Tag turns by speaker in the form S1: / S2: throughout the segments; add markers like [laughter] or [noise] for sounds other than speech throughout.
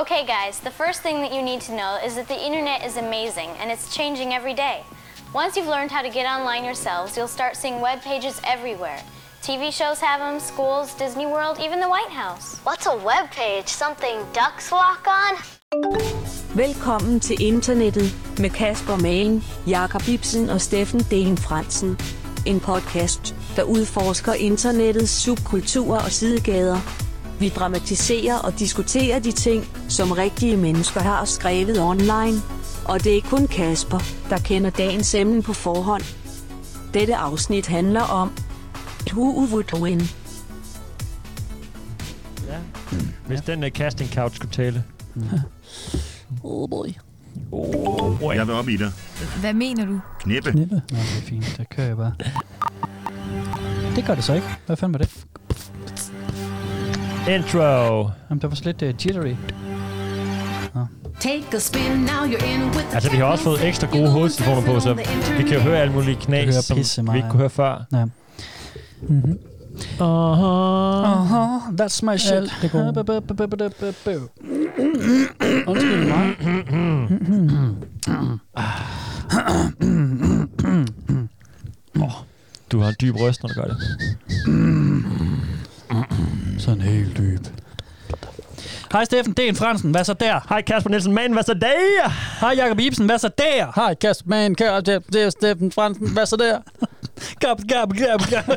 S1: Okay, guys, the first thing that you need to know is that the internet is amazing and it's changing every day. Once you've learned how to get online yourselves, you'll start seeing web pages everywhere. TV shows have them, schools, Disney World, even the White House.
S2: What's a web page? Something ducks walk on?
S3: Velkommen til internettet med Kasper Malen, Jakob Ibsen og Steffen Delen Fransen. En podcast, der udforsker internettets subkulturer og sidegader. Vi dramatiserer og diskuterer de ting, som rigtige mennesker har skrevet online. Og det er kun Kasper, der kender dagens emne på forhånd. Dette afsnit handler om Who would win?
S4: Hvis den uh, casting couch skulle tale.
S3: Oh boy.
S4: Oh,
S5: Jeg vil op i dig.
S6: Hvad mener du?
S5: Knippe.
S7: Knippe. Nå, det er fint. Der kører jeg bare. Det gør det så ikke. Hvad fanden var det?
S4: Intro.
S7: Jamen, der var så lidt uh, jittery.
S8: Take a spin, now you're in with the
S4: Altså, vi har også fået ekstra gode hovedtelefoner på, så vi kan jo høre alle mulige
S7: Vi
S4: knas,
S7: hører
S4: som
S7: pisse
S4: vi
S7: meget.
S4: ikke kunne høre før.
S7: Ja. Mm-hmm.
S4: Uh-huh.
S7: Aha, that's my shit.
S4: Alt det gode.
S7: Ah, bu- bu- bu- bu- bu- bu- bu. Undskyld mig.
S4: Du har en dyb røst, når du gør det.
S7: Sådan helt dyb. Hej Steffen, det er en Fransen. Hvad så der?
S4: Hej Kasper Nielsen, man, hvad så dag?
S7: Hej Jakob Ibsen. Hvad så der?
S9: Hej, Kasper Mann, Kør, det, det er Steffen Fransen. Hvad så
S4: [laughs]
S9: der?
S7: Gab, gab, gab, gab.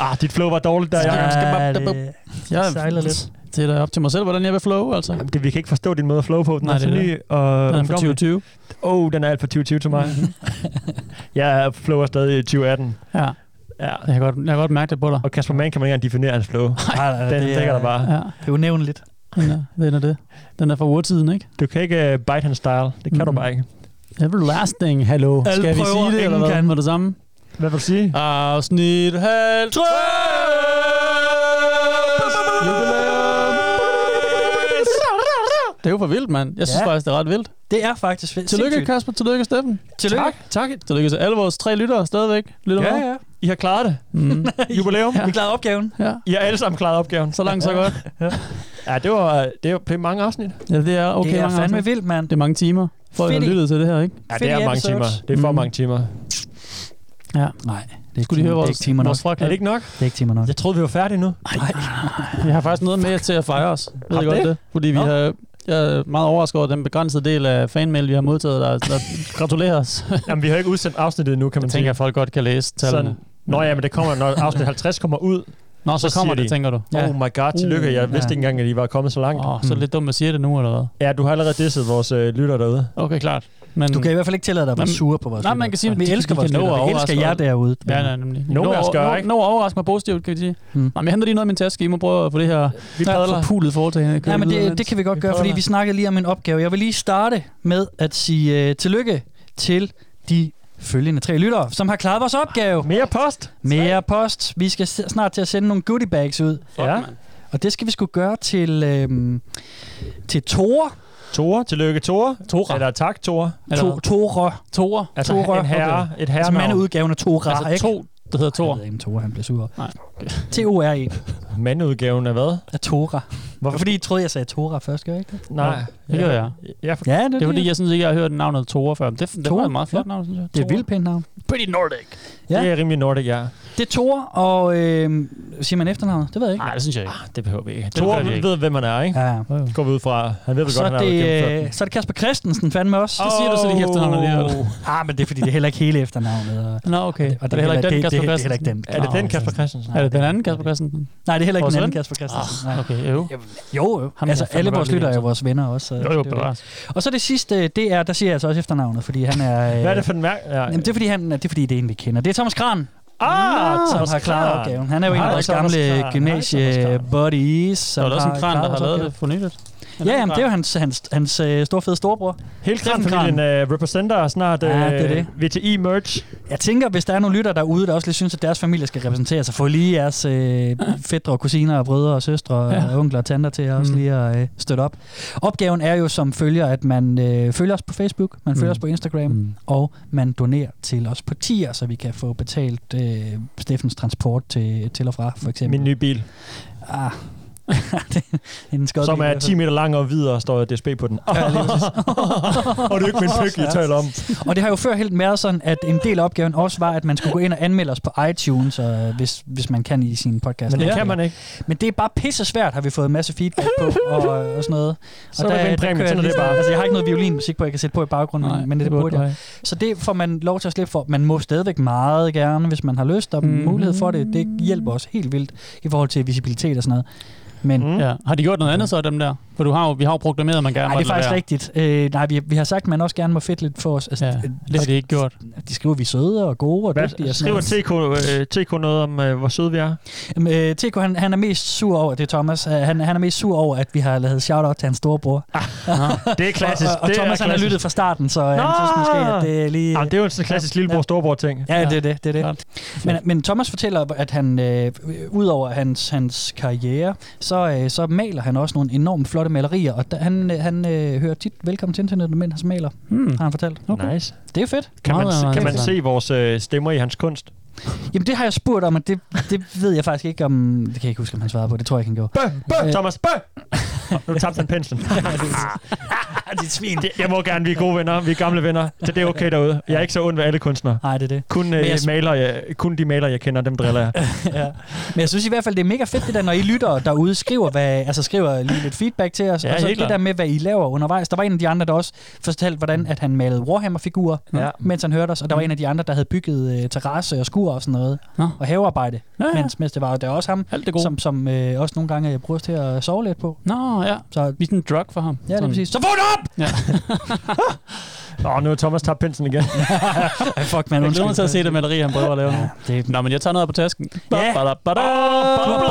S4: Ah, dit flow var dårligt der.
S9: Skal- skal-
S4: Ja,
S9: bap- bap-
S4: det, det sejler lidt.
S9: Det er da op til mig selv, hvordan jeg vil flow, altså.
S4: Jamen, det, vi kan ikke forstå din måde at flow på. Den
S9: Nej,
S4: er så
S9: det er
S4: ny og
S9: Den er fra
S4: ungdommelig.
S9: 2020.
S4: Åh, oh, den er alt for 2020 til
S9: [laughs]
S4: mig. jeg flower stadig i 2018.
S9: Ja,
S4: Ja.
S9: jeg kan godt, jeg kan godt mærke det på dig.
S4: Og Kasper Mann kan man ikke engang definere hans flow. Ah,
S7: Nej, nej,
S4: Den
S7: det er-
S4: dækker der bare.
S9: Ja,
S7: Det er unævnligt.
S9: den er, den er det. Den er fra urtiden, ikke?
S4: Du kan ikke uh, bite hans style. Det kan mm. du
S9: Mhm.
S4: bare ikke.
S9: Everlasting, hallo.
S7: Alle
S9: Skal vi
S7: prøver,
S9: sige det, eller
S7: ingen
S9: hvad?
S7: kan.
S9: Med det samme?
S4: Hvad vil du sige?
S9: Afsnit 50! Det er jo for vildt, mand. Jeg synes
S7: Ja.
S9: ja. faktisk, det er ret vildt.
S7: Det er faktisk fedt.
S9: Tillykke, Kasper. Tillykke, Steffen.
S7: Tillykke.
S9: Tak. tak. Tillykke til alle vores tre lyttere stadigvæk. Lytter
S4: Ja,
S9: med.
S4: ja. I har klaret
S7: [laughs]
S4: det.
S9: Mm.
S4: Jubilæum.
S7: Vi klarede opgaven.
S9: ja.
S4: I har alle sammen klaret opgaven.
S9: Så langt, så godt.
S4: Ja, det var, det var det er mange afsnit.
S9: Ja, det er okay.
S7: Det er
S9: mange afsnit.
S7: fandme vildt, mand.
S9: Det er mange timer. Folk har
S7: Fedt i-
S9: lyttet til det her, ikke?
S4: Ja,
S7: Fedt
S4: det er
S7: i
S4: mange timer.
S7: episodes.
S4: Det er for
S9: Mm.
S4: mange timer.
S9: Ja.
S7: Nej, det er ikke,
S9: Skulle de
S7: timer,
S9: høre
S7: det er
S9: vores,
S7: ikke timer nok.
S9: vores fraklip?
S4: Er det ikke nok?
S7: Det er ikke timer nok.
S4: Jeg troede, vi var færdige nu.
S9: Vi har faktisk noget med til at fejre os. Ved
S4: Har
S9: I godt
S4: det?
S9: det? Fordi vi
S4: Nå.
S9: har, jeg er meget overrasket over den begrænsede del af fanmail, vi har modtaget, der, der gratulerer os.
S4: [laughs] Jamen, vi har ikke udsendt afsnittet endnu, kan man
S9: Jeg tænker,
S4: sige.
S9: at folk godt kan læse tallene.
S4: Sådan. Nå ja, men det kommer, når afsnit 50 kommer ud.
S9: Nå, så,
S4: så
S9: kommer
S4: siger
S9: det,
S4: de-
S9: tænker du.
S4: Ja. Oh my god, tillykke. Jeg
S7: Uh,
S4: vidste
S7: ja.
S4: ikke engang, at I var kommet så langt.
S9: Åh, oh, så er det lidt dumt at sige det nu, eller hvad?
S4: Ja, du har allerede disset vores øh, lytter derude.
S9: Okay, klart. Men,
S7: Du kan i hvert fald ikke tillade dig at være
S9: Nej,
S7: sur på vores
S9: nej,
S7: lyttere.
S9: man kan sige, at
S7: vi
S9: de-
S7: elsker
S9: de
S7: vores
S9: kan nå at
S7: lytter. Vi elsker
S9: overraske
S7: jer
S9: os.
S7: derude.
S9: Ja, nej, nemlig.
S4: Nogen
S9: Nå-
S4: overrasker,
S9: nå-
S4: ikke? Hmm.
S9: Nå, overrasker mig positivt, kan vi sige. Mm. Nå, men jeg henter lige noget af min taske. I må prøve at få det her
S4: Vi padler.
S9: forpulet foretagende.
S7: Ja, men det, det kan vi godt gøre, fordi vi snakkede lige om en opgave. Jeg vil lige starte med at sige uh, tillykke til de følgende tre lyttere, som har klaret vores opgave.
S4: Mere post.
S7: Mere post. Vi skal s- snart til at sende nogle goodie bags ud.
S4: Ja.
S7: Og det skal vi skulle gøre til, øhm, til Tore.
S4: Tore, tillykke Tore. Tore. Eller tak, Tore.
S7: To, Tore.
S9: Tore.
S4: Altså
S7: Tore,
S4: en herre, et herre
S7: Altså mandeudgaven af Tore,
S9: Altså
S7: ikke?
S9: to, der hedder
S7: Tor. Jeg
S9: Tor.
S7: ved ikke, om Tore han bliver sur.
S9: Nej,
S7: Okay. T-O-R-E.
S4: Mandeudgaven af hvad?
S7: E. Af Tora.
S4: Hvorfor?
S7: Hvorfor? Fordi I troede, jeg sagde Tora først, gør jeg ikke det?
S4: Nej.
S9: Det gør jeg.
S4: Ja,
S7: Ja, det,
S9: Det er fordi, jeg synes ikke, jeg har hørt navnet Tore før. Men det, det var
S7: Tore?
S9: et meget flot navn, synes jeg.
S7: Det er et vildt pænt navn.
S9: Pretty Nordic.
S7: Ja.
S4: det er rimelig nordic, ja.
S7: Det er Tore, og øh, siger man efternavnet? Det ved jeg ikke.
S9: Nej, Ah, det synes jeg ikke.
S4: Det behøver vi ikke.
S9: Det
S4: Tore
S9: behøver vi ikke.
S4: ved, hvem han er, ikke?
S7: Ja.
S9: Ja.
S4: Går vi ud fra. Han ved vel
S7: Så
S4: godt,
S7: er,
S4: han har gennemført
S7: det, øh,
S4: den.
S7: så er det Kasper Christensen fandme også.
S9: Så siger du så lige efternavnet alligevel.
S7: Ah, men det er fordi, det er heller ikke hele efternavnet. Og,
S9: Nå, okay.
S7: og
S9: Og det er heller ikke den Kasper
S7: det, det er
S9: Christensen.
S7: heller ikke den.
S4: Er det den
S7: Nå,
S4: Kasper Christensen? Ah,
S9: Er det den anden Kasper Christensen?
S7: Nej, det er heller ikke
S9: Vores
S7: den anden
S9: ven? Ah,
S7: Kasper Christensen. Nej.
S9: Okay, jo.
S7: Jo, jo.
S9: Ham
S7: altså,
S9: kan jeg
S7: alle
S9: fandme
S7: vores
S9: godt
S7: lyttere er
S9: lide,
S7: jo vores venner også. så
S9: Jo,
S7: det er
S9: jo,
S7: det.
S9: bevares.
S7: Og så det sidste, det er, der siger jeg så også efternavnet, fordi han er... øh,
S4: Hvad er det for en mærke? Ja.
S7: Jamen, det er fordi, han, det er fordi, det er en, vi kender. Det er Thomas Kran,
S4: Ah,
S7: som
S4: Thomas
S7: har klaret
S4: Kran.
S7: opgaven. Han er jo en af
S4: Hej,
S7: vores
S4: Thomas
S7: gamle
S4: Kran. Hej, Thomas Kran.
S7: gymnasie-buddies.
S9: Der
S7: som
S9: er også en kran, der
S7: klaret
S9: har
S7: vores
S9: lavet
S7: opgave.
S9: det for nyligt.
S7: Ja, jamen, det er jo hans, hans, hans øh, store fede storebror.
S4: Hele
S7: Steffen
S4: Kran-familien uh, repræsenter snart uh,
S7: Ja, det er det.
S4: VTI-merch.
S7: Jeg tænker, hvis der er nogle lytter derude, der også lige synes, at deres familie skal repræsentere sig, få lige jeres øh, fædre og kusiner og brødre og søstre og
S9: Ja.
S7: onkler og tanter til også
S9: Mm.
S7: lige at øh, støtte op. Opgaven er jo som følger, at man øh, følger os på Facebook, man følger
S9: Mm.
S7: os på Instagram,
S9: Mm.
S7: og man donerer til os på tier, så vi kan få [laughs] betalt øh, Steffens transport til, til og fra, for eksempel.
S4: Min nye bil.
S7: Ah, en skotbil
S4: som
S7: i
S4: er
S7: hvert fald.
S4: 10 meter lang og hvid og står DSB på den. Ja, [laughs] og det er jo ikke
S7: [laughs]
S4: min pyg, I taler om.
S7: Og det har jo før helt været sådan, at en del af opgaven også var, at man skulle gå ind og anmelde os på iTunes, og øh, hvis, hvis man kan i sin podcast.
S4: Men det kan man ikke.
S7: Men det er bare pisse svært, har vi fået en masse feedback på og, og sådan noget. Og
S4: Så er der ikke en præmie,
S7: kører jeg
S4: sådan er det
S7: lige-
S4: bare.
S7: Altså, jeg har ikke noget violinmusik på, jeg kan sætte på i baggrunden, Nej, men det, det burde jeg. Så det får man lov til at slippe for. Man må stadigvæk meget gerne, hvis man har lyst og mm.
S4: Mhm.
S7: mulighed for det. Det hjælper os helt vildt i forhold til visibilitet og sådan noget. Men
S4: Mhm.
S9: Mm. Ja. Har de gjort noget andet så, dem der? For du har jo, vi har jo proklameret, at man gerne
S7: Nej, det er
S9: måtte lade
S7: faktisk
S9: være.
S7: rigtigt. Øh, nej, vi, vi har sagt, at man også gerne må fedt lidt for os. Altså, ja,
S9: det har de ikke gjort.
S7: Altså, De skriver, at vi er søde og gode og dygtige.
S4: Hvad,
S7: og sådan
S4: skriver
S7: noget.
S4: TK, øh, TK noget om, øh, hvor søde vi er?
S7: Jamen, øh, TK, han, han er mest sur over, det er Thomas, øh, han, han er mest sur over, at vi har lavet shout-out til hans storebror. [laughs] Ah,
S4: det er klassisk.
S7: og, og, og
S4: Det er
S7: Thomas, han har
S4: klassisk.
S7: lyttet fra starten, så øh, han synes måske, at det er lige...
S4: Jamen, det er jo sådan en klassisk lillebror-storbror-ting.
S7: Ja, det er det. det, er det. Men, men Thomas fortæller, at han, øh, ud over hans, hans karriere, så, øh, så maler han også nogle enormt flotte malerier, og da, han, øh, han øh, hører tit velkommen til internettet, mens han maler,
S9: hmm.
S7: har han fortalt.
S4: Okay. Nice.
S7: Det er fedt.
S4: Kan man,
S7: Meget,
S4: se-
S7: meget
S4: kan man
S7: interessant.
S4: se vores øh, stemmer i hans kunst?
S7: Jamen det har jeg spurgt om, og det, det ved jeg faktisk ikke om... Det kan jeg ikke huske, om han svarede på. Det tror jeg ikke, han gjorde.
S4: Bøh, bøh, Thomas, [laughs] bøh! Nu Øh. tabte han penslen.
S7: Dit svin.
S4: Jeg må gerne, vi er gode venner, vi er gamle venner, så det er okay derude. Jeg er ikke så ond ved alle kunstnere.
S7: Nej, det er det.
S4: Kun,
S7: Men
S4: øh,
S7: jeg-
S4: maler, jeg, kun de maler, jeg kender, dem driller jeg.
S7: ja. Men jeg synes i hvert fald, det er mega fedt, det der, når I lytter derude, skriver, hvad, altså skriver lige lidt feedback til os,
S9: Ja,
S7: og så
S9: helt
S7: det
S9: klart.
S7: der med, hvad I laver undervejs. Der var en af de andre, der også fortalte, hvordan at han malede Warhammer-figurer, ja.
S4: Ja.
S7: mens han hørte os, og der var en af de andre, der havde bygget øh, terrasse og skur og sådan noget,
S9: Nå.
S7: og havearbejde, ja,
S9: Ja,
S7: ja.
S9: ja.
S7: Mens, mens det var og det er også ham,
S9: Alt det gode.
S7: som, som øh, også nogle gange øh, bruges til at sove lidt på.
S9: Nå, ja.
S7: Så,
S9: Vi er sådan en drug for ham.
S7: ja, det er
S9: Sådan.
S7: præcis. Så vågn op!
S4: Nå, nu er Thomas tabt penslen igen.
S7: Ej, fuck, man,
S9: Jeg glæder mig
S7: undskyld.
S9: til at se det maleri, han prøver at lave. Ja, det... Nå, men jeg tager noget op på tasken.
S7: Ja.
S9: Ba-da, ba-da,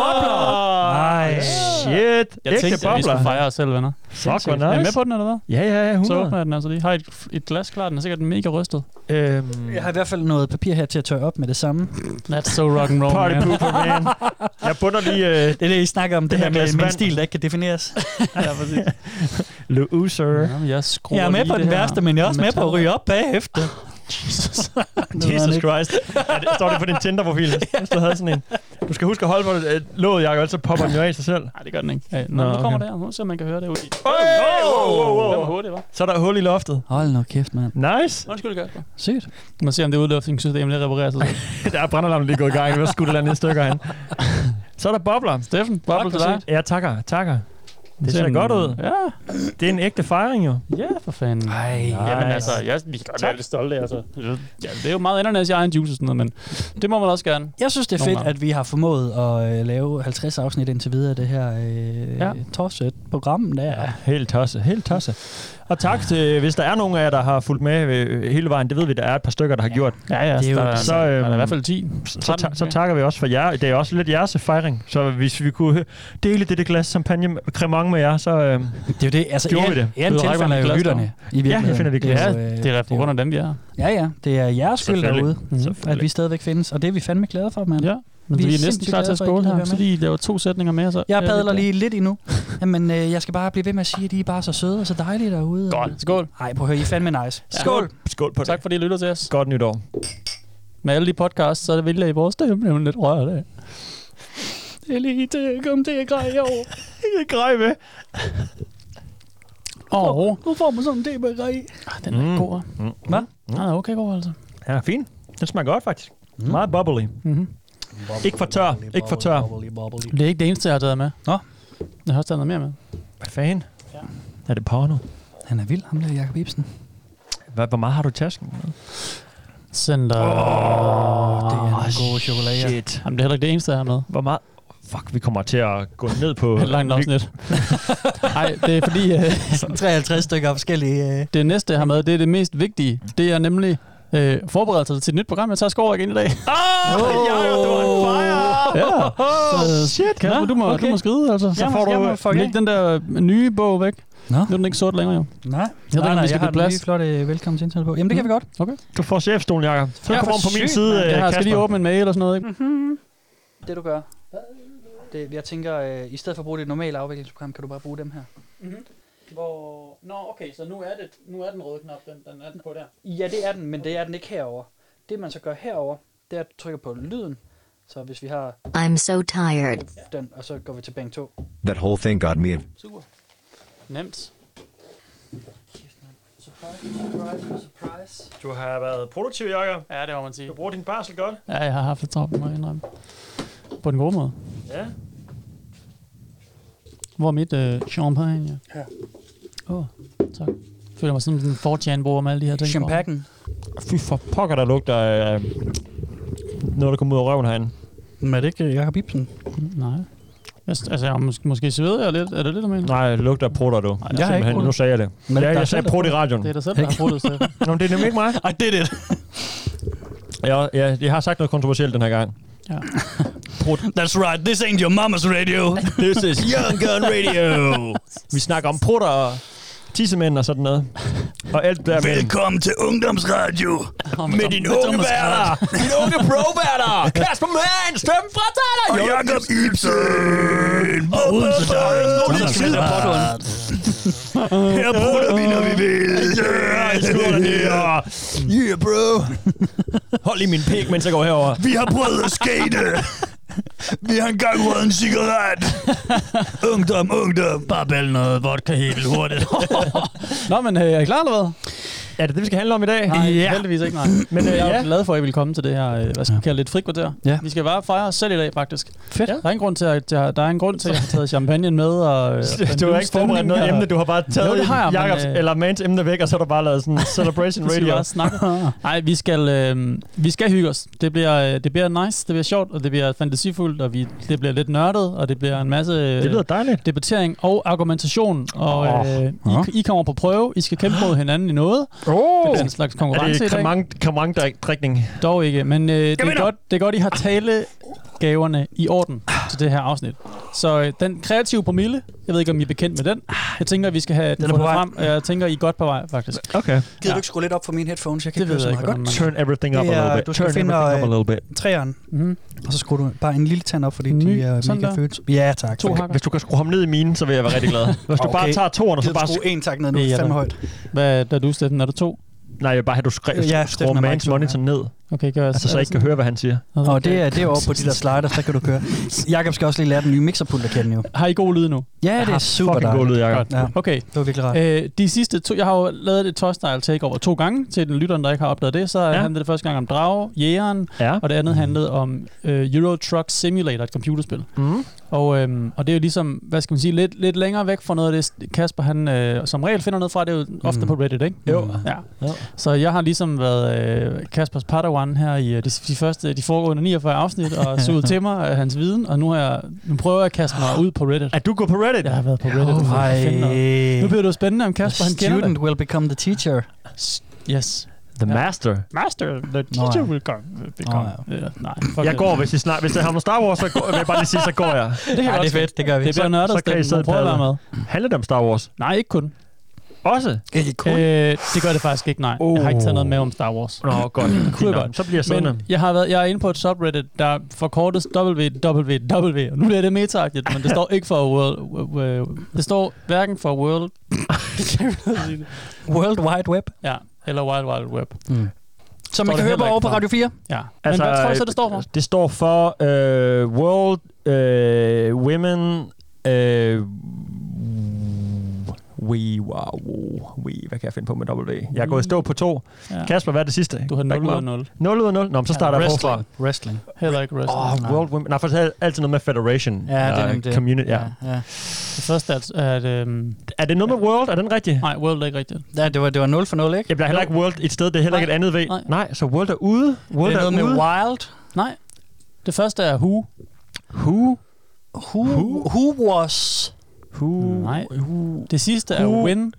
S4: Nej, shit.
S9: Jeg tænkte, at vi skulle fejre os selv, venner.
S4: Fuck, hvor nice.
S9: Er I med på den, eller hvad?
S4: Ja, ja, ja, 100.
S9: Så åbner jeg den altså lige. Har I et, et glas klar? Den er sikkert mega rystet.
S4: Øhm,
S7: Jeg har i hvert fald noget papir her til at tørre op med det samme.
S9: That's so rock and roll,
S4: party
S9: man.
S4: pooper, man. Jeg bunder lige øh,
S7: Det er det, I snakker om, det,
S4: Det
S7: det
S4: her
S7: her med,
S4: glas
S7: med en
S4: vand.
S7: stil, der ikke kan defineres.
S9: [laughs] ja, præcis.
S4: loser.
S9: Nå, men jeg, skruer
S7: Jeg er med
S9: lige
S7: på
S9: det
S7: den
S9: her
S7: værste, men jeg er også med på at
S9: metal.
S7: ryge op bagefter.
S9: Jesus.
S7: [laughs]
S4: Jesus Christ. Ja, det, står det på din Tinder-profil, hvis du havde sådan en. Du skal huske at holde på det, øh, låget, Jacob, ellers så popper den jo af sig selv.
S9: Nej, det gør den ikke. Hey,
S4: Nå,
S9: Nå, nu kommer
S4: okay.
S9: der. Nu ser man kan høre det. ude i-
S4: wow, wow, wow.
S9: Den var hurtigt, hva'?
S4: Så er der hul i loftet.
S7: Hold nu kæft, mand.
S4: Nice.
S9: Undskyld, Kasper.
S7: Sygt.
S9: Man ser, om det udluftningssystem lige reparerer sig. selv.
S4: [laughs] Der er brændalarmen lige gået i gang. Hvad skulle der lande i stykker
S9: [laughs]
S4: hen? Så er der bobler.
S9: Steffen, boble til dig.
S4: Ja, takker. Takker. Det ser
S9: Sådan-
S4: godt ud.
S9: Ja,
S4: Det er en ægte fejring, jo.
S9: ja, for fanden.
S7: Ej,
S9: Jamen altså, jeg, vi kan godt være lidt stolte af, altså. Ja, det er jo meget ananas i egen juice og sådan noget, men det må man også gerne.
S7: Jeg synes, det er
S9: Nogle
S7: fedt,
S9: gange.
S7: at vi har formået at øh, lave 50 afsnit indtil videre af det her øh, ja.
S9: Ja.
S7: torset program der. Ja.
S4: Helt tosse, helt tosse. Og tak til, hvis der er nogen af jer, der har fulgt med øh, hele vejen, det ved vi, der er et par stykker, der har gjort.
S9: Ja, ja,
S7: Det er jo-
S9: der, er,
S4: Så,
S9: så, øh, der er
S4: øhm,
S9: i hvert fald 10.
S4: Så, ta- så takker vi også for jer. Det er også lidt jeres fejring. Så hvis vi kunne øh, dele det glas champagne med- cremant med jer, så... Øh,
S7: Det er jo det. Altså,
S4: Gjorde vi det?
S7: Jeg
S9: Det var
S7: tilfælder
S9: rigtig
S7: jo
S9: glad
S7: lytterne i virkeligheden.
S4: jeg finder det
S9: Ja,
S7: er jo, øh,
S9: det er da på
S7: jo-
S9: grund af dem, vi er.
S7: Ja, ja. Det er jeres skyld
S4: Selvfølgelig.
S7: derude, at
S4: Selvfølgelig.
S7: vi stadigvæk findes. Og det er vi fandme glade for, mand.
S9: Ja, men vi,
S7: Vi er
S9: vi er næsten
S7: sindssygt
S9: klar til
S7: glade
S9: at
S7: for, at I
S9: skåle
S7: gider
S9: her,
S7: være
S9: så
S7: med.
S9: de laver to sætninger mere. Så
S7: Jeg
S9: er vi
S7: padler
S9: klar.
S7: lige lidt øh. [laughs] endnu. Jamen, øh, jeg skal bare blive ved med at sige, at I er bare så søde og så dejlige derude.
S9: Godt, skål.
S7: Nej, prøv at høre, I er [laughs] fandme nice. Skål!
S4: Skål på
S9: Tak fordi I lytter til os.
S4: Godt nytår.
S9: Med alle de podcasts, så er det vildt, at i vores dag bliver man lidt rørt af. Elite, kom til at
S7: [laughs]
S9: greje over.
S4: Det grej med.
S9: Åh,
S7: Nu får man sådan en DBRI.
S9: den er
S4: Mm.
S9: god.
S7: Hvad?
S9: Nej, okay god, altså.
S4: Ja, fint. Den smager godt, faktisk. Mm. Meget bubbly.
S9: Mhm.
S4: Ikke for tør. Ikke for tør.
S9: Det er ikke det eneste, jeg har taget med.
S7: Nå.
S9: Jeg har også taget noget mere med.
S4: Hvad fanden? Er det porno?
S7: Han er vild, ham der Jacob Ibsen.
S4: Hvor, hvor meget har du i tasken?
S9: Center.
S7: Det er nogle gode chokolader.
S4: ah, Shit.
S9: Jamen, det er heller ikke det eneste, jeg har med.
S4: Hvor meget? Fuck, vi kommer til at gå ned på...
S9: [laughs] Et
S4: [laughs]
S9: langt afsnit. Nej, [laughs] det er fordi, øh,
S7: 53 stykker af forskellige... Øh.
S9: det næste, jeg har med, det er det mest vigtige. Det er nemlig øh, forberedelser til et nyt program. Jeg tager skovrøk ind i dag.
S4: Åh, oh, Jacob, du er on fire!
S9: Ah! Ja. Oh, shit. Kasper,
S7: Nå,
S9: du, må,
S7: okay.
S9: okay. du må skride, altså.
S4: Så får du...
S9: Fuck Læg den der øh, nye bog væk.
S7: Nå,
S9: Nu er den ikke sort længere, jo.
S7: nej.
S9: ved ikke, om vi skal
S7: jeg har
S9: bytte plads.
S7: den nye flotte øh, velkommen til internet på. Jamen, det kan vi godt.
S4: Du får chefstolen, Jacob. Så
S7: Ja,
S4: kommer
S7: for
S4: om på min
S7: sygt,
S4: side,
S7: mand.
S9: Jeg
S4: øh,
S9: har, skal lige
S4: Kasper.
S9: åbne en mail og sådan noget, ikke?
S7: Mm. Mm-hmm. Det, du gør. Det, jeg tænker, øh, i stedet for at bruge det normale afviklingsprogram, kan du bare bruge dem her.
S9: Mm-hmm. Hvor... Nå, okay, så nu er, det, nu er den røde knap, den, den er den på der.
S7: Ja, det er den, men det er den ikke herover. Det, man så gør herover, det er, at du trykker på lyden,
S10: Så hvis vi har
S7: I'm so tired.
S10: den, og så går vi til bank 2.
S5: That whole thing got me in.
S9: Super. Nemt.
S10: Surprise, surprise, surprise.
S4: Du har været produktiv, Jakob.
S9: Ja, det må man sige.
S4: Du bruger din barsel godt.
S9: Ja, jeg har haft et travlt, må jeg indrømme. På den gode måde.
S4: Ja.
S9: Hvor er mit øh, champagne?
S10: Her.
S9: Åh, oh, tak. Jeg føler mig sådan en 4 bruger med alle de her ting.
S10: Champagne.
S4: Fy for pokker, der lugter af øh, noget, der kommer ud af røven herinde.
S10: Men er det ikke Jacob Ibsen?
S9: Mm, Nej. Jeg, s- altså, jeg mås- måske sveder jeg lidt. Er det lidt, du mener?
S4: Nej, det lugter af prutter, du.
S9: jeg har ikke
S4: Simpelthen,
S9: pruttet.
S4: nu sagde jeg det.
S10: Men
S4: Men ja,
S10: der er
S4: jeg sagde
S10: selv, der
S4: prut i radioen.
S9: Det er dig selv, der har brugt det
S4: [laughs]
S9: til.
S4: Nå, men det er nemlig ikke mig.
S9: Ej, det er det.
S4: Jeg, jeg, jeg har sagt noget kontroversielt den her gang.
S9: Ja.
S10: That's right, this ain't your mama's radio.
S4: [laughs] This is Young Gun Radio. Vi snakker om prutter og tissemænd og sådan noget. Og alt der med.
S10: Velkommen til Ungdomsradio.
S4: Med din unge værter.
S7: [laughs]
S4: Din unge pro-værter. Kasper Mann. Støm fra dig.
S10: Og Jacob Ibsen. Odense
S4: Her prutter vi, når vi vil. Yeah, jeg skurter det her.
S10: Yeah, bro.
S4: Hold lige min pik, mens jeg går herover.
S10: Vi har prøvet at skate. Vi har engang røget en cigaret. Ungdom, ungdom. Bare bæl noget vodka helt hurtigt.
S9: Nå, men øh, er I klar eller hvad?
S4: Er det det, vi skal handle om i dag?
S9: ja. heldigvis ikke, nej. Men øh, jeg er jo glad for, at I vil komme til det her, øh, hvad skal vi kalde det, et frikvarter.
S10: Ja.
S9: Vi skal bare fejre os selv i dag, faktisk.
S10: Fedt.
S9: Der er en grund til, at jeg, der er en grund til, at jeg har taget champagne med. Og, øh, den
S4: Du har
S9: nye
S4: ikke forberedt
S9: stemning,
S4: noget
S9: og-
S4: emne, du har bare taget
S9: Jo, det har jeg, men,
S4: Jacobs
S9: øh,
S4: eller Mans emne væk, og så har du bare lavet
S9: [laughs]
S4: sådan en celebration
S9: Så skal vi
S4: radio.
S9: bare snakke.
S4: [laughs]
S9: Nej, vi skal, øh, vi skal hygge os. Det bliver, øh, det bliver nice, det bliver sjovt, og det bliver fantasifuldt, og vi, det bliver lidt nørdet, og det bliver en masse øh,
S4: Det lyder dejligt.
S9: debattering og argumentation. Og øh,
S10: Åh.
S9: I, I kommer på prøve, I skal kæmpe mod hinanden i noget. Det
S4: Oh.
S9: bliver en slags
S4: Er
S9: konkurrence i
S4: det
S9: dag.
S4: kramang- kramangdrikning?
S9: Dog ikke, men øh, det, er
S4: vinder!
S9: godt, det er godt, I har talegaverne i orden til det her afsnit. Så øh, den kreative promille, jeg ved ikke, om I er bekendt med den. Jeg tænker, at vi skal have
S4: Den
S9: den,
S4: er på
S9: fundet
S4: vej.
S9: frem, og jeg tænker, I er godt på vej, faktisk.
S4: Okay.
S10: Gider du ikke skrue lidt op for mine headphones? Jeg kan
S9: Det
S10: ikke
S9: ved
S10: høre
S9: jeg
S10: så
S9: ikke,
S10: meget
S9: hvordan
S10: godt.
S4: Turn
S9: man...
S4: everything up
S10: Det
S4: a
S10: er-
S4: little bit.
S10: du skal
S4: Turn
S10: finde,
S4: everything up a
S10: øh,
S4: little bit.
S10: Træeren.
S9: Mm-hmm.
S10: Og så skruer du bare en lille tand op, fordi
S9: En ny,
S10: de er
S9: sådan
S10: mega
S9: der.
S10: følsomme. Ja, tak.
S9: To hakker.
S4: Hvis du kan skrue ham ned i mine, så vil jeg være rigtig
S10: [laughs]
S4: glad. Hvis du
S10: Okay.
S4: bare tager toeren, og så
S10: Gider du
S4: bare...
S10: skrue en tak ned nu?
S9: Det er
S10: Det
S9: jeg
S10: er fandme
S9: da.
S10: højt.
S9: Hvad der er du, Steffen? Er der to?
S4: Nej, jeg vil bare have, du skrev,
S10: Ja,
S4: ja,
S10: Steffen
S4: skruer
S10: er
S4: mans
S10: meget
S4: monitor ned,
S9: Okay, gør jeg.
S4: altså, så
S9: Er
S4: jeg
S9: der
S4: ikke kan høre, hvad han siger.
S9: sådan-
S10: Og det er, det er over på de der slider, så kan du køre. Jakob skal også lige lære den nye mixerpult at kende jo.
S9: Har I god lyd nu?
S10: Ja, det er super
S4: Fucking god
S10: dejligt.
S4: lyd, Jacob.
S10: Ja,
S9: Okay.
S10: det var virkelig rart.
S9: Øh, de sidste to, jeg har jo lavet et Toy Style Takeover to gange til den lytteren, der ikke har opdaget det. Så ja.
S4: Ja.
S9: handlede det første gang om Drage, Jægeren,
S4: Ja.
S9: og det
S10: Mhm.
S9: andet handlede om øh, Euro Truck Simulator, et computerspil.
S4: Mm.
S9: Og, øhm, og det er jo ligesom, hvad skal man sige, lidt, lidt længere væk fra noget af det, Kasper han øh, som regel finder noget fra. Det er jo ofte
S10: Mm.
S9: på Reddit, ikke?
S10: Jo.
S9: Ja.
S4: Jo.
S9: Så jeg har ligesom været øh, Kaspers padawan her i øh, de, de, første, de foregående 49 afsnit,
S10: [laughs]
S9: og suget til mig af hans viden, og nu, har jeg, nu prøver jeg at kaste
S10: Ah.
S9: mig ud på Reddit.
S4: Er du gået på Reddit?
S9: Jeg har været på Reddit.
S10: Oh,
S9: for at finde noget. Nu bliver det jo spændende, om Kasper han kender
S10: student
S9: det.
S10: will become the teacher.
S9: Yes.
S4: [laughs] The
S9: Ja.
S4: Master.
S9: Master, the
S10: teacher
S9: will come.
S10: become.
S9: Øh, nej,
S4: Jeg går, hvis I snart... Hvis det har noget Star Wars, så går, vil jeg bare lige sige, så går jeg.
S9: Det, kan
S10: Ej,
S9: godt
S10: det er fedt, det gør vi.
S9: Det bliver
S4: Så-
S9: nørdet,
S4: så kan I
S9: Steffen.
S4: sidde
S9: Prøv at
S4: og
S9: være med.
S4: Handler det om Star Wars?
S9: Nej, ikke kun.
S4: Også?
S10: Ikke
S9: Øh, det gør det faktisk ikke, nej. Jeg har ikke taget noget med om Star Wars.
S4: Nå, godt.
S9: Kunne jeg
S4: Fint nok.
S9: godt.
S4: Så bliver jeg siddende.
S9: Men jeg har været, jeg er inde på et subreddit, der forkortes www, og nu bliver det metaagtigt, men det står ikke for World... w- w- Det står hverken for World... [laughs]
S10: World Wide Web.
S9: ja, eller Wild Wild Web.
S10: Mm. Som man
S9: det
S10: kan høre
S9: heller
S10: på over
S9: ikke
S10: på
S9: for.
S10: Radio 4.
S9: Ja. Altså, men hvad tror du så, det står for?
S4: Det står for øh, World øh, Women... Øh, we, wow, we, hvad kan jeg finde på med W? Jeg er gået i stå på to.
S9: Ja.
S4: Kasper, hvad er det sidste?
S9: Du har 0
S4: Back me
S9: ud
S4: up.
S9: af 0.
S4: 0 ud af 0? Nå, men så
S9: Ja,
S4: starter jeg
S9: wrestling.
S4: forfra.
S10: Wrestling.
S9: Heller ikke
S4: Åh,
S9: wrestling.
S4: World Women... Nej, for det er altid noget med Federation.
S10: Ja, det er
S4: eller
S10: nemt det.
S4: Community, ja.
S10: ja.
S9: Det første er, at... at øhm,
S4: Er det noget med World? Er den rigtig?
S9: nej, World er ikke rigtigt.
S10: ja det, var, det var 0 for 0, ikke?
S4: Jeg bliver heller ikke World et sted. Det er heller ikke et
S9: Nej.
S4: andet V.
S9: Nej.
S4: Nej, så World er ude.
S10: Det
S4: World
S10: er noget
S4: er
S10: med
S4: ude.
S10: Wild.
S9: Nej. Det første er Who.
S4: Who?
S10: Who, who was...
S4: Who?
S9: Nej.
S4: Who?
S9: Det sidste er
S4: Who.
S9: Win.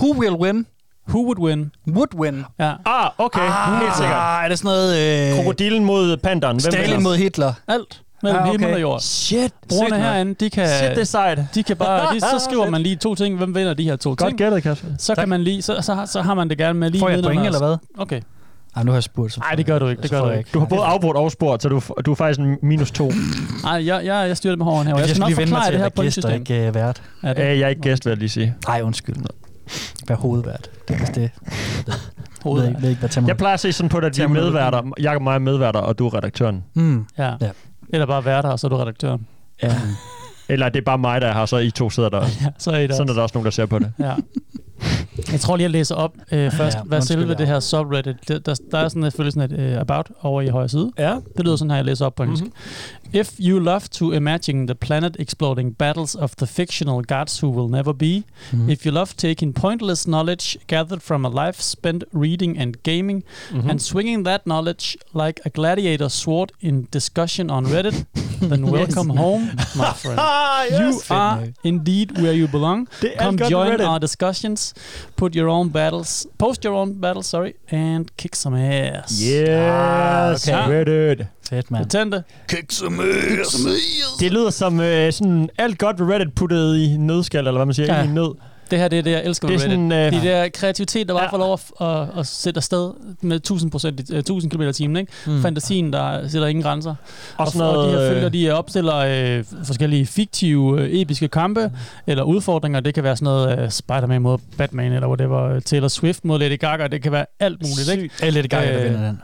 S10: Who will win?
S9: Who would win?
S10: Would win.
S9: Ja.
S4: Ah, okay. Helt sikkert.
S10: Ah, er det sådan noget... Øh,
S4: Krokodilen mod pandaen. Hvem
S10: Stalin
S4: vinder?
S10: mod Hitler.
S9: Alt mellem
S10: Ah,
S9: ah,
S10: okay.
S9: himmel og jord.
S4: Shit.
S9: Brugerne
S4: Sygt nok.
S9: herinde, de kan,
S4: Shit, det er sejt.
S9: de kan bare, de, så skriver man lige to ting, hvem vinder de her to
S4: Godt
S9: ting.
S4: gættet, Kasper.
S9: Så kan man lige, så, så, har- så har man det gerne med lige
S10: Får jeg et
S9: nedenunder
S10: point,
S9: os.
S10: eller hvad?
S9: Okay.
S10: Nej, nu har jeg spurgt.
S9: Nej, det gør du ikke. Det gør du ikke.
S4: Du har både afbrudt og afspurgt, så du, du er faktisk en minus to.
S9: Nej, jeg, jeg, jeg styrer det med hården her. Jeg,
S10: Jeg
S9: jeg
S10: skal
S9: skal nok
S10: lige vende mig
S9: forklare
S10: til,
S9: det her
S10: at jeg er gæst og
S9: pointsystem.
S10: ikke øh, vært.
S9: Ja,
S4: Æ,
S9: det
S4: jeg er ikke gæst, vil jeg lige sige.
S10: Nej, undskyld. Vær hovedvært. Hvis det
S9: troede
S10: ved, jeg. ved ikke, hvad
S4: Jeg
S10: terminologi-
S4: plejer at se sådan på det, at vi er
S10: Terminologi.
S4: medværter. Jakob og mig er medværter, og du er redaktøren.
S10: Mm.
S9: Ja.
S10: Ja.
S9: ja. Eller bare være der, og så er du redaktøren.
S10: Ja.
S4: Mm. Eller det er bare mig, der er her, så I to sidder der.
S9: [laughs] Ja, så er I der.
S4: Sådan er der også nogen, der ser på det.
S9: Ja. Jeg tror lige, jeg læser op øh, først,
S10: Ja,
S9: ja, hvad
S10: undskyld,
S9: selve
S10: Jacob.
S9: det her subreddit, der, der, der er sådan, selvfølgelig sådan et øh, about over i højre side.
S10: ja. Mhm.
S9: Det lyder sådan her, jeg læser op på engelsk. Mm-hmm. If you love to imagine the planet exploding battles of the fictional gods who will never be,
S10: Mhm.
S9: mm-hmm. if you love taking pointless knowledge gathered from a life spent reading and gaming,
S10: Mhm.
S9: mm-hmm. and swinging that knowledge like a gladiator sword in discussion on Reddit,
S10: [laughs]
S9: then welcome home,
S4: [laughs]
S9: my friend.
S4: Ah,
S9: You are
S10: nok.
S9: indeed where you belong.
S4: [laughs] Det er
S9: Come
S4: alt godt
S9: join
S4: Reddit.
S9: our discussions. Put your own battles. Post your own battles, sorry, and kick some ass.
S4: Yes,
S9: [laughs] Ah, okay.
S4: Reddit.
S10: Fedt, mand.
S9: Tænd det.
S4: Det lyder som øh, sådan alt godt ved Reddit puttet i nødskal, eller hvad man siger,
S9: Ja.
S4: ja. i en nød.
S9: Det her det er det, jeg elsker
S4: Det er
S9: ved Reddit.
S4: sådan, øh,
S9: Fordi det er kreativitet, der bare
S4: Ja.
S9: får lov at, at, at sætte afsted med 1000, procent, 1000 km i timen. Ikke? Mm. Fantasien, der sætter ingen grænser. Og,
S4: sådan
S9: og de
S4: noget,
S9: her
S4: øh,
S9: følger, de opstiller øh, forskellige fiktive, øh, episke kampe mm. eller udfordringer. Det kan være sådan noget øh, Spider-Man mod Batman, eller whatever, øh, Taylor Swift mod Lady Gaga. Det kan være alt muligt. Ikke?
S10: Jeg er lidt i gang, der
S9: Øh,
S10: vinder den.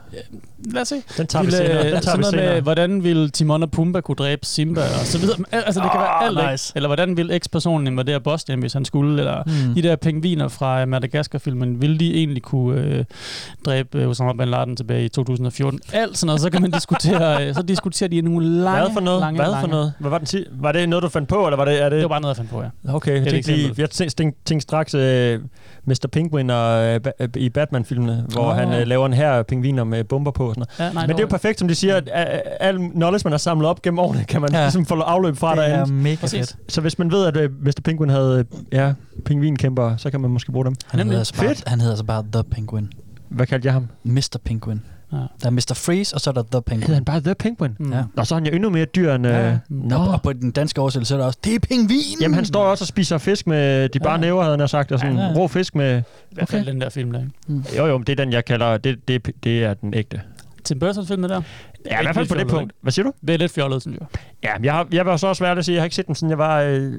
S9: Lad os se.
S4: Den tager vi
S9: Ville,
S4: senere. Den tager
S9: øh, sådan
S4: vi
S9: noget med,
S4: senere.
S9: hvordan vil Timon og Pumba kunne dræbe Simba og så videre. Men al- Altså, det kan være
S10: Ah,
S9: alt, ikke?
S10: nice.
S9: Eller hvordan vil X-personen invadere Bosnien, hvis han skulle? Eller
S10: Mm.
S9: mm. de der pingviner fra øh, Madagaskar-filmen, vil de egentlig kunne øh, dræbe øh, Osama Bin Laden tilbage i 2014? Alt sådan noget, så kan man diskutere, øh, så diskuterer de nogle lange,
S4: Hvad for noget?
S9: lange,
S4: Hvad
S9: lange.
S4: for noget? Hvad var, den ti- var det noget, du fandt på, eller var det... Er det,
S9: Det var bare noget, jeg fandt på, ja.
S4: [laughs] Okay, jeg
S9: et
S4: tænkte, lige,
S9: eksempel.
S4: jeg tænkte, tænkte, tænkte straks øh, Mr. Penguin og, øh, ba- øh, i Batman-filmene, hvor
S9: Åh.
S4: oh. han øh, laver en her pingviner med bomber på. Og sådan noget.
S9: ja nej,
S4: Men det er jo perfekt, som de siger, at øh, al knowledge, man har samlet op gennem årene, kan man
S10: Ja.
S4: ja. ligesom få afløb fra
S10: Det er
S4: derinde.
S10: mega
S9: Præcis.
S10: fedt.
S4: Så hvis man ved, at øh, Mr. Penguin havde øh, ja, pingvinkæmper, så kan man måske bruge dem.
S10: Han
S9: Nemlig.
S10: hedder, altså bare,
S4: Fedt.
S10: han hedder altså bare The Penguin.
S4: Hvad kaldte jeg ham?
S10: Mr. Penguin.
S9: Ja.
S10: Der er Mr. Freeze, og så er der The
S4: Hed
S10: Penguin.
S4: han bare The Penguin?
S9: Mm.
S10: Ja.
S9: Ja.
S4: Nå, så er han jo endnu mere dyr end... Øh,
S10: Ja, ja.
S4: ja.
S10: Og,
S4: Nå.
S10: og på den danske oversættelse er der også, det er pingvin!
S4: Jamen, han står også og spiser fisk med de bare
S9: Ja.
S4: ja. næver, havde han sagt, og sådan
S9: Ja,
S4: ja,
S9: ja.
S4: ja. rå fisk med...
S9: I hvert fald den der film der. Ikke?
S4: Jo, jo, men det er den, jeg kalder... Det, det, det er den ægte.
S9: Tim Burton filmen der.
S4: Ja, i hvert fald på det
S9: fjollet,
S4: punkt. Hvad siger du?
S9: Det er lidt fjollet, synes jeg.
S4: Ja, men jeg, har, jeg vil så også være ærlig at sige, at jeg har ikke set den, siden jeg var øh,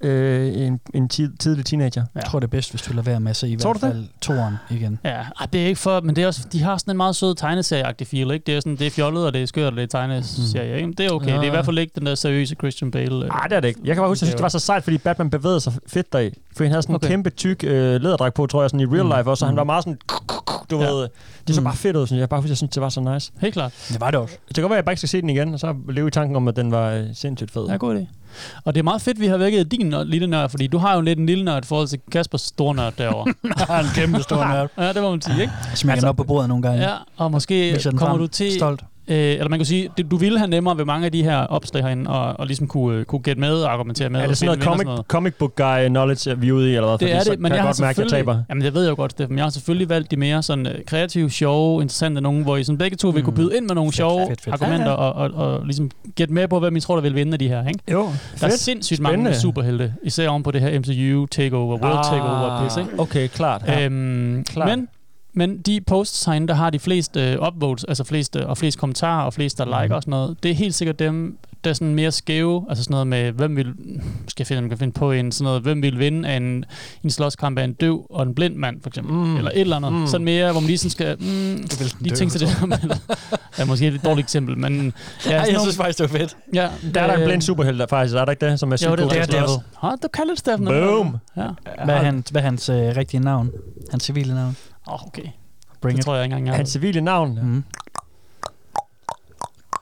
S4: øh, en, en tid, tidlig teenager.
S10: Jeg tror, det er bedst, hvis du lader være med at se i
S4: Tror
S10: hvert
S4: du det?
S10: fald toeren igen.
S9: Ja, ej, det er ikke for, men det er også, de har sådan en meget sød tegneserieagtig feel, ikke? Det er sådan, det er fjollet, og det er skørt, og det er tegneserie, ikke? Men Det er okay. Ja. Det er i hvert fald ikke den der seriøse Christian Bale. øh.
S4: Nej, Mm. det er det ikke. Jeg kan bare huske, at jeg synes, det var så sejt, fordi Batman bevægede sig fedt deri. For han havde sådan en
S9: Okay. Mm.
S4: okay. kæmpe tyk øh, læderdragt på, tror jeg, sådan i real life også. Og han var meget sådan, du
S9: Ja.
S4: ja. ved, øh, det så
S10: Mm.
S4: bare fedt ud, synes jeg. jeg. kan Bare husker, jeg synes, det var så nice.
S9: Helt klart.
S10: Det var [laughs] det også.
S4: Det kan godt være, at jeg bare ikke skal se den igen, og så leve i tanken om, at den var øh, sindssygt fed.
S9: Ja, god idé. Og det er meget fedt, vi har vækket din nør- lille nørd, fordi du har jo lidt en lille nørd i forhold til Kaspers store nørd
S4: [laughs]
S9: derovre.
S10: en kæmpe stor nørd.
S9: ja, det må man sige, ikke? Altså-
S10: Jeg smækker den op på bordet nogle gange.
S9: Ja, og måske
S10: Viser den
S9: kommer
S10: frem.
S9: du til...
S10: Stolt.
S9: Øh, eller man kan sige, det- du ville have nemmere ved mange af de her opslag herinde, og, og ligesom kunne, øh, kunne gætte med og argumentere med.
S4: er
S9: og
S4: det sådan
S9: finde vinder og
S4: noget comic, comic book guy knowledge, vi er ude i, eller hvad?
S9: Det
S4: Fordi
S9: er
S4: så
S9: det, men
S4: kan
S9: jeg,
S4: jeg
S9: har
S4: godt mærke, at jeg
S9: selvfølgelig-
S4: taber.
S9: Jamen, det ved jeg jo godt, Steffen. Jeg har selvfølgelig valgt de mere sådan, øh, kreative, sjove, interessante nogen, hvor I sådan begge to vil
S4: Mm.
S9: kunne byde ind med nogle sjove
S10: fedt, fedt.
S9: argumenter og, og, og ligesom gætte med på, hvem I tror, der vil vinde af de her. Ikke?
S4: Jo,
S9: Der er
S4: fedt.
S9: sindssygt mange
S4: Spændende.
S9: superhelte, især oven på det her MCU takeover, World ah, takeover pis, ikke?
S4: Okay, klart. Ja.
S9: Ja. Øhm,
S4: Klart.
S9: men men de posts herinde, der har de flest øh, upvotes, altså flest, øh, og flest kommentarer og flest, der liker og sådan noget, det er helt sikkert dem, der er sådan mere skæve, altså sådan noget med, hvem vil, skal jeg finde, om jeg kan finde på en, sådan noget, hvem vil vinde af en, en slåskamp af en døv og en blind mand, for eksempel, mm. eller et eller andet, mm. sådan mere, hvor man lige sådan skal, mm, de ting til det der med, ja, måske et lidt dårligt eksempel, men ja, sådan nogle-
S10: faktisk, det var fedt.
S9: ja,
S4: Der er der en
S9: øh,
S4: blind superhelt, der faktisk er der ikke det, som er
S9: Jo,
S4: sygt
S9: det
S4: god til
S9: er
S4: at slås?
S9: Daredevil. Har du kaldet Steffen?
S4: Boom.
S9: Ja.
S10: Hvad er, han, hvad er hans øh, rigtige navn? Hans civile navn?
S9: Åh, oh, okay.
S10: Bring
S9: Det
S10: it.
S9: tror jeg ikke engang, jeg
S4: Hans civile navn?
S10: Mm.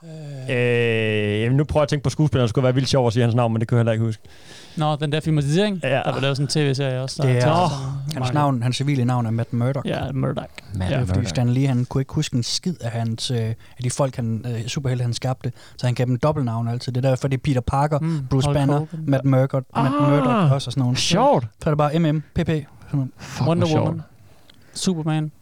S4: Øh, jamen, nu prøver jeg at tænke på skuespilleren. Det skulle være vildt sjovt at sige hans navn, men det kan jeg heller ikke huske.
S9: Nå, den der filmatisering, ja.
S4: Ja.
S9: der var lavet sådan en tv-serie også. der
S10: Det er-
S9: tager
S10: Nå,
S9: sig sådan
S10: Hans
S9: meget-
S10: navn, hans civile navn er Matt Murdock.
S9: Ja, Murdoch.
S4: Matt
S9: Ja,
S10: Ja, fordi Stan Lee, han kunne ikke huske en skid af, hans, øh, af de folk, han, øh, superhelte, han skabte, så han gav dem dobbeltnavn altid. Det er derfor, det er Peter Parker,
S9: Mm,
S10: mm, Bruce
S9: Hulk
S10: Banner,
S9: Hogan.
S10: Matt Murdock, ah. Matt Murdock
S4: Ah.
S10: også og sådan nogle.
S4: Sjovt.
S10: Så er det bare MM, PP. sådan nogle.
S4: Fuck,
S9: Wonder
S4: hvor sjovt.
S9: Woman. Superman.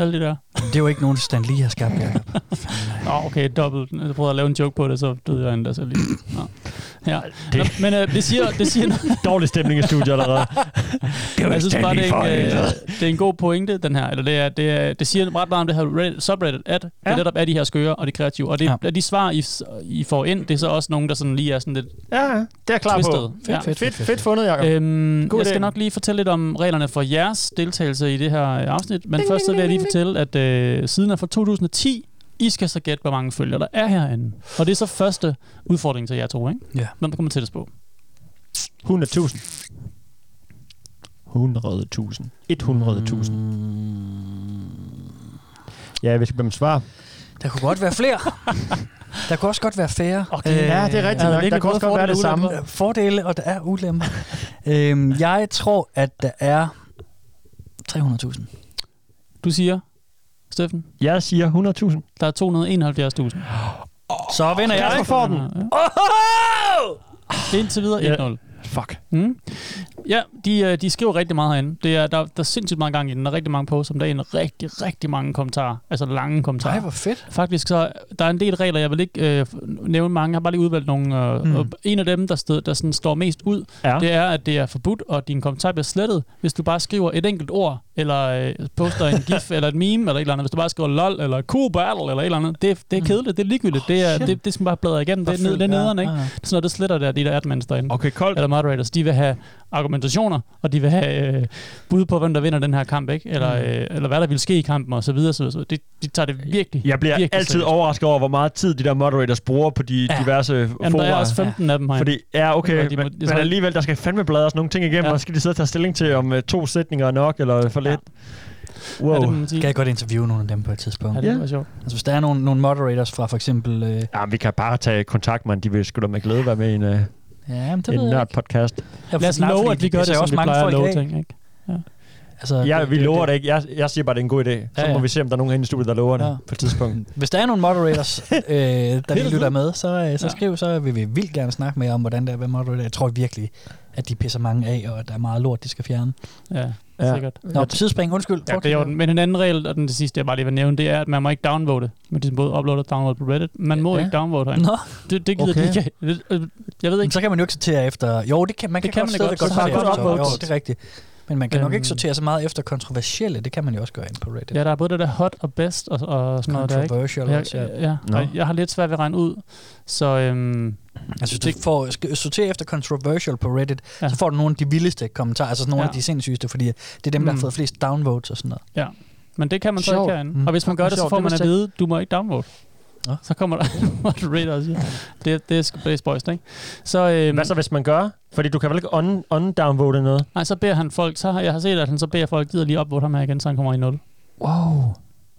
S9: Alle de der.
S10: Det er jo ikke nogen, Stan Lee har skabt. Jacob.
S9: [laughs] Nå, okay, dobbelt. Jeg prøvede at lave en joke på det, så døde jeg endda så lige. Nå. Ja. Det. Nå, men øh, det siger... Det
S4: [laughs]
S9: siger
S4: Dårlig stemning i studiet allerede.
S9: [laughs] Det jeg synes bare, det er, en, øh,
S4: helvede.
S9: det er en god pointe, den her. Eller det, er, det, er, det siger ret meget om det her Reddit, subreddit, at ja. det netop er de her skøre og de kreative. Og det, ja. de svar, I, I får ind, det er så også nogen, der sådan lige er sådan lidt... "Mm,
S4: Ja, ja. det er klar
S9: Twisted.
S4: på.
S9: Ja.
S4: Fedt, fedt, fedt, fedt, fedt fundet, Jacob.
S9: Øhm,
S4: God
S9: jeg
S4: idé.
S9: skal nok lige fortælle lidt om reglerne for jeres deltagelse i det her øh, afsnit. Men først så vil jeg lige fortælle, at øh, siden er fra 2010, I skal så gætte, hvor mange følgere der er herinde. Og det er så første udfordring til jer to, ikke?
S7: Ja.
S9: Hvem der kommer tættest på?
S4: 100.000. 100.000. 100.000.
S9: Mm.
S4: Ja, hvis vi bliver svar.
S7: Der kunne godt være
S10: [laughs]
S7: flere. der kunne også godt være færre.
S4: Okay.
S10: Øh,
S4: Ja, det er rigtigt nok. Der kunne også godt være det samme.
S7: Øh, Fordele, og der er
S10: [laughs]
S7: ulemper. øhm, jeg tror, at der er 300.000.
S9: Du siger, Steffen,
S4: Jeg siger 100.000.
S9: der er 271.000.
S7: Så vinder jeg.
S4: Kasper får den.
S9: Ja. Indtil videre
S4: Ja.
S9: 1-0.
S4: Fuck.
S9: Mm. Ja, de, øh, de skriver rigtig meget herinde. Det er, der, der er sindssygt mange gang i den. Der er rigtig mange posts om dagen. Rigtig, rigtig mange kommentarer. Altså lange kommentarer.
S7: Nej, hvor fedt.
S9: Faktisk så, der er en del regler, jeg vil ikke øh, nævne mange, jeg har bare lige udvalgt nogle. Øh,
S7: Hmm.
S4: Mm.
S9: mm. En af dem, der, sted, der sådan står mest ud,
S4: Ja.
S9: ja. det er, at det er forbudt, og din kommentar bliver slettet, hvis du bare skriver et enkelt ord, eller øh, poster en
S7: [laughs]
S9: gif, eller et meme, eller et eller andet. Hvis du bare skriver lol, eller cool battle, eller et eller andet. Det, er-
S7: Hmm.
S9: det er kedeligt, det er ligegyldigt. Oh, det, er, det, det skal bare bladre igennem. Det er, ned, det er nederen, ikke?
S7: Ja, ja.
S9: Sådan noget, det sletter der, de der admins derinde.
S4: Okay, koldt.
S9: Eller moderators, de vil have argumentationer, og de vil have øh, bud på, hvem der vinder den her kamp, ikke? Eller, øh, eller hvad der vil ske i kampen, og så videre, så videre. Så videre. De, de tager det virkelig
S4: Mm. Jeg bliver
S9: virkelig
S4: altid
S9: seriøst.
S4: overrasket over, hvor meget tid de der moderators bruger på de
S9: Ja.
S4: diverse
S9: Ja, men der er
S4: forer.
S9: også 15 ja. af dem herinde.
S4: Fordi, ja, okay,
S9: Og de må-
S4: men,
S9: de
S4: men
S9: skal-
S4: alligevel, der skal fandme bladres nogle ting igennem, ja.
S9: Ja.
S4: og så skal de sidde og tage stilling til, om uh, to sætninger er nok, eller for lidt. Wow.
S9: Ja, det må
S4: Ja,
S9: man sige.
S7: Kan jeg godt interviewe nogle af dem på et tidspunkt?
S9: Ja,
S7: Ja.
S9: det
S4: Ja.
S9: var sjovt.
S7: Altså, hvis der er nogle, nogle moderators fra for eksempel... Øh,
S4: men vi kan bare tage kontakt, mand. De vil sgu da med glæde være med i en, uh,
S7: ja, men
S4: en
S7: det ved jeg ikke.
S4: nerd-podcast.
S7: Jeg
S9: Lad os
S7: nej,
S9: love,
S7: fordi
S9: at vi gør det,
S7: pisser jo
S9: som vi plejer at
S7: folk
S9: love
S7: af.
S9: ting. Ikke?
S7: Altså,
S4: Ja, vi
S7: det-
S4: lover det ikke. Jeg, jeg siger bare, det er en god idé. Så
S7: Ja,
S4: må
S7: ja.
S4: vi se, om der er nogen herinde i studiet, der lover det
S7: Ja.
S4: på et tidspunkt.
S7: [laughs] Hvis der er nogle
S9: [laughs]
S7: moderators, øh, der lige lytter med, så, øh, så
S9: Ja.
S7: skriv, så vil vi vildt gerne snakke med jer om, hvordan det er at være moderator. Jeg tror virkelig, at de pisser mange af, og at der er meget lort, de skal fjerne.
S9: Ja,
S4: Ja.
S9: ja. sikkert.
S7: Nå, sidespring, undskyld.
S9: Ja, det er jo den. Men en anden regel, og den sidste, jeg bare lige vil nævne, det er, at man må ikke downvote. Men det er både upload og download på Reddit. Man må
S7: Ja.
S9: ja. ikke downvote herinde.
S7: Nå,
S9: Det, det gider
S4: Okay.
S9: okay. de ikke. Det- øh, Jeg ved
S7: men
S9: ikke.
S7: så kan man jo ikke sortere efter... Jo, det kan man,
S9: Det
S7: kan,
S9: kan
S7: godt
S9: man da
S7: stadigvæk
S9: godt.
S7: godt
S9: Så har
S7: sortere
S9: man godt
S7: efter. Jo,
S9: upvotes.
S7: det er rigtigt. Men man kan nok
S9: Øhm.
S7: ikke sortere så meget efter kontroversielle. Det kan man jo også gøre ind på Reddit.
S9: Ja, der er både det der hot og best og, og sådan noget der, ikke?
S7: Controversial
S9: Jeg,
S7: også, ja.
S9: ja,
S4: Nå.
S9: og jeg har lidt svært ved at regne ud, så øhm,
S7: Altså, hvis
S9: Det-
S7: du får, skal sortere efter controversial på Reddit, ja.
S9: Ja.
S7: så får du nogle af de vildeste kommentarer, altså sådan nogle ja.
S9: Ja.
S7: af de sindssygeste, fordi det er dem, der har
S9: Mm.
S7: fået flest downvotes og sådan noget.
S9: men det kan man så
S7: Sjovt.
S9: ikke herinde.
S7: Mm.
S9: Og hvis man gør det, så
S7: Sjovt,
S9: får
S7: det
S9: man at
S7: vidste jeg
S9: vide, du må ikke downvote.
S7: Nå.
S9: Så kommer der [laughs] moderator og siger, det, det er sgu- det er spøjst, ikke? Så, øhm,
S4: Hvad så, hvis man gør? Fordi du kan vel ikke on, on downvote noget?
S9: Nej, så beder han folk, så har, jeg har set, at han så beder folk, gider lige opvote ham her igen, så han kommer i 0.
S7: Wow.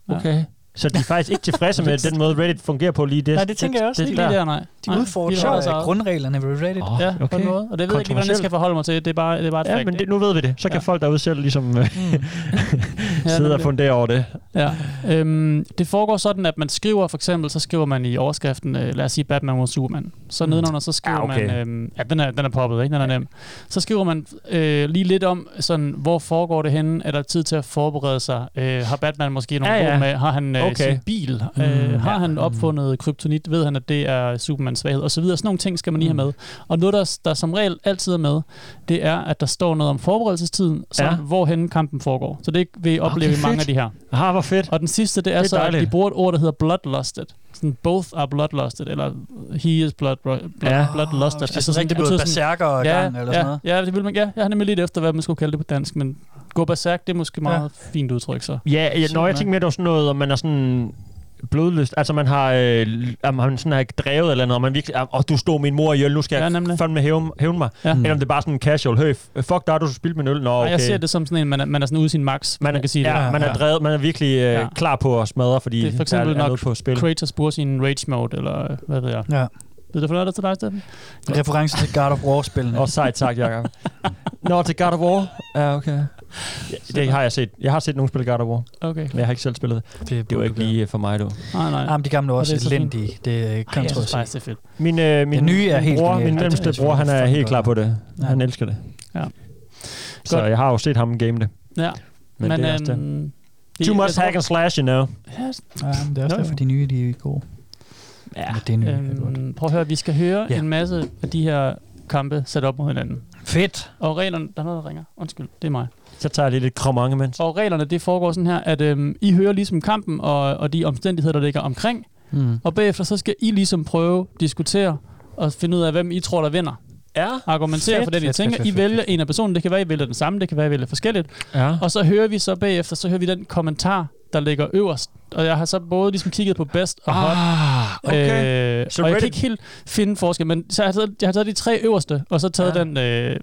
S4: Okay. Så de er faktisk ikke tilfredse
S9: [laughs]
S4: med den måde, Reddit fungerer på lige det.
S7: Nej, det tænker jeg også.
S9: Det,
S4: Det
S9: det,
S4: der.
S9: der, nej.
S7: De
S9: nej, de
S7: udfordrer
S9: holder sig
S7: øh,
S9: op.
S7: grundreglerne ved Reddit.
S4: Åh,
S9: Ja, okay. på en måde. Og det ved jeg ikke, lige, hvordan jeg skal forholde mig til. Det er bare, det er bare et
S4: Ja,
S9: fact,
S4: men det,
S9: ikke?
S4: nu ved vi det. Så kan
S9: Ja.
S4: folk derude selv ligesom [laughs] øh,
S9: Ja,
S4: sidde og
S9: nemlig.
S4: fundere over det.
S9: Ja. Øhm, det foregår sådan, at man skriver, for eksempel, så skriver man i overskriften, øh, lad os sige Batman mod Superman. Så
S7: Mm.
S9: nedenunder, så skriver
S4: Ja, Ah, okay.
S9: man, øhm, ja, den er, den er poppet, ikke? Den er nem. Så skriver man øh, lige lidt om, sådan, hvor foregår det henne? Er der tid til at forberede sig? Øh, har Batman måske nogle
S4: Ja, ja.
S9: ja. med? Har han øh,
S4: Okay.
S9: okay. sin bil?
S7: Mm,
S9: Mm, øh, har
S7: ja.
S9: ja. han opfundet kryptonit? Ved han, at det er Supermans svaghed? Og så videre. Sådan nogle ting skal man
S4: Mm.
S9: lige have med. Og noget, der, der som regel altid er med, det er, at der står noget om forberedelsestiden, samt
S4: Ja.
S9: ja. hvorhen kampen foregår. Så det vil I opleve
S4: Okay,
S9: okay, i mange af
S4: fedt.
S9: de her.
S4: Ah, hvor fedt.
S9: Og den sidste, det
S4: Det
S9: er,
S4: er
S9: det er så, at
S4: dejligt.
S9: de bruger et ord, der hedder bloodlusted. Sådan, both are bloodlusted, eller he is blood, blood,
S4: Ja. Altså,
S9: ja. bloodlusted. Altså,
S7: Hvis det er sådan rigtig blevet berserker og
S9: ja,
S7: gang eller
S9: ja,
S7: sådan noget.
S9: Ja, det vil man, ja, jeg har nemlig lidt efter, hvad man skulle kalde det på dansk, men gå berserk, det er måske meget ja. fint udtryk, så.
S4: Ja, ja når jeg
S9: Superman.
S4: tænker mere, det var sådan noget, om man er sådan blodlyst. Altså, man har, øh, l- om man sådan har drevet eller noget, og man virkelig, ah, åh, du stod min mor ihjel, nu skal
S9: Ja,
S4: jeg
S9: nemlig.
S4: fandme hævne, hævne mig.
S9: Ja.
S4: Eller om det er bare sådan en casual, hey, f- fuck dig, du spildte min øl. Nå, okay.
S9: Okay. Jeg ser det som sådan en, man er, man er sådan ude i sin max, man, man kan sige
S4: ja,
S9: det.
S4: man er drevet, man er virkelig øh, ja.
S9: Ja.
S4: klar på at smadre, fordi
S9: Det er for eksempel
S4: der er, er
S9: nok
S4: noget på spil.
S9: Kratos bruger sin rage mode, eller øh, hvad ved jeg.
S7: Ja.
S9: Ved du for noget der til dig, Steffen?
S7: Reference til God of War-spillene.
S4: Og sejt sagt, Jacob. Nå, til God of War. Ja, okay. Ja, det har jeg set. Jeg har set nogle spille God of War,
S9: Okay.
S4: men jeg har ikke selv spillet det. Det var ikke lige øh, for mig, du.
S9: Nej, nej.
S7: Ja, men de gamle er også
S9: Og det er så
S7: elendige. Det er
S9: Ej, jeg synes faktisk,
S7: kontroversielt.
S9: det er fedt.
S4: Min, øh, min,
S7: Den nye er
S4: min
S7: helt
S4: bror,
S7: genial.
S4: min
S7: Ja,
S4: mellemste
S7: det er
S4: bror, han er
S7: fucking
S4: helt
S7: godt.
S4: klar på det.
S7: Ja.
S4: Han elsker det.
S9: Ja.
S4: Så
S9: Godt.
S4: jeg har jo set ham game det.
S9: Ja.
S4: Men, men det er også det.
S9: øhm,
S4: Too
S9: jeg
S4: much
S9: tror-
S4: hack and slash, you know.
S9: Ja,
S7: Ja, men det er også
S9: Nå,
S7: derfor, de nye de er gode. Ja, det er nye,
S9: øhm, prøv at høre, vi skal høre ja. en masse af de her kampe sat op mod hinanden.
S7: Fedt.
S9: Og reglerne, der er noget, der ringer. Undskyld, det er mig.
S4: Så tager jeg lige lidt kramange, mens.
S9: Og reglerne, det foregår sådan her, at øhm, I hører ligesom kampen og, og de omstændigheder, der ligger omkring.
S7: Mm.
S9: Og bagefter så skal I ligesom prøve, diskutere og finde ud af, hvem I tror, der vinder.
S4: Ja.
S9: Argumentere
S7: Fedt.
S9: for det, I
S7: Fedt, fedt,
S9: tænker.
S7: fedt,
S9: I
S7: fedt,
S9: vælger en af personerne. Det kan være, I vælger den samme. Det kan være, I vælger forskelligt.
S4: Ja.
S9: Og så hører vi så bagefter, så hører vi den kommentar, der ligger øverst. Og jeg har så både ligesom kigget på best og hot.
S4: Ah, okay.
S9: Øh,
S4: Så
S9: og jeg
S4: Reddit-
S9: kan ikke helt finde forskel, men så jeg, har taget, jeg har taget de tre øverste, og så taget
S7: Ja.
S9: ja. den, øh,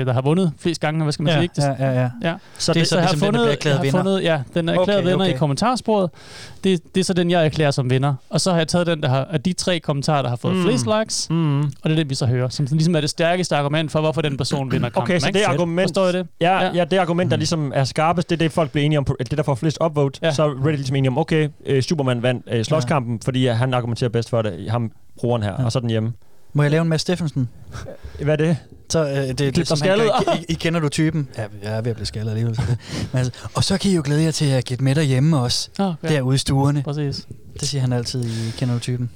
S9: øh, der har vundet flest gange, hvad skal man
S4: Ja.
S9: sige? Ikke? Det,
S7: Ja, ja, ja.
S9: ja.
S4: Så
S7: det er
S4: det,
S9: Så jeg har
S7: simpelthen, der bliver
S9: fundet,
S7: erklæret
S9: jeg har
S7: vinder.
S9: fundet, ja, den er erklæret
S7: Okay,
S9: okay, vinder
S7: okay.
S9: i kommentarsporet. Det, det er så den, jeg erklærer som vinder. Og så har jeg taget den, der har, af de tre kommentarer, der har fået
S4: Mm.
S9: mm. flest likes,
S4: mm.
S9: og det er det, vi så hører, som sådan ligesom er det stærkeste argument for, hvorfor den person vinder kampen.
S4: Okay, så
S9: ikke?
S4: det argument,
S9: Forstår I det?
S4: Ja, ja.
S9: Ja.
S4: ja, det argument, der ligesom er skarpest, det er det, folk bliver enige om, på- eller det der får flest upvote, ja.
S9: Ja.
S4: så er Reddit ligesom enige om, okay, øh, Superman vandt øh, slåskampen, ja. fordi øh, han argumenterer bedst for det, ham brugeren her, ja.
S7: Ja.
S4: og så er den hjemme.
S7: Må jeg lave en Mads Steffensen?
S4: Hvad er det?
S7: Så øh, det, det,
S4: dig
S7: det som
S4: skaldet.
S7: skaldet. I, I, kender du typen. Ja, jeg er ved at blive skaldet
S4: [laughs]
S7: alligevel. så det. Men altså, og så kan I jo glæde jer til at gætte med derhjemme også.
S9: Ah,
S7: Ja.
S9: ja,
S7: Derude i stuerne.
S9: præcis.
S7: Det siger han altid i Kender du typen.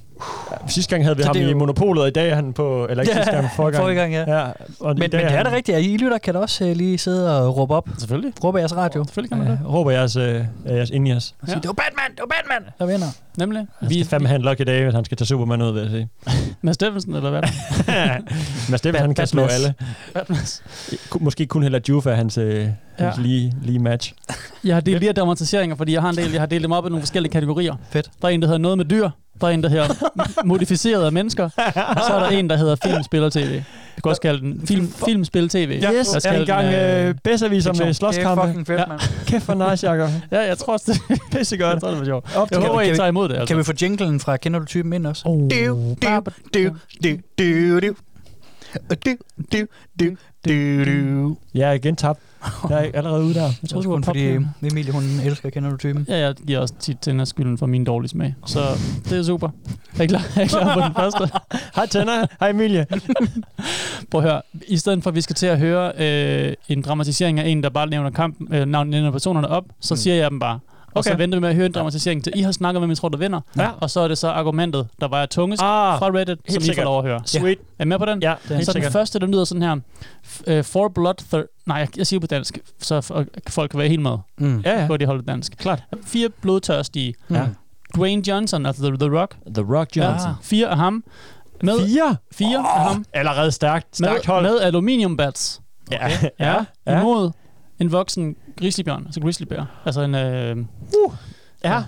S4: Sidste gang havde vi
S7: Så
S4: ham
S7: det er
S4: i
S7: jo-
S4: monopolet, og i dag er han på, eller ikke ja, sidste gang, men forrige gang.
S7: gang, ja.
S4: Ja, og
S7: Men,
S4: i dag
S7: men det er
S4: han-
S7: da rigtigt, at I lytter kan da også øh, lige sidde og råbe op.
S9: Selvfølgelig.
S7: Råbe jeres radio.
S9: Selvfølgelig kan man det.
S4: Råber jeres, øh, jeres ind i os.
S7: Og sige,
S9: Ja.
S7: det var Batman, det var Batman, der vinder.
S9: Nemlig.
S4: Han skal fandme have en lucky dag, hvis han skal tage Superman ud, vil jeg sige.
S9: Mads Steffensen, eller hvad?
S4: Altså. [laughs] Mads Steffens, han kan slå
S9: Batman.
S4: alle. Ku- Måske kun heller Jufa, hans, øh, ja. hans lige, lige match.
S9: Jeg har delt de her dramatiseringer, fordi jeg har en del. Jeg har delt dem op i nogle forskellige kategorier.
S7: Fedt.
S9: Der er en, der hedder noget med dyr. Der er en, der hedder
S4: [laughs]
S9: modificerede af mennesker. Og så er der en, der hedder filmspiller-tv. Vi kan også kalde den film, filmspil-tv.
S4: Ja, yes,
S9: Lad os
S4: er
S9: kalde
S4: en gang
S9: den, øh,
S4: øh, bedstaviser med
S9: fiktion.
S4: slåskampe.
S7: fedt,
S9: Ja.
S7: mand.
S4: Kæft for nice, Jacob.
S9: [laughs] Ja, jeg tror også, det er pissegodt. Jeg tror, det var sjovt.
S4: Op
S9: Jeg
S4: til
S9: håber,
S7: kan
S9: I
S7: vi-
S9: tager imod det. Altså.
S7: Kan vi få jinglen fra Kender du typen ind også?
S9: Oh.
S7: Du, du, du, du, du, du. Du, du, du, du, du.
S4: Jeg er igen tabt. Jeg er allerede ude der.
S9: Jeg
S7: Jeg
S9: tror,
S7: tror,
S9: du var
S7: kun fordi
S9: popkøben.
S7: Emilie, hun elsker Kender du typen.
S9: Ja, jeg giver også tit til skylden for min dårlige smag. Så det er super. Jeg er klar, jeg er klar på den første.
S4: Hej Tanner. Hej Emilie.
S9: [laughs] Prøv at høre, i stedet for at vi skal til at høre øh, en dramatisering af en, der bare nævner, kampen, øh, navn, nævner personerne op, så
S7: Mm.
S9: mm. siger jeg dem bare. Og
S4: Okay.
S9: så venter vi med at høre en dramatisering til I har snakket med, hvem I tror, der vinder.
S4: Ja.
S9: Og så er det så argumentet, der vejer tungest ah,
S4: Ah,
S9: fra Reddit, som I får
S4: sikkert.
S9: lov at høre.
S4: sweet.
S9: Er I med på den?
S4: Ja,
S7: er
S4: helt
S9: så den
S4: sikkert.
S9: første, der lyder sådan her. F- øh, for blood thir- Nej, jeg, jeg siger på dansk, så f- øh, folk kan være helt med.
S7: Mm.
S4: Ja, ja.
S9: Ja. Hvor de holder dansk. Klart. Fire blodtørstige.
S7: Ja.
S9: Dwayne Johnson, altså The, the Rock.
S4: The Rock Johnson.
S7: Ah.
S9: Fire af ham. Med
S4: Fire.
S9: fire oh. af ham.
S4: Allerede stærkt. Stærkt
S9: Med,
S4: hold.
S9: med aluminium bats.
S4: Ja.
S9: Ja,
S4: Ja.
S9: ja. imod en voksen grizzlybjørn, altså grizzlybær. Altså en... Øh,
S4: Ja.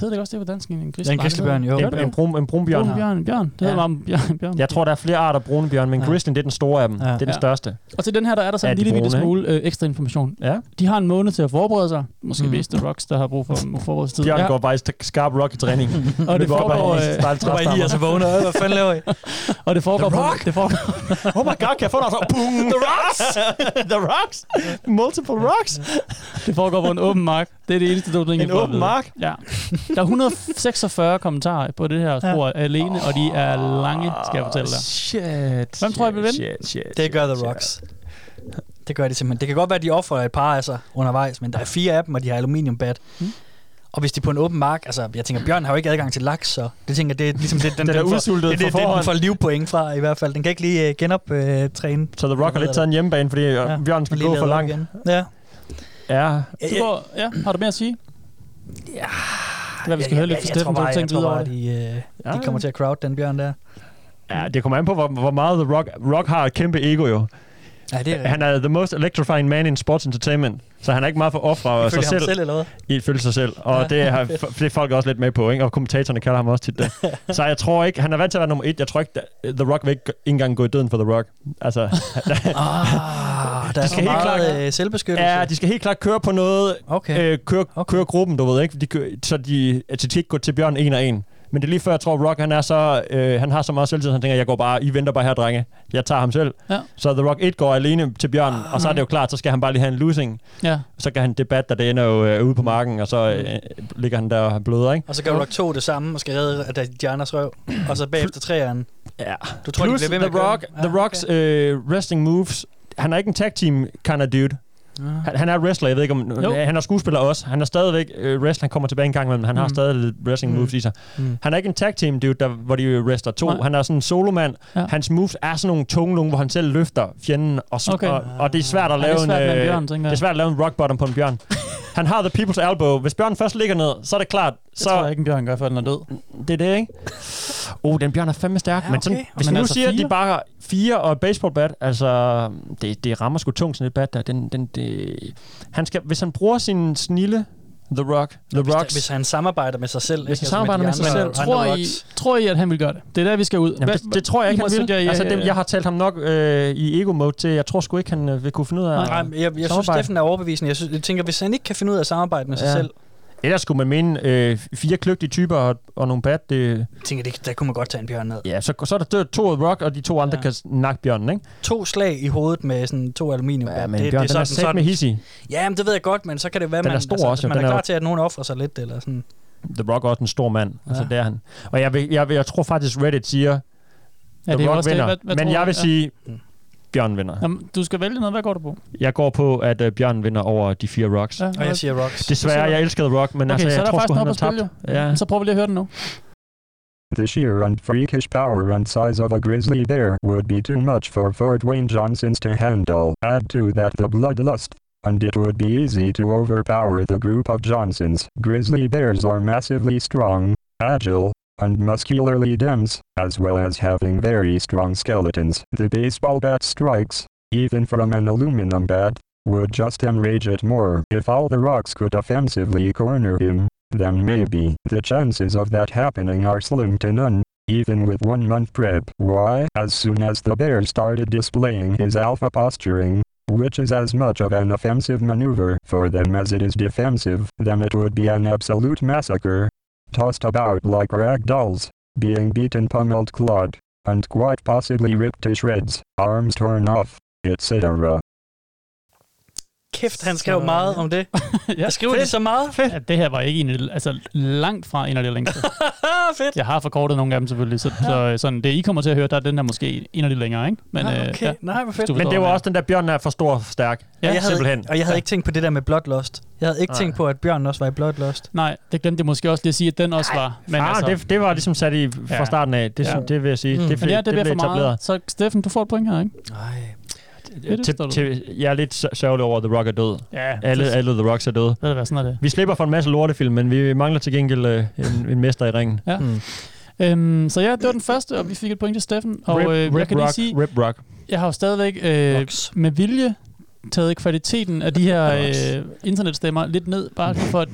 S9: hedder det også det på dansk? En, grizzly,
S7: Ja, en grizzlybjørn, jo.
S9: Det
S4: En, en, brum, en brumbjørn.
S9: bjørn. bjørn, bjørn. Det
S7: Ja.
S9: hedder bare en bjørn, en bjørn.
S4: Jeg tror, der er flere arter brune bjørn, men
S7: Ja.
S4: grizzlyen, det er den store af dem.
S7: Ja.
S4: Det er den
S9: Ja.
S4: største.
S9: Og til den her, der er der sådan
S4: Ja,
S9: en
S4: de
S9: lille bitte
S4: brune,
S9: smule øh, ekstra information.
S4: Ja.
S9: De
S4: [laughs]
S9: har en måned til at forberede sig. Måske
S7: Mm.
S9: mm. vist The Rocks, der har brug for forberedelsestid.
S4: Mhm. Bjørn går faktisk til skarp rock i træning.
S9: [laughs] og, det foregår, øh,
S7: Så var I lige, altså vågner. Hvad fanden laver
S9: [laughs]
S7: I?
S9: og det foregår,
S4: The
S9: på,
S4: Rock?
S9: det foregår,
S4: Oh my god, kan jeg få noget?
S9: [laughs]
S4: Boom! The rocks! The rocks! Multiple rocks!
S9: det foregår på en åben mark. Det er det eneste, du
S4: En åben mark?
S9: Ja. Der er 146 kommentarer på det her spor ja. alene, og de er lange, skal jeg fortælle dig.
S4: Shit.
S9: Hvem tror I vil vinde?
S4: Shit, shit,
S7: Det gør The
S4: shit,
S7: Rocks. Det gør de simpelthen. Det kan godt være, at de offrer et par af sig undervejs, men der er fire af dem, og de har aluminiumbat. Mm.
S4: Hmm.
S7: Og hvis de er på en åben mark, altså jeg tænker, Bjørn har jo ikke adgang til laks, så det tænker jeg, det er ligesom
S4: [laughs]
S7: det, den,
S4: Den er
S7: får-
S4: udsultet
S7: det, det,
S4: på
S7: det, den
S4: forhånd.
S7: får livpoint fra i hvert fald. Den kan ikke lige uh, genoptræne.
S4: Så The Rock har lidt taget en hjemmebane, fordi ja. Bjørn skal gå for langt.
S7: Ja. Ah,
S4: Ja,
S9: Du går, ja, har du mere at sige?
S7: Ja.
S9: Det er, vi skal høre lidt fra Steffen, hvor du tænker videre over det.
S7: de, øh, de
S4: Ja.
S7: kommer til at crowd den bjørn der.
S4: Ja, det kommer an på, hvor, hvor meget The Rock, Rock har et kæmpe ego jo.
S7: Ja, det er
S4: Han er the most electrifying man in sports entertainment, så han er ikke meget for ofre sig
S7: Følger ham
S4: selv,
S7: selv eller hvad?
S4: ifølge sig selv. Og ja, det, har, det er folk også lidt med på, ikke? og kommentatorerne kalder ham også tit det. så jeg tror ikke, han er vant til at være nummer et. Jeg tror ikke, da- The Rock vil ikke ikke engang gå i døden for The Rock. Altså,
S7: Ah, der er så
S4: skal helt klart-
S7: meget øh, selvbeskyttelse.
S4: ja, de skal helt klart køre på noget,
S7: Okay.
S4: øh, køre,
S7: Okay.
S4: okay. køre gruppen, du ved, ikke? De kører, så de, altså, de kan ikke gå til Bjørn en og en. Men det er lige før, jeg tror, Rock han, er så, øh, han har så meget selvtid, at han tænker, jeg går bare, I venter bare her, drenge. Jeg tager ham selv.
S9: Ja.
S4: Så The Rock 1 går alene til Bjørn, og så er det jo klart, så skal han bare lige have en losing.
S9: Ja.
S4: Så kan han debat, der det ender jo øh, ude på marken, og så øh, ligger han der og bløder, ikke?
S7: Og så gør Rock 2 det samme og skal redde at der er Dianas røv. Og så bagefter træeren.
S4: Ja.
S7: Du tror,
S4: Plus
S7: de bliver ved
S4: The
S9: Ah,
S7: med at køre
S4: Rock,
S7: den?
S4: The Rocks øh, wrestling moves, han er ikke en tag team kind of dude. Han, han er wrestler, jeg ved ikke om...
S9: Ah. Jo.
S4: Jo. Han er skuespiller også. Han er stadigvæk øh, wrestler, han kommer tilbage en gang imellem. Han mm. har
S9: Mm.
S4: stadig lidt wrestling
S9: Mm.
S4: moves i sig.
S9: Mm.
S4: Han er ikke en tag team dude, der, hvor de øh, wrestler to.
S9: Nej.
S4: Nej. Han er sådan en solomand.
S9: Ja.
S4: Ja. Hans moves er sådan nogle tunge nogle, hvor han selv løfter fjenden. Og, så,
S9: Okay.
S4: okay. og, og det er svært at
S9: Ja, det
S4: lave
S9: er svært med en
S4: øh,
S9: bjørn, tænker
S4: Det er
S9: jeg.
S4: svært at lave en rock bottom på en
S9: [laughs]
S4: bjørn. han har the people's elbow. Hvis bjørnen først ligger ned, så er det klart.
S9: Det tror jeg
S4: Så
S9: ikke, en bjørn gør, før den er død.
S4: det er det, ikke? Oh, den bjørn er fandme stærk.
S9: Ja,
S4: Men sådan,
S9: okay.
S4: hvis
S9: Men
S4: man nu altså
S9: altså
S4: siger, at
S9: fire?
S4: de bare fire og et baseballbat, altså, det, det rammer sgu tungt sådan et bat der. Den, den, det, han skal, hvis han bruger sin snille, The Rock, The
S7: Hvis,
S4: Rocks,
S7: hvis han samarbejder med sig selv.
S4: Hvis
S7: ikke?
S4: han samarbejder med
S7: Altså
S4: sig
S7: de
S4: selv,
S9: Tror
S7: andre- andre
S9: I,
S7: rocks.
S9: tror I, at han vil gøre det? Det er der, vi skal ud.
S4: Jamen,
S9: Hvad-
S4: det, det tror jeg ikke,
S9: I må
S4: han vil.
S9: sætte jer i-
S4: altså, det, jeg har talt ham nok øh, i ego-mode til, jeg tror sgu ikke, han øh, vil kunne finde ud af...
S7: Nej, men jeg, jeg synes,
S4: Samarbejde.
S7: Steffen er overbevisende. Jeg, synes, jeg tænker, hvis han ikke kan finde ud af at samarbejde med sig
S4: Ja.
S7: selv,
S4: Ellers skulle man mene øh, fire kløgtige typer og, og nogle bat. Det,
S7: jeg tænker det, der kunne man godt tage en bjørn ned.
S4: ja, så, så er der to af Rock, og de to andre
S7: Ja.
S4: ja. kan nakke bjørnen, ikke?
S7: To slag i hovedet med sådan to aluminium.
S4: Ja, men det, bjørn, det, den er sat med hissig.
S7: Ja, men det ved jeg godt, men så kan det være,
S4: Den er
S7: man,
S4: stor
S7: altså,
S4: også,
S7: hvis
S4: jo.
S7: man er
S4: Den er
S7: klar
S4: jo-
S7: til, at nogen offrer sig lidt. Eller sådan.
S4: The Rock er også en stor mand. Ja. Altså,
S7: Ja.
S4: det er han. Og jeg, vil, jeg, vil, jeg tror faktisk, Reddit siger,
S9: Ja, det
S4: The
S9: er jo
S4: Rock
S9: også det.
S4: vinder.
S9: Hvad- hvad
S4: men
S9: tror
S4: jeg
S9: du?
S4: vil
S9: Ja.
S4: sige,
S7: Mm.
S4: Bjørn vinder.
S9: Jamen, du skal vælge noget. Hvad går du på?
S4: Jeg går på, at øh, Bjørn vinder over de fire Rocks. Ja.
S7: Og jeg siger rocks.
S4: Desværre, jeg elskede Rock, men
S9: Okay,
S4: altså,
S9: så
S4: jeg
S9: er der
S4: tror sgu, han
S9: faktisk noget
S4: har
S9: på spil,
S4: tabt.
S9: jo.
S4: Ja.
S9: Så prøver vi lige at høre den nu.
S5: The sheer and freakish power and size of a grizzly bear would be too much for Fort Wayne Johnson's to handle. Add to that the bloodlust, and it would be easy to overpower the group of Johnsons. Grizzly bears are massively strong, agile, and muscularly dense, as well as having very strong skeletons. The baseball bat strikes, even from an aluminum bat, would just enrage it more. If all the rocks could offensively corner him, then maybe the chances of that happening are slim to none, even with one month prep. Why? As soon as the bear started displaying his alpha posturing, which is as much of an offensive maneuver for them as it is defensive, then it would be an absolute massacre. Tossed about like rag dolls, being beaten, pummeled, clawed, and quite possibly ripped to shreds, arms torn off, etc.
S7: Kæft, han skrev meget
S9: [laughs]
S7: om det.
S9: ja,
S7: Jeg skriver det så meget.
S9: fedt. Ja, det her var ikke en af de- altså langt fra en af de længste.
S7: [laughs] Fedt.
S9: Jeg har forkortet nogle af dem selvfølgelig, så, så sådan, det I kommer til at høre, der er den der måske en af de længere, ikke? Men,
S7: Nå,
S9: øh,
S7: okay.
S9: ja.
S7: Nej, hvor fedt.
S9: Du-
S4: Men det var også den der, Bjørn er for stor og stærk.
S9: Ja,
S7: og jeg havde,
S4: simpelthen.
S7: Og jeg havde ikke tænkt på det der med Bloodlust. Jeg havde ikke
S4: Nej.
S7: tænkt på, at Bjørn også var i Bloodlust.
S9: Nej, det glemte jeg måske også lige at sige, at den også var. Men
S4: Men ah, altså, det, det var ligesom sat i
S9: Ja.
S4: fra starten af. Det,
S9: Ja.
S4: ja. det vil jeg sige.
S7: Mm.
S4: Mm. Det,
S9: men
S4: fik,
S9: ja,
S4: ja,
S9: det,
S4: det, det
S9: bliver
S4: blev
S9: for meget.
S4: etableret.
S9: Så Steffen, du får et point her, ikke?
S7: Nej.
S9: det forstår
S4: Til,
S9: du.
S4: til, jeg er lidt sør- sørgelig over, at The Rock er død.
S9: Ja,
S4: Alle,
S9: det,
S4: alle The Rocks er døde.
S9: ved du hvad, sådan er det.
S4: Vi slipper for en masse lortefilm, men vi mangler til gengæld øh, en, en mester i ringen.
S7: Mm.
S9: Øhm, så ja, det var den første, og vi fik et point til Steffen. Og
S4: Øh, rip,
S9: øh, jeg
S4: rip,
S9: kan lige
S4: rock,
S9: sige,
S4: rip Rock.
S9: jeg har jo stadigvæk øh,
S7: Rocks.
S9: med vilje taget kvaliteten af de her øh,
S7: Rocks.
S9: internetstemmer lidt ned, bare for at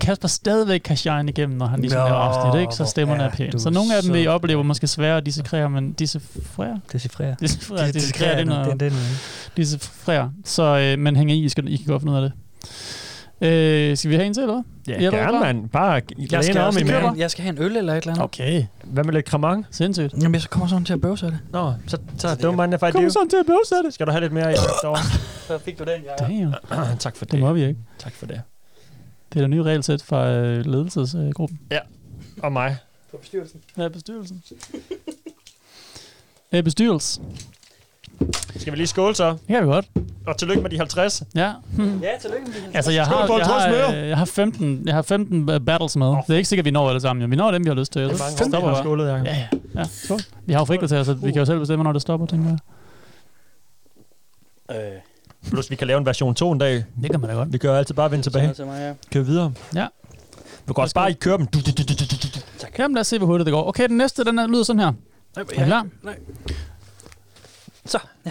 S9: Kasper stadigvæk kan shine igennem, når han ligesom
S7: Nå,
S9: laver afsnit, ikke? Så
S7: hvor
S9: stemmerne er
S7: er
S9: pæne.
S7: du
S9: Så nogle af dem vil I
S7: sød.
S9: opleve måske sværere at decifrere, men decifrere?
S7: Decifrere.
S9: Decifrere, decifrere, det er noget-
S7: det, det,
S9: decifrere. Så øh, man hænger i, I, skal, I kan godt finde ud af det. Øh, skal vi have en til, eller hvad?
S4: Ja,
S9: er du
S4: gerne,
S9: klar?
S4: mand. Bare
S7: Jeg skal,
S4: læne om
S7: også
S4: i
S7: lige have,
S4: maven.
S7: en- jeg skal have en øl eller et eller andet.
S9: Okay.
S4: Hvad med lidt kramang?
S9: Sindssygt.
S7: Jamen, jeg så kommer sådan til at bøvse af det.
S4: Nå, så, så dum man if I
S9: Kom
S4: do.
S9: sådan til at bøvse af det.
S4: Skal du have lidt mere i efteråret?
S7: Så fik du den, jeg.
S9: Damn,
S4: [clears throat] tak for
S9: det
S4: det.
S9: må vi ikke.
S4: Tak for det.
S9: Det er det nye regelsæt fra øh, ledelsesgruppen.
S4: Og mig.
S9: Ja, bestyrelsen. Ja, bestyrelse.
S4: Skal vi lige skåle så?
S9: Det kan vi godt.
S4: Og tillykke med de 50.
S9: Ja. Hmm.
S7: Ja, tillykke.
S9: Altså, jeg har,
S4: Skål for
S9: jeg, har,
S4: 50
S9: øh, jeg, har 15, jeg har 15 battles med. Det er ikke sikkert, vi når alle sammen. jo. Vi når dem, vi har lyst til. Det stopper
S4: har
S9: bare.
S4: skålet, Jacob.
S9: Ja, ja. ja. Skål. Vi har jo frikvarter, så vi kan jo selv bestemme, når det stopper, tænker jeg.
S4: Øh. Plus, vi kan lave en version 2 en dag.
S9: Det kan man da godt.
S4: Vi kan jo altid bare vende tilbage. Kør videre.
S9: Ja.
S4: Du kan også bare i køre dem. Du, du, du, du, du, du, du.
S9: Jamen, lad os se, hvor hurtigt det går. Okay, den næste, den er, lyder sådan her. Er I klar?
S7: Så, ja.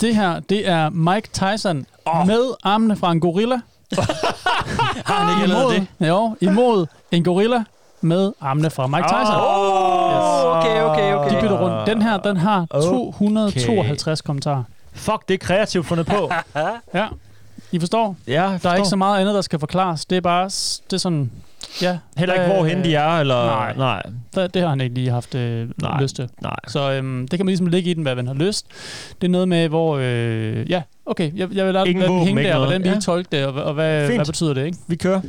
S9: Det her, det er Mike Tyson oh. med armene fra en gorilla.
S7: [laughs] Har han ikke lavet
S9: imod,
S7: det?
S9: Jo, imod en gorilla med armene fra Mike Tyson. Oh.
S7: Okay, okay, okay.
S9: De bytter rundt. Den her, den har
S4: Okay.
S9: 252 kommentarer.
S4: Fuck, det er kreativt fundet på.
S9: [laughs] Ja, I forstår?
S4: ja,
S9: Der er ikke så
S4: meget.
S9: meget andet, der skal forklares. Det er bare, s- det er sådan, ja.
S4: Heller ikke, hvor henne de er, eller...
S9: nej.
S4: Nej.
S9: Der, det har han ikke lige haft øh,
S4: Nej.
S9: lyst til.
S4: nej.
S9: Så øhm, det kan man ligesom ligge i den, hvad man har lyst. Det er noget med, hvor... Øh, ja, okay, jeg, jeg vil lade,
S4: Ingen
S9: lade den
S4: våben,
S9: hænge
S4: ikke
S9: der, og
S4: noget.
S9: hvordan vi ja.
S4: Ja.
S9: tolke det, og, hva- og Øh, hvad,
S4: Fint.
S9: hvad betyder det, ikke?
S4: Vi kører.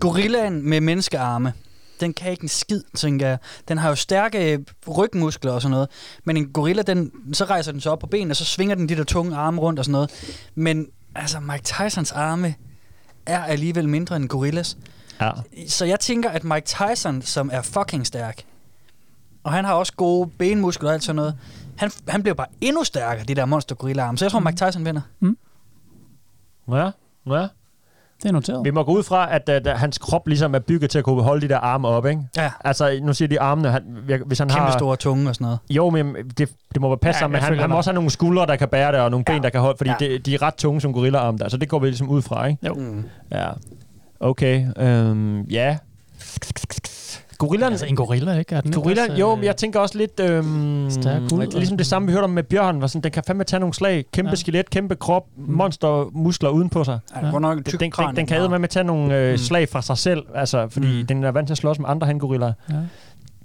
S7: Gorillaen med menneskearme, den kan ikke en skid, tænker jeg. Den har jo stærke øh, rygmuskler og sådan noget. Men en gorilla, den, så rejser den sig op på benene, og så svinger den de der tunge arme rundt og sådan noget. Men altså Mike Tysons arme er alligevel mindre end gorillas.
S4: Ja.
S7: Så jeg tænker, at Mike Tyson, som er fucking stærk, og han har også gode benmuskler og alt sådan noget, han, han bliver bare endnu stærkere, de der monster gorilla arme. Så
S4: Mm.
S7: jeg tror, Mike Tyson vinder.
S4: Ja, ja.
S9: Det er noteret.
S4: Vi må gå ud fra, at, at, at hans krop ligesom er bygget til at kunne holde de der arme op, ikke?
S7: Ja.
S4: Altså, nu siger de armene, han, hvis han
S7: Kæmpe
S4: har...
S7: store tunge og sådan noget.
S4: Jo, men det, det må være passe
S9: Ja,
S4: ja, sammen med,
S9: jeg
S4: han,
S9: følger
S4: han må
S9: dig.
S4: også have nogle skuldre, der kan bære det, og nogle ja. ben, der kan holde, fordi
S7: Ja.
S4: ja. det, de er ret tunge som gorillaarm der, så det går vi ligesom ud fra, ikke?
S9: Jo.
S7: Mm.
S4: Ja. Okay, øhm, ja. Gorillaen,
S9: Altså en gorilla, ikke? Er den ikke
S4: gorilla,
S9: også,
S4: jo,
S9: øh,
S4: men jeg tænker også lidt, øhm,
S9: Stærk hud
S4: det er ligesom
S9: og-
S4: det samme, vi hørte om med bjørnen, var sådan, den kan fandme tage nogle slag, kæmpe
S9: Ja. Mm.
S4: ja. skelet, kæmpe krop, monster, muskler udenpå sig.
S7: Ja, ja. Nok
S4: Den,
S7: en tyk
S4: den,
S7: kran,
S4: den, den kan æde
S7: har.
S4: med at tage nogle
S9: Mm.
S4: øh, slag fra sig selv, altså, fordi
S7: Mm.
S4: mm. den er vant til at slås med andre hangorillaer.
S9: Ja.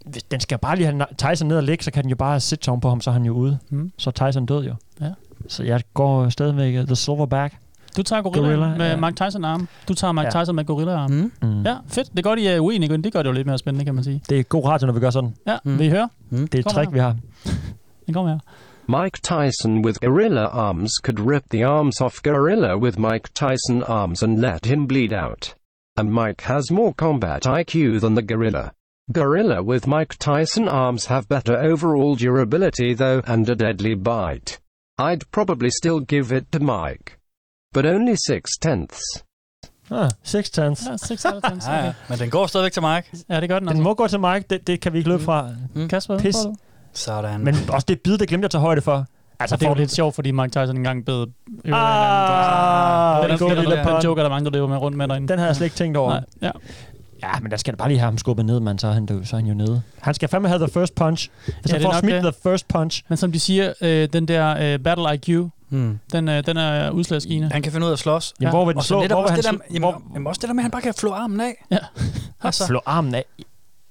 S4: Hvis den skal bare lige have Tyson ned og ligge, så kan den jo bare sit down på ham, så er han jo ude.
S9: Mm.
S4: Mm. Så er Tyson død jo.
S9: Ja.
S4: Så jeg går stadigvæk øh, The Silverback.
S9: Du tager gorilla, gorilla
S4: Gorilla,
S9: med ja.
S4: ja.
S9: Mike Tyson arm. Du tager Mike
S4: Ja.
S9: Tyson med gorilla arm.
S7: Mm.
S4: Mm.
S9: Ja, fedt. Det er godt, I er uenige, men det gør det jo lidt mere spændende, kan man sige.
S4: Det er god radio, når vi gør sådan.
S9: Ja,
S7: Mm.
S9: mm. vil I høre?
S4: Det er et
S9: Kom
S4: trick,
S9: her.
S4: vi har.
S9: Den kommer her.
S11: Mike Tyson with gorilla arms could rip the arms off gorilla with Mike Tyson arms and let him bleed out. And Mike has more combat IQ than the gorilla. Gorilla with Mike Tyson arms have better overall durability though and a deadly bite. I'd probably still give it to Mike. But only six tenths.
S4: Ah, six tons.
S9: Ja, 96.
S7: Ja, ja.
S9: Okay.
S7: Men den går stadigvæk til Mike.
S9: Ja, det gør den
S4: Den
S9: altså. Mm.
S4: må gå til Mike, det, det kan vi ikke løbe fra.
S9: Kasper,
S4: Pis.
S9: tror du?
S7: Sådan.
S4: Men også det bid, det glemte jeg at tage højde for.
S9: Altså,
S4: Altså,
S9: det er jo
S4: får-
S9: lidt sjovt, fordi Mike Tyson engang bed øver ah, en anden.
S4: Ah, den,
S9: Den, den, den, den,
S4: den,
S9: den joker, der mange, der løber med rundt med derinde.
S4: den havde jeg slet ikke tænkt over.
S9: Nej, ja.
S4: Ja, men der skal da bare lige have ham skubbet ned, mand, så er han, død, så er han jo nede. Han skal fandme have the first punch. Altså, Hvis ja,
S9: Ja,
S4: han
S9: det er
S4: får
S9: nok
S4: smidt
S9: det.
S4: the first punch,
S9: Men som de siger, øh, den der øh, battle IQ,
S7: Mm.
S9: den, øh, den er udslagsgivende.
S7: Han kan finde ud af at slås.
S4: jamen, hvor vil den
S7: Og så
S4: slå?
S7: netop
S4: Hvor vil
S7: også
S4: han
S7: det, der,
S4: slå?
S7: jamen,
S4: hvor-
S7: jamen, også det der med, at han bare kan flå armen af.
S9: Ja.
S7: [laughs] altså,
S4: Slå armen af.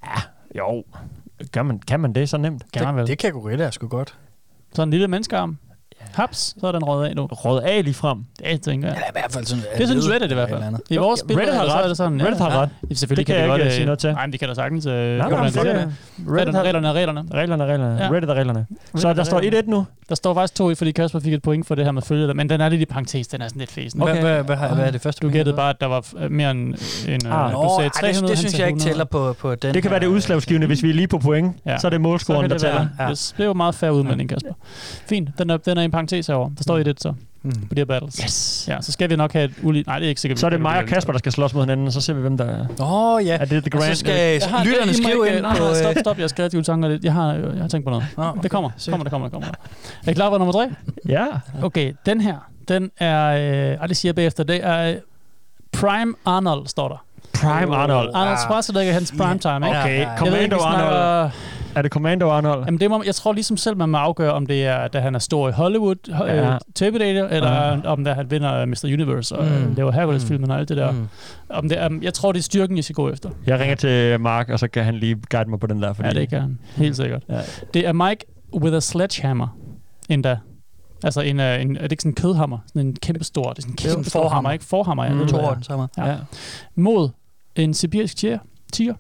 S4: Ja, jo. Gør man, kan man det så nemt?
S9: Kan man vel.
S7: det, det kan gorilla sgu godt.
S9: Så en lille menneskearm. Haps, så er den røget af nu.
S4: Råd af lige frem.
S9: Det tænker jeg.
S7: Eller i hvert fald sådan...
S9: Det synes Reddit i hvert
S7: eller et
S9: fald.
S7: andet.
S9: I vores
S4: Jo,
S9: billeder,
S4: Reddit har
S9: så er
S4: ret.
S9: det sådan,
S4: Reddit har ret.
S9: Ja, selvfølgelig
S4: Det kan
S9: kan,
S4: jeg
S9: vi
S4: ikke,
S9: godt,
S4: øh, sige noget til.
S9: Nej, men vi kan da sagtens... Øh,
S4: Nej, nej, men
S9: komplementere
S4: fuck
S9: det.
S4: det. Reddit har
S9: Reglerne er reglerne.
S4: reglerne, reglerne.
S9: Ja.
S4: Ja. Reddit er reglerne. Så der står 1-1 nu.
S9: Der står faktisk to i, fordi Kasper fik et point for det her med følge, men den er lidt i parentes, den er sådan lidt fæsen.
S7: Hvad, hvad, hvad, har- hvad er det første?
S9: Du
S7: mener
S9: gættede
S7: på?
S9: bare, at der var øh, mere end... end
S4: Ah,
S9: ah,
S7: Nå,
S9: du sagde
S7: ej,
S9: 300,
S7: det, det
S9: han
S7: synes
S9: sagde
S7: jeg ikke
S9: 100.
S7: tæller på, på den
S4: Det kan være det
S7: her, øh,
S4: udslagsgivende, hvis vi er lige på point.
S9: Ja.
S4: Ja. Så er det
S9: Så kan
S4: målscoren, der
S9: det
S4: tæller.
S9: være. Ja. Det blev meget færre udmelding, Kasper. Fint, den er, den er i en parentes herovre. Der står i det så,
S7: Mm.
S9: på de her battles.
S4: Yes.
S9: Ja, så skal vi nok have et ulig... Nej, det er ikke sikkert. vi-
S4: Så er det
S9: vi-
S4: mig og
S9: vi-
S4: Kasper, der skal slås mod hinanden, og så ser vi, hvem der er.
S7: Åh, ja.
S4: Er det The
S7: Og
S4: Grand?
S7: så skal
S9: Jeg har-
S7: lytterne
S9: I må
S7: skrive
S9: ikke-
S7: ind
S9: nej,
S7: på...
S9: nej,
S7: øh,
S9: Stop, stop, jeg har skrevet de tanker lidt. Jeg har, jeg har tænkt på noget.
S7: Nå, okay.
S9: Det kommer,
S7: Sygt.
S9: kommer, det kommer, det kommer. Er I klar på nummer tre?
S4: Ja.
S9: Okay, den her, den er, øh, ej, det siger jeg bagefter, det er øh, Prime Arnold, står der.
S4: Prime Arnold.
S9: Arnold
S7: Ah,
S9: Schwarzenegger, hans prime time, ikke?
S7: Ja, ja,
S4: Okay,
S9: Jeg
S7: ja.
S9: ved
S4: Commando
S9: ikke, vi
S4: Arnold.
S9: snakker,
S4: Er det Commando Arnold?
S9: jamen det må, jeg tror ligesom selv, man må afgøre, om det er, da han er stor i Hollywood, ja.
S4: Ja.
S9: øh, tæppedater, eller ja. om da han vinder Mr. Universe, og mm.
S7: Mm.
S9: laver Hercules-filmen og alt det der. Mm.
S7: Mm.
S9: Om det, um, jeg tror, det er styrken, I skal gå efter.
S4: Jeg ringer til Mark, og så kan han lige guide mig på den der. Fordi...
S9: Ja, det kan han. Helt sikkert.
S4: Ja.
S9: Det er Mike with a sledgehammer, endda. Altså en, øh, en, er det ikke sådan en kødhammer? Sådan en kæmpe stor, det er sådan en
S7: er jo en
S9: kæmpe stor
S7: forhammer.
S9: hammer, ikke? Forhammer, ja.
S4: Mm.
S9: Mm.
S7: To år den sommer.
S9: Ja. Mod en sibirisk tiger. tiger.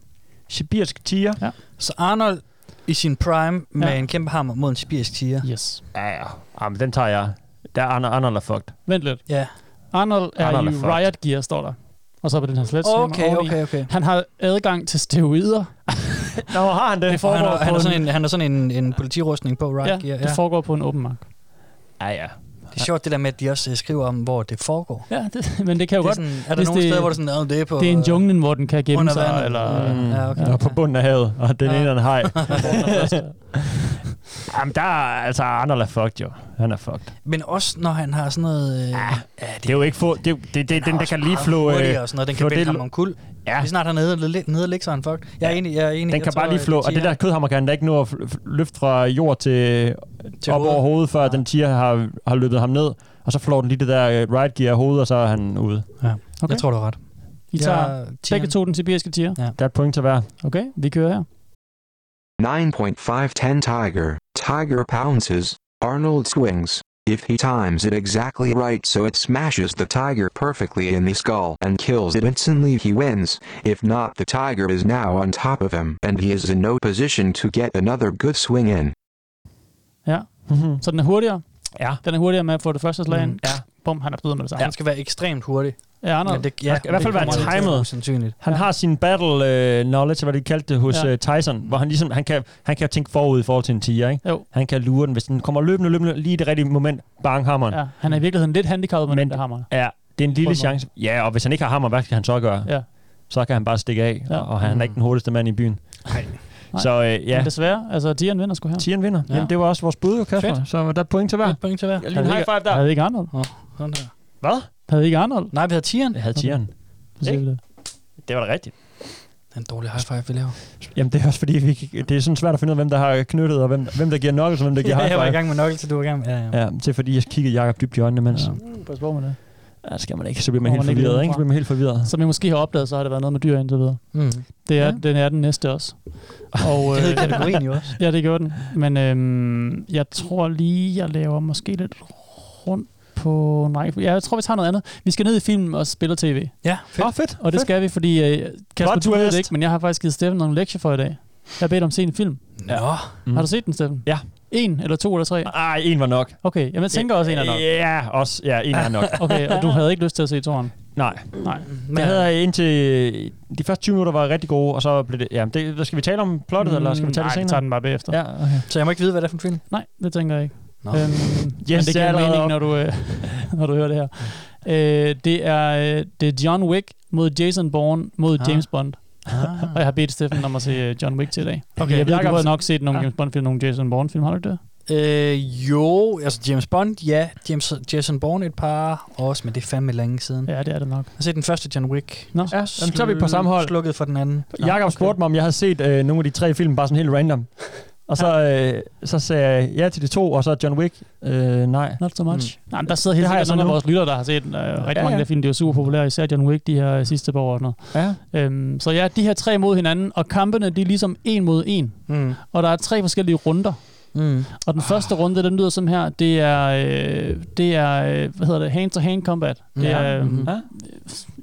S4: Sibirsk tiger.
S7: Så Arnold i sin prime med
S9: Ja.
S7: en kæmpe hammer mod en sibirisk tiger.
S9: Yes.
S4: Ja, ja. Jamen, den tager jeg. Der er Arnold, Arnold er fucked.
S9: Vent lidt.
S7: Ja.
S9: Arnold er
S4: Arnold
S9: Arnold
S4: er
S9: i
S4: fucked.
S9: Riot Gear, står der. Og så på den her sledgehammer.
S7: Okay,
S9: oveni.
S7: okay, okay.
S9: Han har adgang til steroider.
S4: Nå, har han det?
S9: Det
S7: Og han,
S9: foregår
S7: har, han,
S9: på
S7: har
S9: en...
S7: sådan en, han har sådan en, en politirustning på, right?
S9: ja,
S7: Gear,
S9: det foregår på en åben mark.
S4: Ja, ja.
S7: Det er sjovt det der med, at de også øh, skriver om, hvor det foregår.
S9: Ja, det, men det kan jo
S7: Det er,
S9: godt.
S7: sådan, er der
S9: Hvis
S7: nogle
S9: det-
S7: steder, hvor det sådan, "Nå, det er på...
S9: det er en
S7: øh,
S9: junglen, hvor den kan gemme
S7: under
S9: sig,
S7: vandet.
S9: eller...
S7: Mm. Ja, okay.
S4: Og på bunden af havet, og den
S7: Ja.
S4: ene er en
S7: [laughs]
S4: hej.
S9: Ja.
S4: Jamen, der er, altså, Arnold er fucked jo. Han er fucked.
S7: Men også når han har sådan noget... Øh, ja,
S4: Det er jo ikke få... Det, er jo- det, det, det den, der kan lige flå...
S7: flå...
S4: Øh,
S7: Øh, og sådan noget. Den
S4: flå
S7: kan vælge
S4: det-
S7: ham om kul.
S4: ja,
S7: Lige snart han er nede, nede og ligge, så er han fucked. Jeg er
S4: Ja.
S7: enig, jeg er enig.
S4: den
S7: jeg
S4: kan bare
S7: tror, øh,
S4: lige flå.
S7: at
S4: Og det der kødhammer kan den da ikke nå at fl- fl- løfte fra jord til, til op
S7: hovedet.
S4: over hovedet, før ja. den tiger har, har løbet ham ned. Og så flår den lige det der øh, right gear af hovedet, og så er han ude.
S7: Okay. Jeg tror, du har ret.
S9: I tager begge to den sibiriske tiger.
S4: Der er et point til hver.
S9: Okay, vi kører her.
S12: 9.510 Tiger. Tiger pounces. Arnold swings. If he times it exactly right so it smashes the tiger perfectly in the skull and kills it instantly he wins, if not the tiger is now on top of him and he is in no position to get another good swing in.
S9: Så den er hurtigere.
S4: ja.
S9: Den er hurtigere med at få det første slag ind.
S4: Mhm. Ja.
S9: bum, han er død med det samme.
S7: Ja. Han skal være ekstremt hurtig.
S9: Ja, han er,
S7: Men det-
S9: det,
S7: ja,
S9: ja,
S4: skal i hvert fald være timet.
S7: Sandsynligt.
S4: Han har sin battle uh, knowledge, hvad de kaldte det, hos
S9: Ja.
S4: ja. Tyson, hvor han ligesom, han kan, han kan tænke forud i forhold til en tiger, ikke?
S9: Jo.
S4: Han kan lure den, hvis den kommer løbende, løbende, lige i det rigtige moment, bang hammeren.
S9: Ja, han er i virkeligheden lidt handicappet med
S4: Men-
S9: den der hammer.
S4: Ja, det er en lille
S9: På en måde.
S4: chance. Ja, og hvis han ikke har hammer, hvad skal han så gøre?
S9: Ja.
S4: Så kan han bare stikke af,
S9: Ja.
S4: ja. og han er ikke den hurtigste mand i byen.
S7: Nej.
S4: Så øh, ja.
S9: Men desværre, altså Tieren vinder sgu her.
S4: Tieren vinder. Jamen, det var også vores bud, jo, Kasper.
S9: Fedt.
S4: Så der er point til hver.
S7: Et point til hver.
S4: lige en high five der.
S9: Havde vi ikke Arnold?
S7: Sådan der.
S4: Hvad?
S9: Havde vi ikke Arnold?
S7: Nej, vi havde tieren.
S4: Jeg havde tieren.
S9: Så siger vi det.
S4: Det var da rigtigt.
S7: Den dårlige high five, vi laver.
S4: Jamen, det er også fordi, vi, ikke- det er sådan svært at finde ud af, hvem der har knyttet, og hvem, hvem der giver knuckles, og hvem
S9: [laughs]
S4: der giver high
S7: [laughs] jeg var i
S4: five.
S7: gang med nøgle, så du var i gang med. Ja, ja.
S4: Ja, det er fordi, jeg kiggede Jacob dybt i øjnene, mens... Ja.
S7: Uh,
S9: Pas på med det.
S4: Ja, skal man ikke, så bliver man
S9: Kommer
S4: helt
S9: man ikke
S4: forvirret, ikke?
S9: udenfor.
S4: Så bliver man helt forvirret.
S9: Som I måske har opdaget, så har det været noget med dyr indtil videre.
S7: Mm.
S9: Det er,
S7: Ja.
S9: ja. Den er den næste også. Og,
S7: [laughs]
S9: øh,
S7: Det hed kategorien jo også.
S9: Ja, det gjorde den. Men øhm, jeg tror lige, jeg laver måske lidt rundt på en række. Ja, jeg tror, vi tager noget andet. Vi skal ned i film og spille tv.
S7: Ja, fedt.
S4: Åh, oh, fedt.
S9: Ah, Og det
S4: fedt.
S9: skal vi, fordi øh, Kasper,
S4: Plot
S9: du ved det
S4: twist.
S9: ikke, men jeg har faktisk givet Steffen nogle lektier for i dag. Jeg har bedt om at se en film.
S7: Nå.
S9: Mm. Har du set den, Steffen?
S4: Ja.
S9: En, eller to, eller tre?
S4: Ej, en var nok.
S9: Okay, jamen jeg tænker også en er nok.
S4: Ja, også. Ja, en er nok.
S9: [laughs] Okay, og du havde ikke lyst til at se toren?
S4: Nej.
S9: Nej.
S4: Men jeg havde jeg indtil... De første 20 minutter var rigtig gode, og så blev det... Ja, det, skal vi tale om plottet, mm, eller skal vi tage
S9: nej,
S4: det senere?
S9: vi tager den bare bagefter.
S4: Ja, okay.
S7: Så jeg må ikke vide, hvad det er for en film.
S9: Nej, det tænker jeg ikke.
S7: Nå.
S9: Øhm, men det
S4: det er
S9: giver
S4: allerede
S9: mening,
S4: op.
S9: når du, øh, [laughs] når du hører det her. Øh, det, er, øh, det er John Wick mod Jason Bourne mod
S7: Ah.
S9: ah. James Bond.
S7: Ah.
S9: [laughs] Og jeg har bedt Steffen om at se øh, John Wick til i dag.
S7: Okay,
S9: Okay, jeg ved,
S7: Jacob,
S9: du har nok set nogle
S7: Ja.
S9: James Bond-film, nogle Jason Bourne-film, har du ikke det?
S7: Øh, jo, altså James Bond, ja. James, Jason Bourne et par også, men det er fandme længe siden. Ja.
S9: Ja, det er det nok.
S7: Jeg har set den første John Wick.
S9: Nå.
S4: Ja, jamen, så er vi på samme hold.
S7: Slukket for den anden. Nå,
S4: Jakob spurgte mig, om jeg havde set øh, nogle af de tre film, bare sådan helt random. Og så, øh, så sagde jeg ja til de to, og så John Wick. Øh, nej.
S9: Not so much. Mm. Nej, men der sidder helt
S4: Det har jeg
S9: sikkert
S4: så
S9: nogle af
S4: nu.
S9: vores lyttere, der har set øh, rigtig ja,
S4: Ja,
S9: mange af
S4: ja.
S9: de film. De er jo super populære, især John Wick de her øh, sidste par år og sådan
S4: Ja.
S9: noget. Øhm, så ja, de her tre mod hinanden, og kampene, de er ligesom en mod en.
S7: Mm.
S9: Og der er tre forskellige runder.
S7: Mm.
S9: Og den første runde, den lyder sådan her, det er, øh, det er øh, hvad hedder det, hand-to-hand combat. Det
S7: Ja.
S9: er øh,
S7: Mhm.
S9: øh,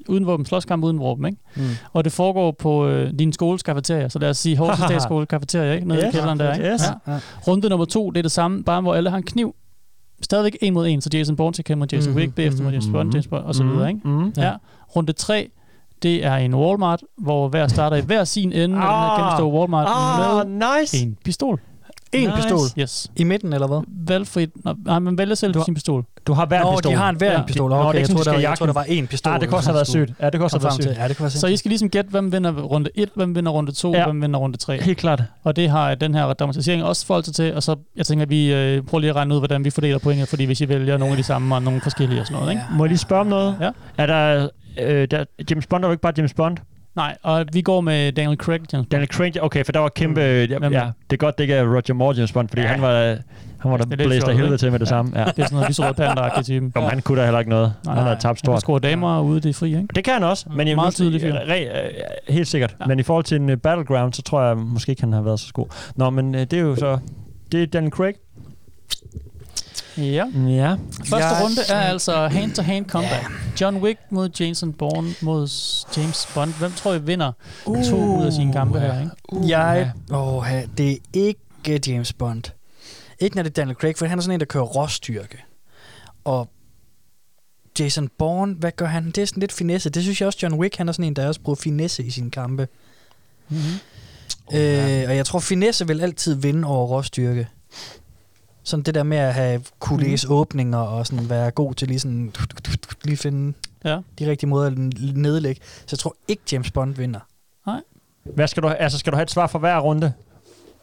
S9: uden våben, slåskamp uden våben, ikke?
S7: Mm.
S9: Og det foregår på øh, din skoles kafeteria, så lad os sige Horsens Statsskole kafeteria, ikke? Nede yes, i kælderen der, ikke?
S4: Yes.
S9: Ja.
S7: Ja.
S9: Runde nummer to, det er det samme, bare hvor alle har en kniv. Stadigvæk en mod en, så Jason Bourne skal kæmpe mod Jason
S7: Mhm,
S9: Wick, bagefter mod James Bond, James Bond, og så
S7: Mm-hmm.
S9: videre, ikke?
S4: Mm.
S9: Ja. Runde tre, det er en Walmart, hvor hver starter i hver sin ende af den her
S4: Ah.
S9: kæmpe store Walmart
S4: Ah,
S9: med
S4: nice.
S9: en pistol.
S7: En
S4: Nice.
S7: pistol.
S9: Yes
S7: I midten, eller hvad?
S9: valgfrit. Nå, nej, man vælger selv
S7: Du har-
S9: sin pistol.
S4: Du har hver
S7: Nå,
S4: pistol.
S7: de har en hver
S9: Ja.
S7: en pistol.
S4: Nå, det er
S7: Okay,
S4: ikke
S7: jeg,
S4: sådan,
S7: tror,
S4: de
S7: der,
S4: skal
S7: jeg tror,
S4: jagte
S7: der var én pistol.
S4: Ah, det kunne også have været sygt. Ja, det kunne også have
S7: Kom frem
S4: været
S7: til.
S4: sygt.
S7: Ja, det kunne være
S9: Så I skal ligesom gætte, hvem vinder runde 1, hvem vinder runde 2, ja.
S4: Ja.
S9: hvem vinder runde 3.
S4: Helt klart.
S9: Og det har den her dramatisering også forhold sig til, og så jeg tænker, at vi øh, prøver lige at regne ud, hvordan vi fordeler pointet, fordi hvis I vælger nogle af de samme og nogle forskellige og sådan noget, ikke?
S4: Må jeg lige spørge om noget?
S9: Ja.
S4: Er der, øh, der, James Bond er jo ikke bare James Bond.
S9: Nej, og vi går med Daniel Craig, James Bond. Mm.
S4: Daniel Craig, okay, for der var kæmpe... Ja,
S9: Jamen.
S4: ja, det er godt, det ikke er Roger Moore James Bond, fordi ja. han var, han var
S9: Det
S4: der
S9: er lidt
S4: blæst af
S9: fjollet,
S4: helvede
S9: ikke?
S4: til med det
S9: Ja.
S4: samme. Ja.
S9: Det er sådan noget lyserød panda type.
S4: Kom, han kunne da heller ikke noget. Nej, han havde tabt
S9: Han
S4: stort.
S9: scorer damer og ude, det er fri, ikke?
S4: Det kan han også, men jeg
S9: Meget tydelig fyr.
S4: re, øh, helt sikkert. Ja. Men i forhold til en uh, Battleground, så tror jeg måske ikke, han har været så god. Nå, men uh, det er jo så... Det er Daniel Craig.
S9: Ja.
S4: Ja.
S9: Første
S7: Jeg-
S9: runde er altså hand-to-hand combat. John Wick mod Jason Bourne mod James Bond. Hvem tror I vinder to
S7: Uh.
S9: ud af sine kampe her, ikke?
S7: Jeg, åh, det er ikke James Bond. Ikke når det er Daniel Craig, for han er sådan en, der kører råstyrke. Og Jason Bourne, hvad gør han? Det er sådan lidt finesse. Det synes jeg også, John Wick, han er sådan en, der også bruger finesse i sine kampe. Mhm. Mm-hmm. Øh, og jeg tror, finesse vil altid vinde over råstyrke. Sådan det der med at have kunne læse mm. åbninger og sådan være god til lige sådan lige finde
S9: Ja.
S7: de rigtige måder at nedlægge. Så jeg tror ikke, James Bond vinder.
S4: Hvad skal du, altså, skal du have et svar for hver runde?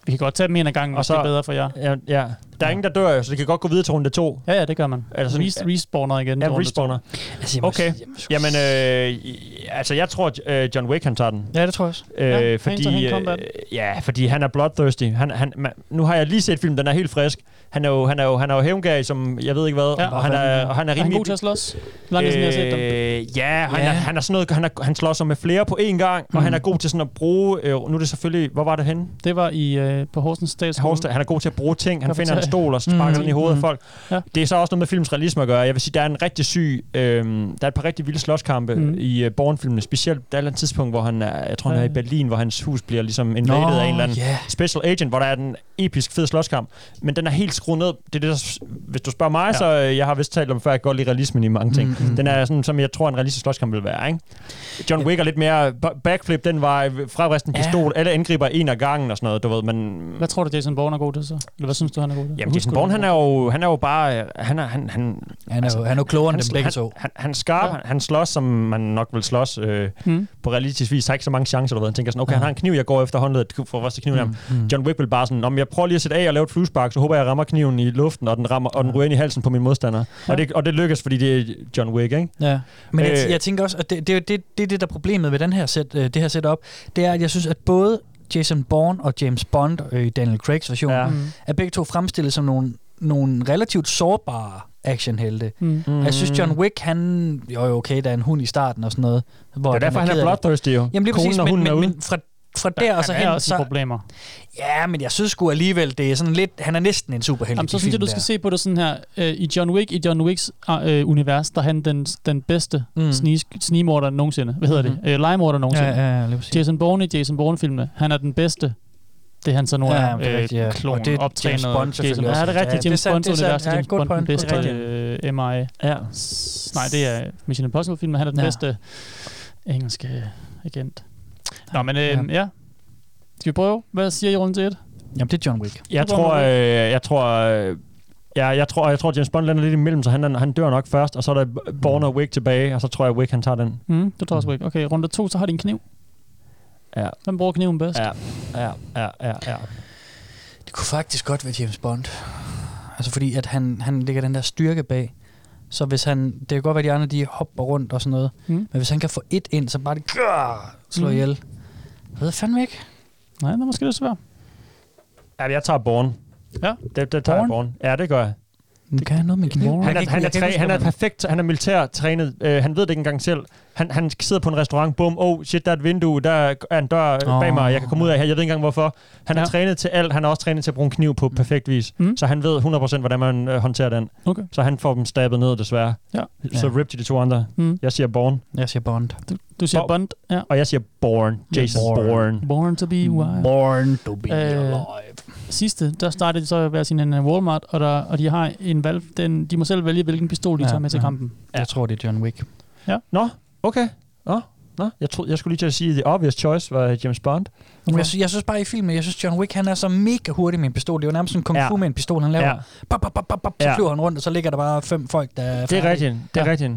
S9: Vi kan godt tage dem en af gangen, hvis
S4: Og så-
S9: det er bedre for jer.
S4: Ja, ja. Der er ingen, der dør jo, så det kan godt gå videre til runde to.
S9: Ja, ja, det gør man.
S4: Eller
S9: Altså,
S4: sådan-
S9: Res- respawner igen.
S4: Ja,
S9: til runde to.
S4: respawner.
S7: Altså, jeg må
S4: Okay,
S7: sige- jeg må sgu
S4: jamen øh, i- altså jeg tror, at, øh, John Wick han tager den.
S7: Ja, det tror jeg også.
S4: Øh,
S9: Ja, hand-to-hand
S4: fordi,
S9: combat.
S4: ja, fordi han er bloodthirsty. Han, han, man, nu har jeg lige set filmen, den er helt frisk. Han er jo, han er jo, han er jo hævngag, som jeg ved ikke hvad.
S9: Ja.
S4: og han er, og han er
S9: Er han
S4: rimelig...
S9: god til at slås? Hvor Langt øh, siden jeg har set dem.
S4: Øh, ja, han,
S7: Ja.
S4: Er, han er sådan noget, han, er, han slår sig med flere på én gang, og han er god til sådan at bruge, øh, nu er det selvfølgelig, hvor var det henne?
S9: Mm. Det var i, øh, på Horsens Statsskole.
S4: Horsted, han er god til at bruge ting, han
S9: Kafeteria.
S4: finder en pistol og sparker mm, ind i hovedet af folk. Ja. Det er så også noget med films realisme at gøre. Jeg vil sige, der er en rigtig syg... Øh, der er et par rigtig vilde slåskampe
S9: Mm.
S4: mm. i øh, Bourne-filmene. Specielt der er et eller andet tidspunkt, hvor han er, jeg tror, han er i
S9: Ja.
S4: Berlin, hvor hans hus bliver ligesom invadet
S9: Nå,
S4: af en eller anden
S9: ja.
S4: special agent, hvor der er den episk fed slåskamp. Men den er helt skruet ned. Det er det, der, hvis du spørger mig,
S9: Ja.
S4: ja. så øh, jeg har vist talt om før, at jeg godt lide realismen i mange ting.
S7: Mm-hmm.
S9: Mm, mm.
S4: Mm. Den er sådan, som jeg tror, en realistisk slåskamp vil være. Ikke? John Wick er lidt mere ba- backflip den vej, fraristen
S9: Ja.
S4: pistol, alle angriber en af gangen og sådan noget, du ved, men...
S9: Hvad tror du, Jason Bourne er god til så? Eller hvad synes du, han er god til?
S4: Jamen, Jason Bourne, han er jo, han er jo bare... øh, Han er, han, han,
S7: Han er jo- han er jo klogere end
S4: han-
S7: dem begge
S4: han,
S7: to.
S4: Han, han, er skarp, han, han slås, som man nok vil slås øh,
S9: Mm.
S4: på realistisk vis. Der er ikke så mange chancer, du ved. Han tænker sådan, okay, han har en kniv, jeg går efter håndledet, for første kniv mm.
S9: mm.
S4: John Wick vil bare sådan, om jeg prøver lige at sætte af og lave et fluespark, så håber jeg, jeg rammer kniven i luften, og den, rammer, og den ryger ind i halsen på min modstander. Ja. Og, det, og det lykkes, fordi det er John Wick, ikke?
S7: Ja. Men øh, jeg,
S4: Øh,
S7: jeg tænker også, at det, det, er jo det, det er det, der er problemet ved den her set, øh, det her setup, det er, at jeg synes, at både Jason Bourne og James Bond øh, i Daniel Craig's version, ja.
S4: Ja.
S7: mm.
S4: Mm.
S7: er begge to fremstillet som nogle, nogle relativt sårbare actionhelte.
S9: Mm.
S7: Mm. Jeg synes, John Wick, han... Mm, Jo, jo, okay, der er en hund i starten og sådan noget. Hvor
S4: Det er derfor, han
S7: ked
S4: er
S7: af det.
S4: bloodthirsty jo.
S7: Jamen lige
S4: Konen
S7: præcis,
S4: og
S7: men,
S4: hunden er
S7: men,
S4: ude.
S7: men fra, fra
S9: Ja,
S7: der og så
S9: han er
S7: hen...
S9: også i
S7: så,
S9: problemer.
S7: Ja, men jeg synes sgu alligevel, det er sådan lidt... Han er næsten en superhelt
S9: Jamen,
S7: i
S9: så
S7: de
S9: synes jeg,
S7: film
S9: du skal
S7: der.
S9: se på det sådan her. Øh, I John Wick, i John Wicks øh, univers, der er han den, den bedste
S7: Mm. Mm-hmm.
S9: mm. snigmorder nogensinde. Hvad hedder det? Øh, legemorder nogensinde.
S7: Ja, ja, ja, lige præcis.
S9: Jason Bourne i Jason Bourne-filmene, han er den bedste. Det er han så nu
S7: Ja,
S9: er. øh,
S7: men det er rigtigt, ja.
S9: Klon,
S7: Og det er
S9: optrænet.
S7: James Bond selvfølgelig
S9: Jason,
S7: også.
S9: ja, det er
S7: Ja,
S9: rigtigt.
S7: det er
S9: James
S7: sandt,
S9: Bonds
S7: det er
S9: univers,
S7: sandt. Ja,
S9: James
S7: good
S9: Bond, den
S7: point,
S9: bedste
S7: good
S9: øh, MI.
S4: Ja.
S9: Nej, det er Mission Impossible-filmen. Han er den
S7: Ja.
S9: ja. bedste engelske agent. Nå, men øh,
S7: Ja.
S9: ja. ja. Skal vi prøve? Hvad siger I rundt til et?
S7: Jamen, det er John Wick.
S4: Jeg tror, øh, jeg tror, øh, ja, jeg tror, jeg tror, James Bond lander lidt imellem, så han, han dør nok først, og så er der Bourne og Wick tilbage, og så tror jeg, Wick han tager den.
S9: Mm, du tager også Wick. Okay, runde to, så har de en kniv.
S4: Ja.
S9: Hvem bruger kniven bedst?
S4: Ja, ja, ja, ja, ja.
S7: Det kunne faktisk godt være James Bond. Altså fordi, at han, han ligger den der styrke bag. Så hvis han, det kan godt være, at de andre de hopper rundt og sådan noget. Mm.
S9: Mm.
S7: Men hvis han kan få et ind, så bare det grrr, slår mm.
S9: Mm.
S7: ihjel. Jeg ved fandme ikke.
S9: Nej, det er måske lidt svært.
S4: Ja, jeg tager Bourne.
S9: Ja.
S4: Det, det tager Bourne? jeg
S7: Bourne?
S4: Bourne. Ja, det gør jeg.
S7: Nu kan han noget med kniven.
S4: Han er, han er, træ, han er perfekt, han er militær trænet, øh, han ved det ikke engang selv. Han, han sidder på en restaurant, bum, oh shit, der er et vindue, der er en dør
S7: Åh.
S4: oh. bag mig, jeg kan komme ud af her, jeg ved ikke engang hvorfor. Han er
S9: Ja.
S4: trænet til alt, han er også trænet til at bruge en kniv på perfekt vis,
S9: Mm.
S4: mm. så han ved 100% hvordan man øh, håndterer den.
S9: Okay.
S4: Så han får dem stabbet ned, desværre.
S9: Ja.
S4: Så rip til de to andre.
S9: Mm.
S4: Jeg siger Bourne,
S7: Jeg siger Bond.
S9: Du, du siger
S4: Bo-
S9: Bond. Ja.
S4: og jeg siger Bourne.
S9: Ja,
S4: Jason Bourne. Bourne.
S9: Born to be wild.
S7: Born to be
S9: Øh,
S7: alive.
S9: Sidste, der startede de så hver sin en øh, Walmart, og, der, og de har en valg, den, de må selv vælge, hvilken pistol de
S7: Ja,
S9: ja, tager med til
S7: ja.
S9: kampen.
S7: Ja. Jeg tror, det er John Wick.
S4: Nå, okay. Nå, nå. Jeg, troede, jeg skulle lige til at sige, at the obvious choice var James Bond.
S7: Men jeg, sy- jeg synes bare i filmen, jeg synes John Wick, han er så mega hurtig med en pistol. Det er jo nærmest sådan en kung fu
S4: Ja.
S7: med en pistol, han laver.
S4: Ja.
S7: Bop, bop, bop, bop, bop, så
S4: Ja.
S7: flyver han rundt, og så ligger der bare fem folk, der er
S4: Det er
S7: færdige.
S4: rigtigt. Det er
S7: Ja.
S4: ja. rigtigt.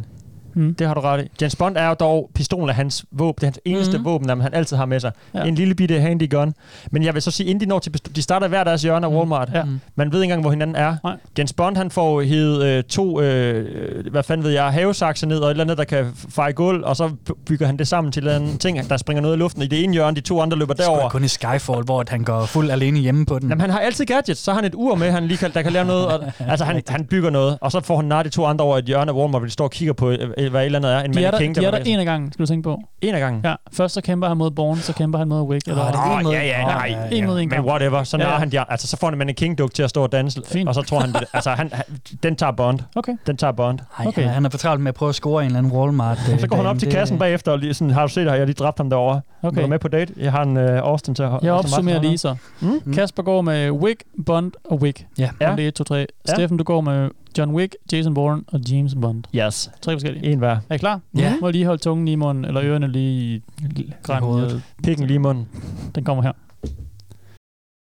S9: Mm.
S4: Det har du ret i. James Bond er jo dog, pistolen er hans våben. Det er hans eneste
S7: Mhm.
S4: mm. våben, jamen, han altid har med sig.
S9: Ja.
S4: Ja. En lille bitte handy gun. Men jeg vil så sige, inden de når til pistol, de starter hver deres hjørne af Walmart.
S9: Ja.
S7: Mm.
S4: Man ved ikke engang, hvor hinanden er.
S9: Nej.
S4: James Bond, han får hivet øh, to, øh, hvad fanden ved jeg, havesakser ned, og et eller andet, der kan feje gulv, og så bygger han det sammen til en eller anden ting, der springer noget i luften i det ene hjørne, de to andre løber
S7: Det er
S4: derover.
S7: kun i Skyfall, hvor at han går fuld alene hjemme på den.
S4: Jamen, han har altid gadgets. Så har han et ur med, han lige kan, der kan lave noget.
S7: [laughs]
S4: Og, altså, han, han bygger noget, og så får han nart de to andre over i et hjørne af Walmart, hvor de står og kigger på, øh, øh, hvad et eller andet er. En
S9: De er, der,
S4: mannequin,
S9: de er der
S4: bevæger sig.
S9: en af gangen, skal du tænke på.
S4: en af gangen.
S9: Ja, først så kæmper han mod Born, så kæmper han mod Wick.
S7: Åh, det er en
S4: Åh,
S7: mod-
S4: ja, ja,
S7: Åh,
S4: nej.
S7: ja,
S4: Ja,
S9: en mod
S4: Men
S9: en gang.
S4: whatever, så
S9: Ja,
S4: når
S9: ja.
S4: han de, altså så får han en mannequin-duk til at stå og danse,
S9: Fint.
S4: og så tror han, det, altså han, han, den tager Bond.
S9: Okay.
S4: Den tager Bond.
S7: Ej, okay.
S9: Okay.
S7: han, han er for travlt med at prøve at score en eller anden Walmart.
S4: Så går han op til kassen bagefter og lige sådan, har du set her, jeg har lige dræbt ham derovre. Okay. Vil
S9: Okay.
S4: du med på date? Jeg har en øh, Austin til at
S9: Jeg
S4: til Martin
S9: opsummerer
S4: hernede."
S9: lige så.
S4: Mm?
S9: Kasper går med Øh, Wick, Bond og Wick.
S7: Ja.
S9: Ja. Det er 1, 2, 3.
S4: Ja.
S9: Steffen, du går med John Wick, Jason Bourne og James Bond.
S4: Yes.
S9: Tre forskellige.
S4: En hver.
S9: Er I klar?
S7: Ja.
S9: Må jeg lige holde tungen i munden, eller ørerne lige i grøn.
S7: hovedet.
S4: Pikken lige i munden.
S9: Den kommer her.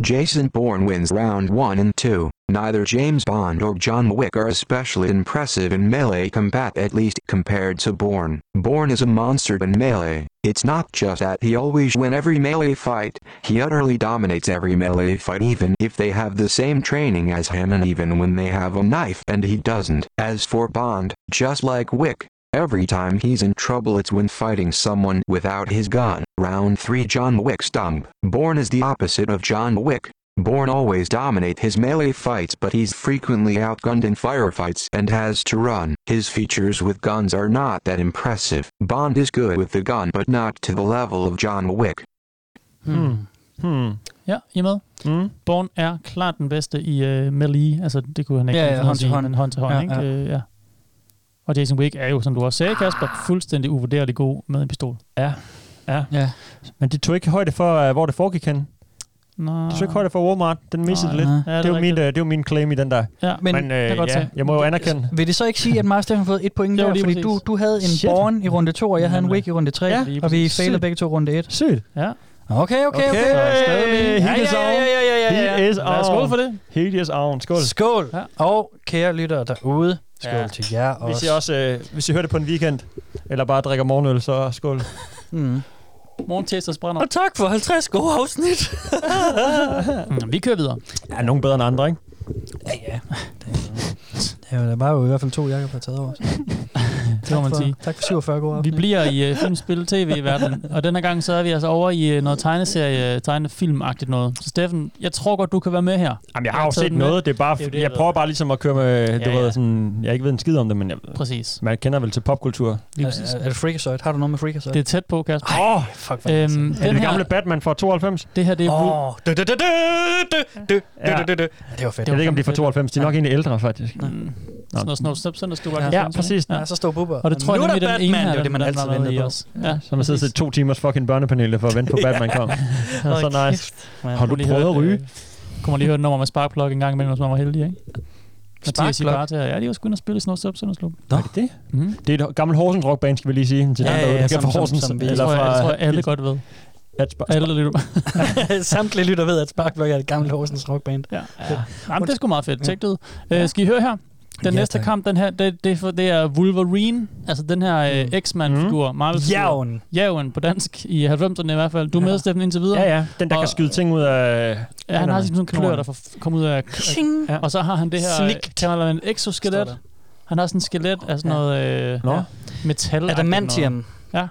S12: Jason Bourne wins round 1 and 2. Neither James Bond or John Wick are especially impressive in melee combat, at least compared to Bourne. Bourne is a monster in melee. It's not just that he always wins every melee fight, he utterly dominates every melee fight, even if they have the same training as him and even when they have a knife and he doesn't. As for Bond, just like Wick, Every time he's in trouble, it's when fighting someone without his gun. Round 3 John Wick Stomp. Bourne is the opposite of John Wick. Bourne always dominate his melee fights, but he's frequently outgunned in firefights and has to run. His features with guns are not that impressive.
S4: Mm.
S12: Bond is good with the gun, but not to the level of John Wick.
S4: Hmm. Hmm.
S9: Ja, I er med? Mm. Born er klart den bedste i øh, melee. Altså, det kunne han ikke.
S7: Ja, ja,
S9: sådan
S7: hånd til
S9: sige,
S7: hånd.
S9: men hånd til hånd,
S7: Ja,
S9: ja, ikke?
S7: ja.
S9: Ja. Øh, ja. Og Jason Wick er jo, som du også sagde, Kasper, fuldstændig uvurderlig god med en pistol.
S4: Ja. Ja.
S7: ja.
S4: Men de tog ikke højde for, uh, hvor det foregik hen.
S9: Nå.
S4: De tog ikke højde for Walmart. Den missede det lidt.
S7: nej. Ja,
S4: Ja,
S7: det er
S4: det, det, var min,
S7: rigtigt.
S4: øh, det var min claim i den der.
S9: Ja,
S4: men, men øh, ja, jeg må jo anerkende.
S7: Vil det så ikke sige, at Master har fået et point
S4: Jo,
S7: der?
S4: lige
S7: Fordi
S4: præcis.
S7: du, du havde en
S4: Shit.
S7: Born i runde 2, og jeg havde en
S4: Nemlig.
S7: Wick i runde 3,
S4: Ja.
S7: ja,
S4: Lige
S7: og vi
S4: præcis.
S7: failede
S4: Sygt.
S7: begge to runde 1.
S4: Sygt.
S9: Ja.
S7: Okay, okay, okay.
S4: He is on. He is on.
S7: Lad os skåle for det.
S4: He is on. Skål.
S7: Skål.
S9: Ja.
S7: Og kære lyttere derude, skål ja. til jer også.
S4: Hvis I også, øh, hvis I hører det på en weekend, eller bare drikker morgenøl, så skål.
S7: Mm.
S9: Morgentesters brænder.
S7: Og tak for 50 gode afsnit.
S9: Mm, vi kører videre.
S4: Ja, nogen bedre end andre, ikke?
S7: [laughs] Ja, ja. Det var, der var jo i hvert fald to jakker på taget [laughs] over.
S9: Det må man sige.
S7: Tak for 47 gode
S9: Vi
S7: afsnit.
S9: bliver
S7: [laughs]
S9: i uh, film, spil, tv i verden, og denne gang så er vi altså over i uh, noget tegneserie, tegnefilmagtigt noget. Så Steffen, jeg tror godt, du kan være med her.
S4: Jamen, jeg har jo
S9: taget
S4: set
S9: den med.
S4: noget. Det er bare, det
S9: jo
S4: er
S9: det,
S4: det, jeg prøver bare ligesom at køre med, du
S9: Ja, ja.
S4: ved, sådan, jeg ikke ved en skid om det, men jeg,
S9: Præcis.
S4: man kender vel til popkultur.
S9: Lige præcis.
S7: Er, er det Freakazoid? Har du noget med Freakazoid?
S9: Det er tæt på, Kasper.
S7: Åh, oh, fuck, hvor er det
S9: Øhm,
S7: sindssygt.
S4: Er
S9: den
S4: det det
S9: her-
S4: gamle Batman fra 92?
S9: Det her, det er...
S7: Åh, dø, dø, dø, dø, dø, dø, dø, dø, dø, [laughs] dø. Ja, Det var fedt.
S4: Jeg ved ikke, om de er fra 92. De er nok egentlig ældre, faktisk.
S9: Mm. Sådan noget Snow Step Center, du
S7: Ja.
S9: godt
S4: Ja, præcis.
S9: Ja.
S7: Ja, så står Bubber.
S9: Og det tror jeg,
S7: nu er
S9: nemlig,
S7: der
S9: den ene
S7: Batman,
S9: her,
S7: det er det, man
S9: den-
S7: altid
S9: den er med i
S7: venter på.
S9: også. Ja,
S4: Så man sidder og sidder to timers fucking børnepanelet for at
S9: [laughs]
S4: vente på, Batman kom. Det var så nice.
S9: Man,
S4: Har du prøvet at ryge?
S9: Kunne man lige høre et nummer med Sparkplug en gang imellem, hvis man var heldig, ikke? Mathias
S7: Sparkplug?
S9: Ibarta, ja, de var sgu inde og spille i Snow Step Center Slum.
S4: Nå. Er det det?
S9: Mm-hmm.
S4: Det er et gammelt Horsens rockband, skal vi lige sige. Til
S7: Ja,
S4: ja,
S7: ja,
S4: ja,
S7: ja,
S4: ja,
S7: som-
S4: fra
S7: som-
S4: Horsens,
S7: som vi-
S9: Det
S4: eller
S9: tror jeg,
S4: fra...
S9: jeg tror, alle godt ved.
S4: at spa-
S9: Alle lidt.
S7: Samtlige lytter ved, at Sparkblok er et gammelt Horsens rockband.
S9: Ja, ja. Jamen, det er sgu meget fedt. Tjek det ud. Øh, skal I høre her? Den
S7: Ja,
S9: næste
S7: tak.
S9: kamp, den her, det, det, er for, det er Wolverine, altså den her
S4: Mm.
S9: øh, X-Man-figur, Marvel-figur.
S7: Jævn.
S9: Jævn på dansk, i 90'erne i hvert fald. Du er med, Steffen, indtil videre.
S4: Ja, ja. Den, der
S9: Og-
S4: kan skyde ting ud af...
S9: Ja, han har sådan nogle klør,
S4: knoglerne.
S9: der får kommer ud af...
S4: Ja.
S9: Og så har han det her, øh,
S7: Snikt.
S9: kalder man en exoskelet. Han har sådan en skelet af sådan
S7: Ja.
S9: noget øh,
S4: Nå.
S9: ja. metal.
S7: Adamantium.
S9: Ja.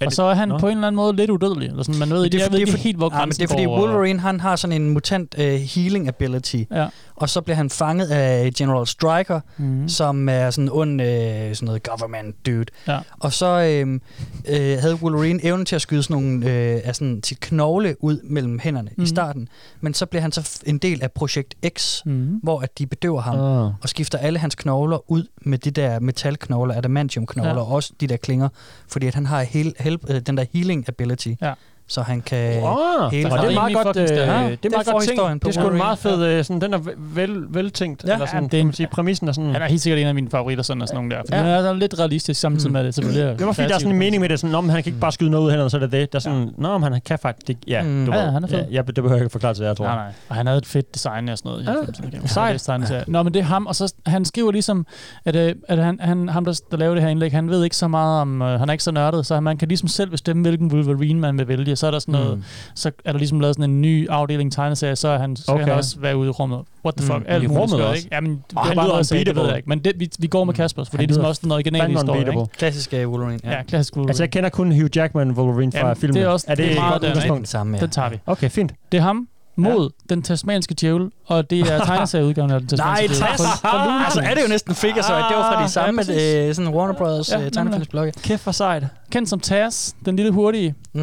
S9: Og
S4: det-
S9: så er han
S4: Nå.
S9: på en eller anden måde lidt udødelig. Eller sådan. Man ved,
S7: Men
S9: det, jeg
S7: for-
S9: ved ikke
S7: for-
S9: helt, hvor
S7: ja, men
S9: grænsen
S7: det er fordi
S9: går, øh. og-
S7: Wolverine, han har sådan en mutant uh, healing ability.
S9: Ja.
S7: Og så bliver han fanget af General Striker,
S9: Mhm.
S7: mm. som er sådan en ond øh, sådan noget government dude.
S9: Ja.
S7: Og så øh, øh, havde Wolverine evnen til at skyde sådan nogle, øh, af sådan sit knogle ud mellem hænderne mm.
S9: Mhm.
S7: i starten. Men så bliver han så f- en del af Projekt X,
S9: Mhm.
S7: hvor at de bedøver ham
S4: Ah.
S7: og skifter alle hans knogler ud med de der metalknogler, adamantiumknogler
S9: Ja.
S7: ja. og også de der klinger, fordi at han har hel, hel, øh, den der healing ability,
S9: Ja.
S7: så han kan...
S4: Wow.
S7: hele
S4: Hele det er
S7: tiden.
S4: meget
S9: Rimelig
S4: godt, øh,
S9: fucking
S4: det
S9: stærk.
S4: er
S7: Ja,
S4: meget
S7: det er
S4: godt
S7: forhistorien
S4: tænkt.
S7: på
S4: Det er sgu en
S7: Wolverine.
S4: meget fed, øh, sådan, den er vel, veltænkt,
S7: Ja.
S4: eller sådan,
S9: Ja, det er
S4: det, kan
S9: en-
S4: man sige, præmissen er sådan...
S9: Han er helt sikkert en af mine favoritter, sådan, og sådan nogle der. For
S4: Ja. Mm.
S9: ja. Han er altså lidt realistisk samtidig med at det, selvfølgelig.
S4: Det var fordi, der er sådan en mening med det, sådan, om han kan ikke bare skyde noget ud af hænderne, så er det det. Der er sådan, ja. nå, men han kan faktisk... Det, ja,
S7: Mm.
S4: du
S9: Ja,
S4: ved.
S9: ja, han er fed.
S4: Ja, jeg, det behøver jeg ikke forklare til jer, tror
S9: Nej,
S4: jeg.
S9: nej. Og han havde et fedt design og sådan noget. i
S4: Ja,
S9: 90'erne. Jeg
S4: sejt.
S9: har læst tegneserien. Nå, men det er ham, og så han skriver ligesom, at, øh, at han, han, ham, der, der laver det her indlæg, han ved ikke så meget om, øh, han er ikke så nørdet, så man kan ligesom selv bestemme, hvilken Wolverine man vil vælge. Så er der sådan noget,
S7: Mm.
S9: så er der ligesom lavet sådan en ny afdeling tegneserie, så er han, så okay.
S4: Okay.
S9: han også være ude i rummet. What the
S7: Mm,
S9: fuck? Alt
S4: i
S9: muligt
S4: rummet
S9: skørt,
S4: også?
S9: ikke? Jamen, det
S4: han
S9: var bare
S4: lyder
S9: noget at sige, det ved
S4: unbeatable. Mm.
S9: jeg ikke. Men det, vi, vi går med Kaspers, for det er
S4: Han
S9: ligesom
S4: lyder
S9: også den originale
S4: Fanden
S9: historie, ikke?
S4: unbeatable.
S7: Klassisk øh, Wolverine, ja.
S9: Ja, klassisk Wolverine.
S4: Altså, jeg kender kun Hugh Jackman Wolverine fra
S9: Jamen,
S4: filmen.
S9: det er også- det er meget den, ikke?
S7: Den samme, ja.
S9: Den tager vi.
S4: Okay, fint.
S9: Det er ham mod den tasmanske djævel, og det
S7: [laughs]
S9: er tegneserieudgaven af den
S7: Nej,
S9: tasmanske djævel.
S7: tas! altså er det jo næsten figure, så det var fra de samme
S9: Ah, ja, præcis.
S7: ja, øh, sådan Warner Brothers
S9: Ja,
S7: ja, øh,
S9: nemlig.
S7: tegnefilmsblokke.
S4: Kæft for sejt.
S9: Kendt som Tas, den lille hurtige.
S7: Mm.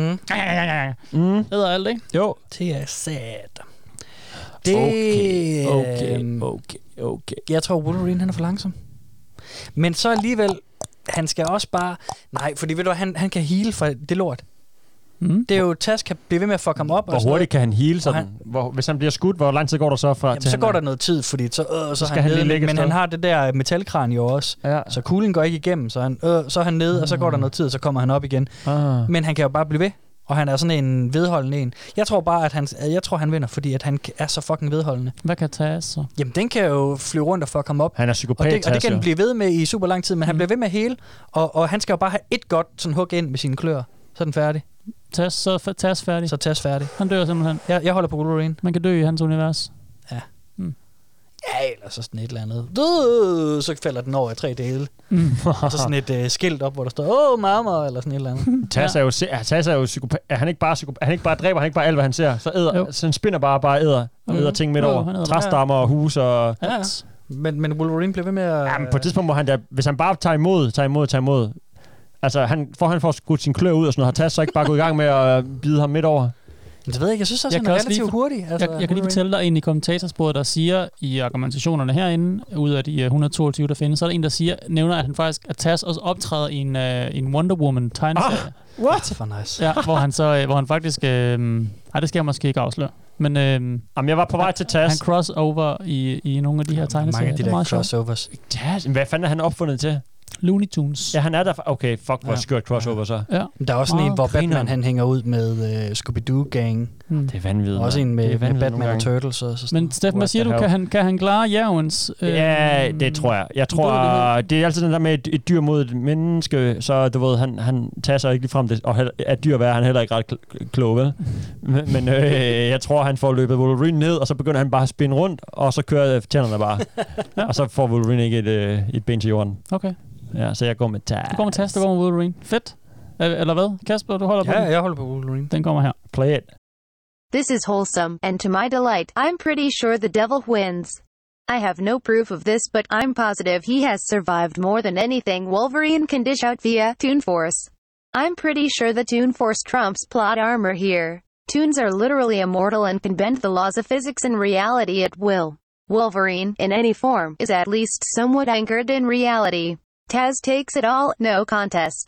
S4: Mm.
S9: Æder alt, ikke?
S4: Jo.
S7: Det er sad. Det,
S4: Okay, okay,
S7: øhm,
S4: okay, okay.
S7: Jeg tror, Wolverine han er for langsom. Men så alligevel, han skal også bare... Nej, fordi ved du, hvad, han, han kan hele fra det lort.
S9: Mm.
S7: Det er jo, Tas kan blive ved med at fuck ham op. og
S4: Hvor
S7: sådan
S4: hurtigt kan han heale
S7: Og
S4: sådan?
S7: han-
S4: Hvor, hvis han bliver skudt, hvor lang tid går der så fra
S7: noget. Jamen, så går der noget tid, fordi så, øh, så,
S4: øh, Så skal
S7: er han,
S4: han
S7: nede,
S4: lige ligge et
S7: men
S4: sted.
S7: han har det der metalkran jo også.
S4: Ja.
S7: Så kuglen går ikke igennem, så, han, øh, så er han nede, og så går der noget tid, og så kommer han op igen.
S4: Ah.
S7: Men han kan jo bare blive ved, og han er sådan en vedholdende en. Jeg tror bare, at han, øh, jeg tror, han vinder, fordi at han er så fucking vedholdende.
S9: Hvad kan Tas så?
S7: Jamen, den kan jo flyve rundt og fuck ham op.
S4: Han er
S7: Og
S4: psykopat,
S7: det, og det kan
S4: Tasio.
S7: den blive ved med i super lang tid, men han
S9: Mm.
S7: bliver ved med hele, og, og han skal jo bare have et godt sådan hug ind med sine klør. Så er den færdig.
S9: Tas, så er fa- Tas færdig.
S7: Så er Tas færdig.
S9: Han dør simpelthen.
S7: Jeg, jeg holder på Wolverine.
S9: Man kan dø i hans univers.
S7: Ja, eller så sådan et eller andet. Øh, Så falder den over i tre dele.
S9: Mm.
S7: [laughs] Og så sådan et øh, skilt op, hvor der står, åh, mamma, eller sådan et eller
S4: [laughs]
S7: andet.
S4: Tassa er jo, se- Tassa er jo psykopat. Er han ikke bare, psykopat? Er han ikke bare dræber, han ikke bare alt, hvad han ser. Så,
S9: Jo.
S4: æder, så han spinder bare bare æder, og
S9: Mm.
S4: æder ting midt
S9: Jo,
S4: over.
S9: han æder-
S4: Træstammer og hus og...
S9: Ja.
S7: Men, men Wolverine bliver ved med at...
S4: Ja, men på et tidspunkt må han da, hvis han bare tager imod, tager imod, tager imod. Altså, han, for han får skudt sin klør ud og sådan noget, har Tassa så ikke bare gået i gang med at bide øh, ham midt over.
S7: Men det ved jeg ikke. Jeg synes også, han er relativt hurtig.
S9: Altså, jeg, jeg kan lige
S7: Wolverine.
S9: fortælle dig en i kommentatorsporet, der siger i argumentationerne herinde, ud af de øh, 122, der findes, så er der en, der siger, nævner, at han faktisk at Taz også optræder i en, uh, en Wonder Woman tegneserie.
S7: What? Det var nice.
S9: Ja, hvor han så, øh, hvor han faktisk, øh, ej, det skal jeg måske ikke afsløre. Men øh,
S4: Jamen, jeg var på vej til Taz.
S9: Han crossover i, i nogle af de her tegneserier.
S4: mange af de
S9: Det er
S4: der
S9: meget sjovt.
S7: crossovers.
S4: Taz, hvad fanden er han opfundet til?
S9: Looney Tunes.
S4: Ja, han er der. fa- Okay, fuck, hvor
S7: Ja.
S4: ja. skørt crossover så.
S9: Ja.
S7: Der er også sådan
S4: Åh,
S7: en, hvor
S4: grineren.
S7: Batman han hænger ud med uh, Scooby-Doo-gang.
S9: Mm.
S4: Det er vanvittigt.
S7: Også en
S4: Det er
S7: med, med
S4: vanvittigt
S7: Batman
S4: nogle
S7: og
S4: gange.
S7: Turtles. Og, så sådan
S9: Men Steffen, hvad siger du? Kan han, kan han klare jævens? Øh,
S4: Ja, det tror jeg. Jeg tror, det er altid den der med et, et dyr mod et menneske, så du ved, han, han tager sig ikke ligefrem det, og he- at dyr være han heller ikke ret kl- klog, vel? Men, men øh, jeg tror, han får løbet Wolverine ned, og så begynder han bare at spinde rundt, og så kører tænderne bare. Og så får Wolverine ikke et, øh, et ben til jorden.
S9: Okay.
S4: Ja, så jeg går med tag.
S9: Du går med Taz, du går med Wolverine. Fedt. Eller eller hvad? Kasper, du holder på
S4: Ja,
S9: den?
S7: jeg holder på Wolverine.
S9: Den kommer her.
S4: Play it.
S13: This is wholesome, and to my delight, I'm pretty sure the devil wins. I have no proof of this, but I'm positive he has survived more than anything Wolverine can dish out via Toon Force. I'm pretty sure the Toon Force trumps plot armor here. Toons are literally immortal and can bend the laws of physics and reality at will. Wolverine, in any form, is at least somewhat anchored in reality. Taz takes it all, no contest.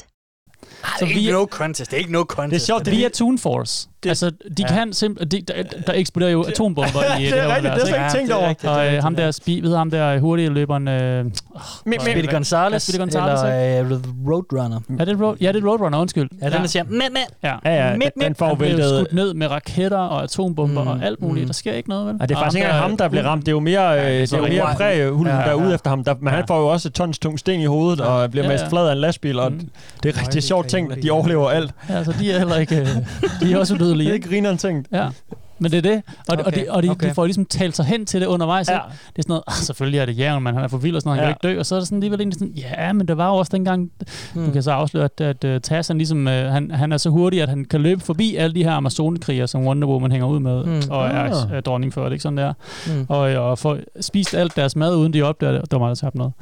S7: Så det er ikke no contest. Det er ikke no contest.
S9: Det er sjovt, det er via Toon Force. Det, altså, de
S7: Ja.
S9: ja. kan simpelthen... De, der, der eksploderer jo atombomber i
S7: [laughs] Det er
S9: det her
S7: rigtigt, det har jeg slet ikke
S9: univers,
S7: tænkt
S9: ikke?
S7: over.
S9: Og
S7: Det er
S9: øh, ham
S7: rigtigt,
S9: der, spi, ved ham der hurtige løberen... Øh,
S7: men- Speedy Gonzales, eller, øh, Roadrunner.
S9: Er det, road, ja, det er Roadrunner, undskyld.
S7: Ja, den der siger, mæ, mæ.
S9: Ja,
S4: ja, den- den får
S9: Han bliver
S4: væltet-
S9: skudt ned med raketter og atombomber mm, og alt muligt. Der sker ikke noget, vel?
S4: Og det er
S9: Og
S4: faktisk ikke
S9: der-
S4: engang ham, der bliver ramt. Det er jo mere, øh, det er jo mere
S9: rigtigt.
S4: præhulden,
S9: Ja,
S4: der er
S9: ja.
S4: ude efter ham. Der, men han får jo også et tons tung sten i hovedet, og bliver
S9: Ja,
S4: mest
S9: ja. Mm.
S4: flad af en lastbil. Og det er rigtig sjovt ting, at de overlever alt.
S9: Ja, altså, de er heller ikke... øh, De er også udødelige.
S4: Det er ikke grineren tænkt.
S9: Ja. Men det er det. Og, okay. og,
S4: Okay,
S9: de, og de, okay.
S4: okay.
S9: de får ligesom talt sig hen til det undervejs. Ja.
S4: Ja.
S9: Det er sådan noget, "Ah, selvfølgelig er det jævn, men han er for vild og sådan noget, han ja.
S4: Ja.
S9: kan jo ikke dø. Og så er det sådan alligevel egentlig sådan, ja, men der var jo også dengang, hmm. du kan så afsløre, at, at uh, Tass, han, ligesom, uh, han, han er så hurtig, at han kan løbe forbi alle de her amazonekriger, som Wonder Woman hænger ud med,
S10: Hmm.
S9: hmm. og er
S10: Ah.
S9: uh, dronning for det, ikke sådan der.
S10: Hmm.
S9: Hmm. Og, og får spist alt deres mad, uden de opdager det. Det var mig, der tabte noget.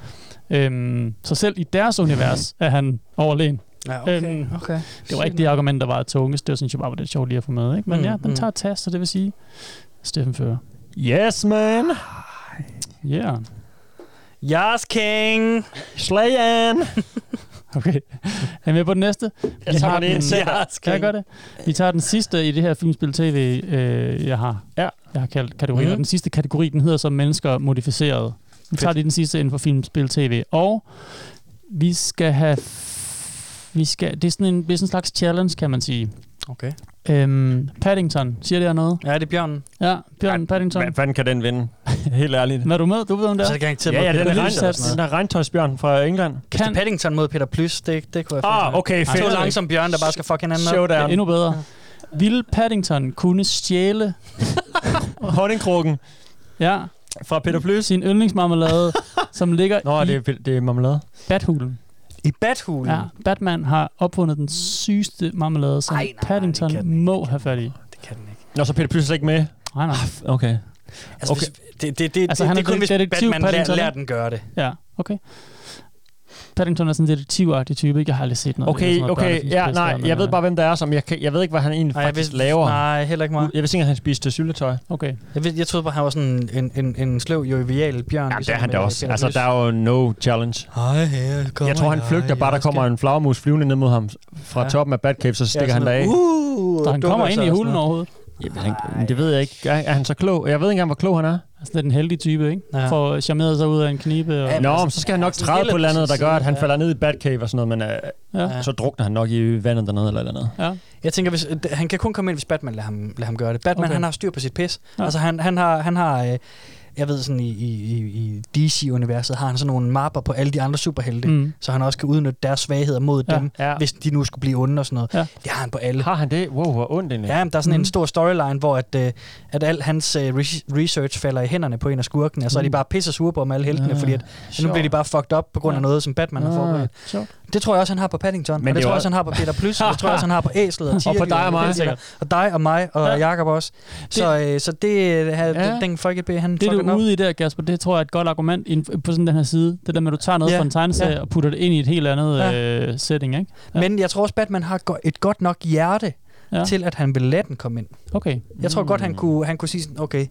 S9: Øhm, så selv i deres univers er han overlegen. Øhm,
S7: Ja, okay, okay.
S9: Det var ikke det argument, der var tungest. Det var, synes jeg bare var lidt sjovt lige at få med. Ikke? Men
S4: Mm,
S9: ja, den
S4: mm.
S9: tager tast, så det vil sige, Steffen fører.
S4: Yes, man!
S9: Yeah.
S7: Yes, king!
S4: Slayan!
S9: [laughs] okay. Er I med på den næste?
S4: Jeg tager den ind selv.
S9: yes, kan jeg gøre det? Vi tager den sidste i det her filmspil TV, øh, jeg har.
S4: Ja.
S9: Jeg har kaldt kategorien.
S4: Mhm.
S9: Mm. Den sidste kategori, den hedder så mennesker modificeret. Vi tager lige den sidste inden for filmspil TV. Og vi skal have... Vi skal, det, er sådan en, det er sådan en slags challenge, kan man sige.
S7: Okay.
S9: Øhm, Paddington, siger det her noget?
S7: Ja, det er bjørnen.
S9: Ja, Bjørn Paddington.
S4: Hvad fanden kan den vinde? [laughs] Helt ærligt.
S9: Hvad er du med? Du ved, om det er.
S7: Så er det gang til
S4: ja,
S7: mod
S4: ja, den
S7: Peter
S4: er,
S7: Plys eller
S4: regn,
S7: sådan
S4: den er regntøjsbjørn fra England.
S7: Kan... Paddington mod Peter Plys, det, det kunne jeg
S4: Ah,
S7: finde mig.
S4: okay, fedt.
S7: To langsomme bjørn, der bare skal fuck hinanden op.
S9: Det er endnu bedre. Ville Paddington kunne
S4: [laughs]
S9: stjæle
S4: honningkrukken
S9: ja.
S4: fra Peter Plys?
S9: Sin
S4: [laughs]
S9: yndlingsmarmelade, som ligger
S4: Nå,
S9: i
S4: det er, det er marmelade.
S9: Bathulen.
S7: I Bathulen?
S9: Ja, Batman har opfundet den sygeste marmelade, som Ej, nej, Paddington må have fat i.
S4: Nå, så er Peter Plys slet ikke med? Ah,
S9: Nej, nej.
S4: Okay.
S7: Altså, okay. Hvis, det, det, det, altså, det,
S9: han
S7: det
S9: er
S7: er kun,
S9: det-
S7: hvis
S9: detektiv
S7: Batman lærer,
S9: Paddington,
S7: lærer
S9: ikke?
S7: den gøre det.
S9: Ja, okay. Paddington er sådan en detektivagtig type, ikke? Jeg har aldrig set noget. af det.
S4: Okay,
S9: Jeg tror,
S4: okay,
S9: Paddington
S4: ja,
S9: spidser,
S4: nej,
S9: men,
S4: jeg ved
S9: øh,
S4: bare, hvem der er, som jeg, kan, jeg ved ikke, hvad han egentlig
S7: Nej, jeg
S4: faktisk
S7: ved-
S4: laver.
S7: nej, heller ikke meget.
S4: Jeg vidste ikke, at han spiste syltetøj.
S9: Okay.
S7: Jeg, ved, jeg troede bare, han var sådan en, en, en sløv, jovial bjørn.
S4: Ja,
S7: ligesom
S4: det er han da også. Altså, der er jo no challenge.
S7: Hej, her kommer
S4: jeg tror, han
S7: jeg,
S4: flygter bare, der
S7: jeg
S4: kommer
S7: skal-
S4: en flagermus flyvende ned mod ham fra
S7: Ja.
S4: toppen af Batcave, så stikker
S7: Ja,
S4: han
S7: sådan
S4: deraf.
S7: noget, "Uh",
S9: Så han
S7: dukker
S9: kommer
S7: sig
S9: ind i
S7: og sådan
S9: hulen
S7: noget.
S9: overhovedet?
S4: Jamen, han, det ved jeg ikke. Er, er han så klog? Jeg ved ikke engang, hvor klog han er.
S9: Altså, det er den heldige type, ikke?
S4: Ja.
S9: Ja. Får charmeret sig ud af en knibe. Og...
S4: Nå, men altså, så skal han nok træde på et eller andet, der gør, at han falder ned i Batcave og sådan noget, men øh,
S9: Ja.
S4: så drukner han nok i vandet dernede eller et eller andet.
S9: Ja.
S7: Jeg tænker, hvis, øh, han kan kun komme ind, hvis Batman lader ham, lader ham gøre det. Batman,
S4: Okay.
S7: okay. han har styr på sit pis.
S4: Ja.
S7: Ja. Altså, han, han har... Han har øh, jeg ved sådan, i, i, i- i DC-universet har han sådan nogle mapper på alle de andre superhelte,
S4: Mm.
S7: mm. så han også kan udnytte deres svagheder mod
S4: Ja.
S7: ja. dem,
S4: Ja.
S7: ja. hvis de nu skulle blive onde og sådan noget.
S9: Ja.
S7: Det har han på alle.
S4: Har han det? Wow, hvor ondt egentlig.
S7: Ja, men der er sådan mm.
S4: Mm.
S7: en stor storyline, hvor at, øh, at al hans øh, res- research falder i hænderne på en af skurkene, og så er de
S4: Mm.
S7: bare pisse sure på dem alle heltene,
S4: Ah,
S7: fordi at, at nu
S4: sjovt.
S7: bliver de bare fucked up på grund af
S4: Ja.
S7: noget, som Batman har
S4: Ah,
S7: forberedt.
S9: Sjovt.
S7: Det tror jeg også, han har på Paddington,
S4: Men
S7: Men
S4: det
S7: og det,
S4: er
S7: tror
S4: jo
S7: jeg også,
S4: også-
S7: han har på Peter Plus, og det tror jeg også, han har på Æslet og
S4: Og på
S7: Tigger.
S4: dig og mig, sikkert.
S7: Og dig og mig og ja. Jakob også. Så, øh, så det, øh, ja. den folket han
S9: Det, du
S7: fucker den
S9: er
S7: op.
S9: ude i der, Kasper, det tror jeg er et godt argument inden- på sådan den her side. Det der med, at du tager noget
S7: Ja,
S9: fra en tegneserie
S7: ja.
S9: og putter det ind i et helt andet
S7: Ja.
S9: øh, setting, ikke?
S7: Men jeg tror også, Batman har go- et godt nok hjerte ja. til at han ville lade den komme ind.
S9: Okay.
S7: Jeg tror godt, han
S4: Mm.
S7: kunne, han kunne sige sådan, okay,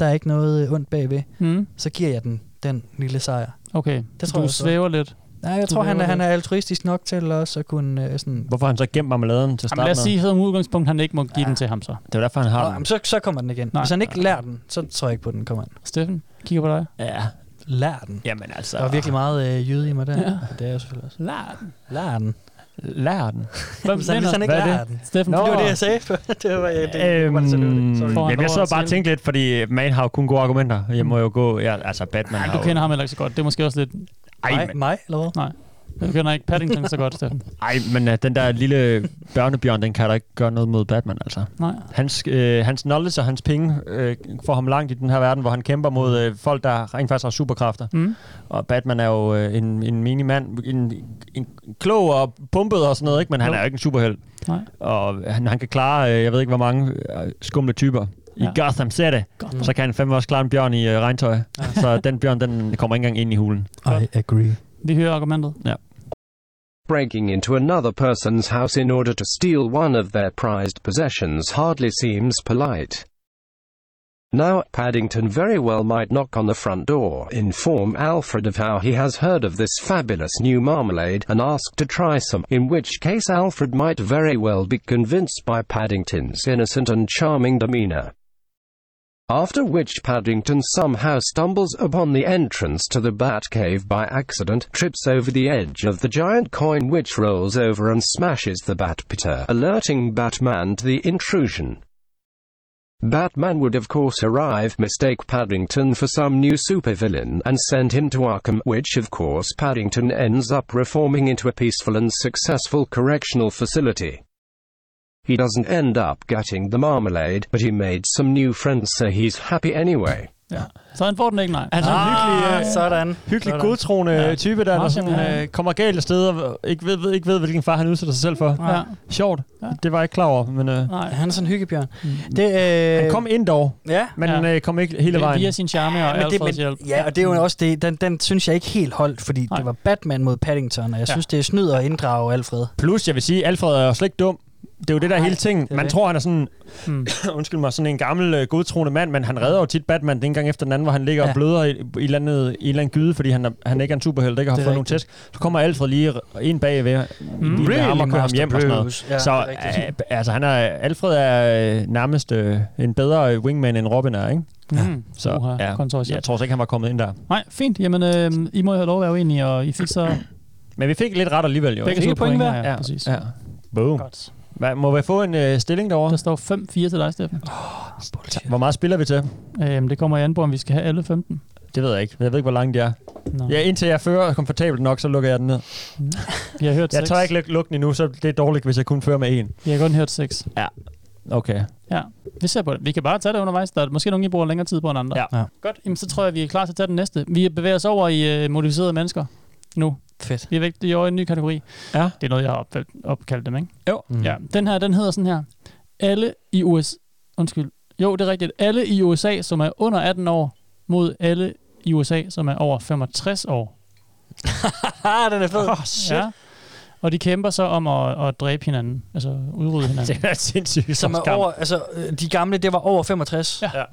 S7: der er ikke noget øh, ondt bagved,
S9: mm.
S7: så giver jeg den den lille sejr.
S9: Okay,
S7: det
S9: så
S7: tror
S9: du
S7: jeg så.
S9: svæver lidt.
S7: Nej, jeg
S9: Du
S7: tror, han er,
S9: væver
S7: han
S9: lidt.
S7: er altruistisk nok til også at kunne øh, sådan...
S4: Hvorfor har han så gemt marmeladen til at
S9: Jamen,
S4: starte
S9: lad os
S4: med?
S9: sige, at som udgangspunkt, han ikke må give ja. den til ham så.
S4: Det var derfor, han har
S7: Nå,
S4: den.
S7: jamen, så, så kommer den igen. Nej,
S9: Nej.
S7: Hvis han ikke lærer den, så tror jeg ikke på, at den kommer ind.
S9: Steffen, kigger på dig.
S4: Ja.
S7: Lær den.
S4: Jamen altså...
S7: Der var virkelig meget øh, jyde i mig der.
S9: Ja.
S7: Ja. Det er jeg selvfølgelig også.
S9: Lær den.
S7: Lær den.
S4: Lær den.
S7: Hvad hvis han, hvis han ikke
S4: Hvad er det?
S7: lærer den?
S9: Steffen,
S7: det var
S4: Nå.
S7: det, jeg sagde. før. det var, jeg, det,
S4: Øhm,
S7: Foran
S4: jamen, jeg
S7: over
S4: så
S7: og
S4: bare
S7: til.
S4: tænkte lidt, fordi man har jo kun gode argumenter. Jeg må jo gå... Ja, altså, Batman
S9: Ej,
S4: har
S9: du
S4: jo-
S9: kender ham heller ikke så godt. Det er måske også lidt...
S4: Ej,
S7: Mig,
S4: men-
S7: mig, eller hvad?
S9: Nej. Du kender ikke Paddington så godt, Steffen.
S4: Ej, men uh, den der lille børnebjørn, den kan da ikke gøre noget mod Batman, altså.
S9: Nej.
S4: Hans, øh, hans knowledge og hans penge øh, får ham langt i den her verden, hvor han kæmper mod øh, folk, der rent faktisk har superkræfter.
S9: Mm.
S4: Og Batman er jo øh, en, en minimand, en, en klog og pumpet og sådan noget, ikke? men han
S9: Jo.
S4: er jo ikke en superheld.
S9: Nej.
S4: Og han, han kan klare, øh, jeg ved ikke hvor mange øh, skumle typer. I
S9: Ja.
S4: Gotham City,
S9: Gotham.
S4: så kan han fandme også klare en bjørn i øh, regntøj. så den bjørn, den kommer ikke engang ind i hulen.
S7: I agree.
S9: Vi hører argumentet.
S11: Breaking into another person's house in order to steal one of their prized possessions hardly seems polite. Now, Paddington very well might knock on the front door, inform Alfred of how he has heard of this fabulous new marmalade, and ask to try some, in which case Alfred might very well be convinced by Paddington's innocent and charming demeanor. After which Paddington somehow stumbles upon the entrance to the Bat Cave by accident, trips over the edge of the giant coin which rolls over and smashes the Bat Peter, alerting Batman to the intrusion. Batman would of course arrive, mistake Paddington for some new supervillain, and send him to Arkham, which of course Paddington ends up reforming into a peaceful and successful correctional facility. He doesn't end up getting the marmalade, but he made some new friends, so he's happy anyway.
S9: Ja. Så han får den ikke, nej.
S4: Han er sådan en hyggelig, øh,
S7: Sådan.
S4: hyggelig godtroende
S9: Ah, Ja.
S4: ja. type, der, der
S9: Meget
S4: sådan,
S9: charmerende.
S4: øh, kommer galt af sted og ikke ved, ved, ikke ved, hvilken far han udsætter sig selv for.
S9: Ja. ja.
S4: Sjovt.
S9: Ja.
S4: Det var jeg ikke klar over, men øh,
S9: Nej.
S7: Han er sådan en hyggebjørn. Det, øh,
S4: han kom ind dog,
S7: Ja,
S4: men
S9: Ja.
S4: ja. øh, kom ikke hele
S9: Vi-
S4: vejen.
S9: Via sin charme og
S7: men det,
S9: Alfreds
S7: men,
S9: hjælp.
S7: ja, og det er jo også det, den, den synes jeg ikke helt holdt, fordi
S9: Nej.
S7: Nej. det var Batman mod Paddington, og jeg
S9: Ja.
S7: ja. synes, det er snyd at inddrage Alfred.
S4: Plus, jeg vil sige, Alfred er jo slet ikke dum. Det er jo det, der er hele tingen.
S7: er
S4: Man
S7: det.
S4: tror, han er sådan,
S9: Mm.
S4: [coughs] undskyld mig, sådan en gammel øh, godtroende mand, men han redder jo tit Batman den ene gang efter den anden, hvor han ligger ja.
S7: Ja.
S4: og bløder i, i, et eller andet, i en eller anden gyde, fordi han, er, han ikke er en superheld, der ikke har
S7: Det
S4: fået
S7: er
S4: nogen tæsk. Så kommer Alfred lige r- ind bagved, mm. lige med ham og kører ham hjem og sådan noget.
S7: Ja,
S4: Ja, så øh, altså, han er, Alfred er øh, nærmest øh, en bedre wingman, end Robin er, ikke?
S9: Mm.
S4: Så
S9: Uha,
S4: ja,
S9: kontroversielt.
S4: jeg tror så ikke, han var kommet ind der.
S9: Nej, fint. Jamen, øh, I må jo have lov at være uenige, og I fik så
S4: [clears throat] Men vi fik lidt ret alligevel, jo.
S9: begge
S4: ikke?
S9: to point hver.
S4: Ja,
S9: præcis.
S4: Ja. Boom.
S9: Godt.
S4: Hvad, må vi få en øh, stilling
S9: Der
S4: derovre?
S9: står 5-4 til dig, Steffen.
S4: Hvor meget spiller vi til?
S9: Øhm, det kommer i an på, om vi skal have alle 15.
S4: Det ved jeg ikke. Jeg ved ikke, hvor langt de er.
S9: Nå. Mm.
S4: Ja, indtil jeg fører komfortabelt nok, så lukker jeg den ned.
S9: Jeg har hørt
S4: Jeg
S9: 6.
S4: tør ikke luk- lukke den endnu, så det er dårligt, hvis jeg kun fører med en.
S9: Jeg har kun hørt 6.
S4: Okay.
S9: Vi ser på det. Vi kan bare tage det undervejs. Der er måske nogen, I bruger længere tid på end andre.
S4: Ja.
S7: Ja.
S9: Godt. Jamen, så tror jeg, vi er klar til at tage den næste. Vi bevæger os over i øh, modificerede mennesker nu.
S7: Fedt.
S9: Vi er væk i over i en ny kategori.
S4: Ja.
S9: Det er noget, jeg har opfald- opkaldt dem, ikke?
S4: Jo.
S7: Mm.
S9: Ja. Den her, den hedder sådan her. Alle i USA... Undskyld. Jo, det er rigtigt. Alle i USA, som er under 18 år, mod alle i USA, som er over 65 år.
S7: Ah, den er fed.
S9: Oh, shit. Ja. Og de kæmper så om at, at dræbe hinanden. Altså
S4: [laughs]
S9: udrydde hinanden.
S4: Det er sindssygt.
S7: Som er over, altså, øh, de gamle, det var over 65.
S9: Ja.
S7: ja.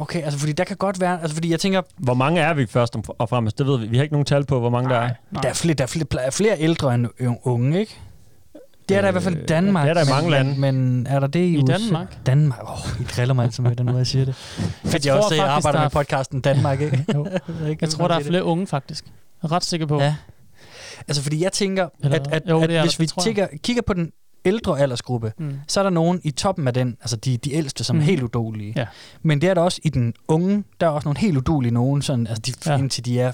S7: okay, altså, fordi der kan godt være, altså, fordi jeg tænker,
S4: Hvor mange er vi først om- og fremmest? Det ved vi. Vi har ikke nogen tal på, hvor mange der er.
S9: Nej.
S7: der er flere, der er flere, er flere ældre end ø- unge, ikke? Det er der i hvert fald i
S4: Øh,
S7: Danmark.
S4: det er der i
S7: men-
S4: mange lande.
S7: Men er der det i,
S9: I
S7: USA?
S9: Danmark?
S7: Danmark. Åh, oh, I driller mig altid med den måde, jeg [laughs] siger det. Fedt, jeg
S9: tror
S7: også jeg
S9: faktisk, der
S7: arbejder
S9: er-
S7: med [laughs] podcasten Danmark, ikke?
S9: Jo.
S7: ved ikke,
S9: Jeg tror, der er
S7: det.
S9: flere unge, faktisk. Jeg er ret sikker på.
S7: Ja. Altså, fordi jeg tænker,
S9: Eller-
S7: at, at,
S9: Jo, det
S7: jo,
S9: er
S7: at
S9: der,
S7: hvis vi
S9: tror jeg.
S7: tænker, kigger på den ældre aldersgruppe,
S9: Mm.
S7: så er der nogen i toppen af den, altså de, de ældste, som
S9: Mm.
S7: er helt udulige.
S9: Ja.
S7: Men det er der også i den unge, der er også nogle helt udulige nogen, sådan, altså de,
S9: Ja.
S7: ja. indtil de er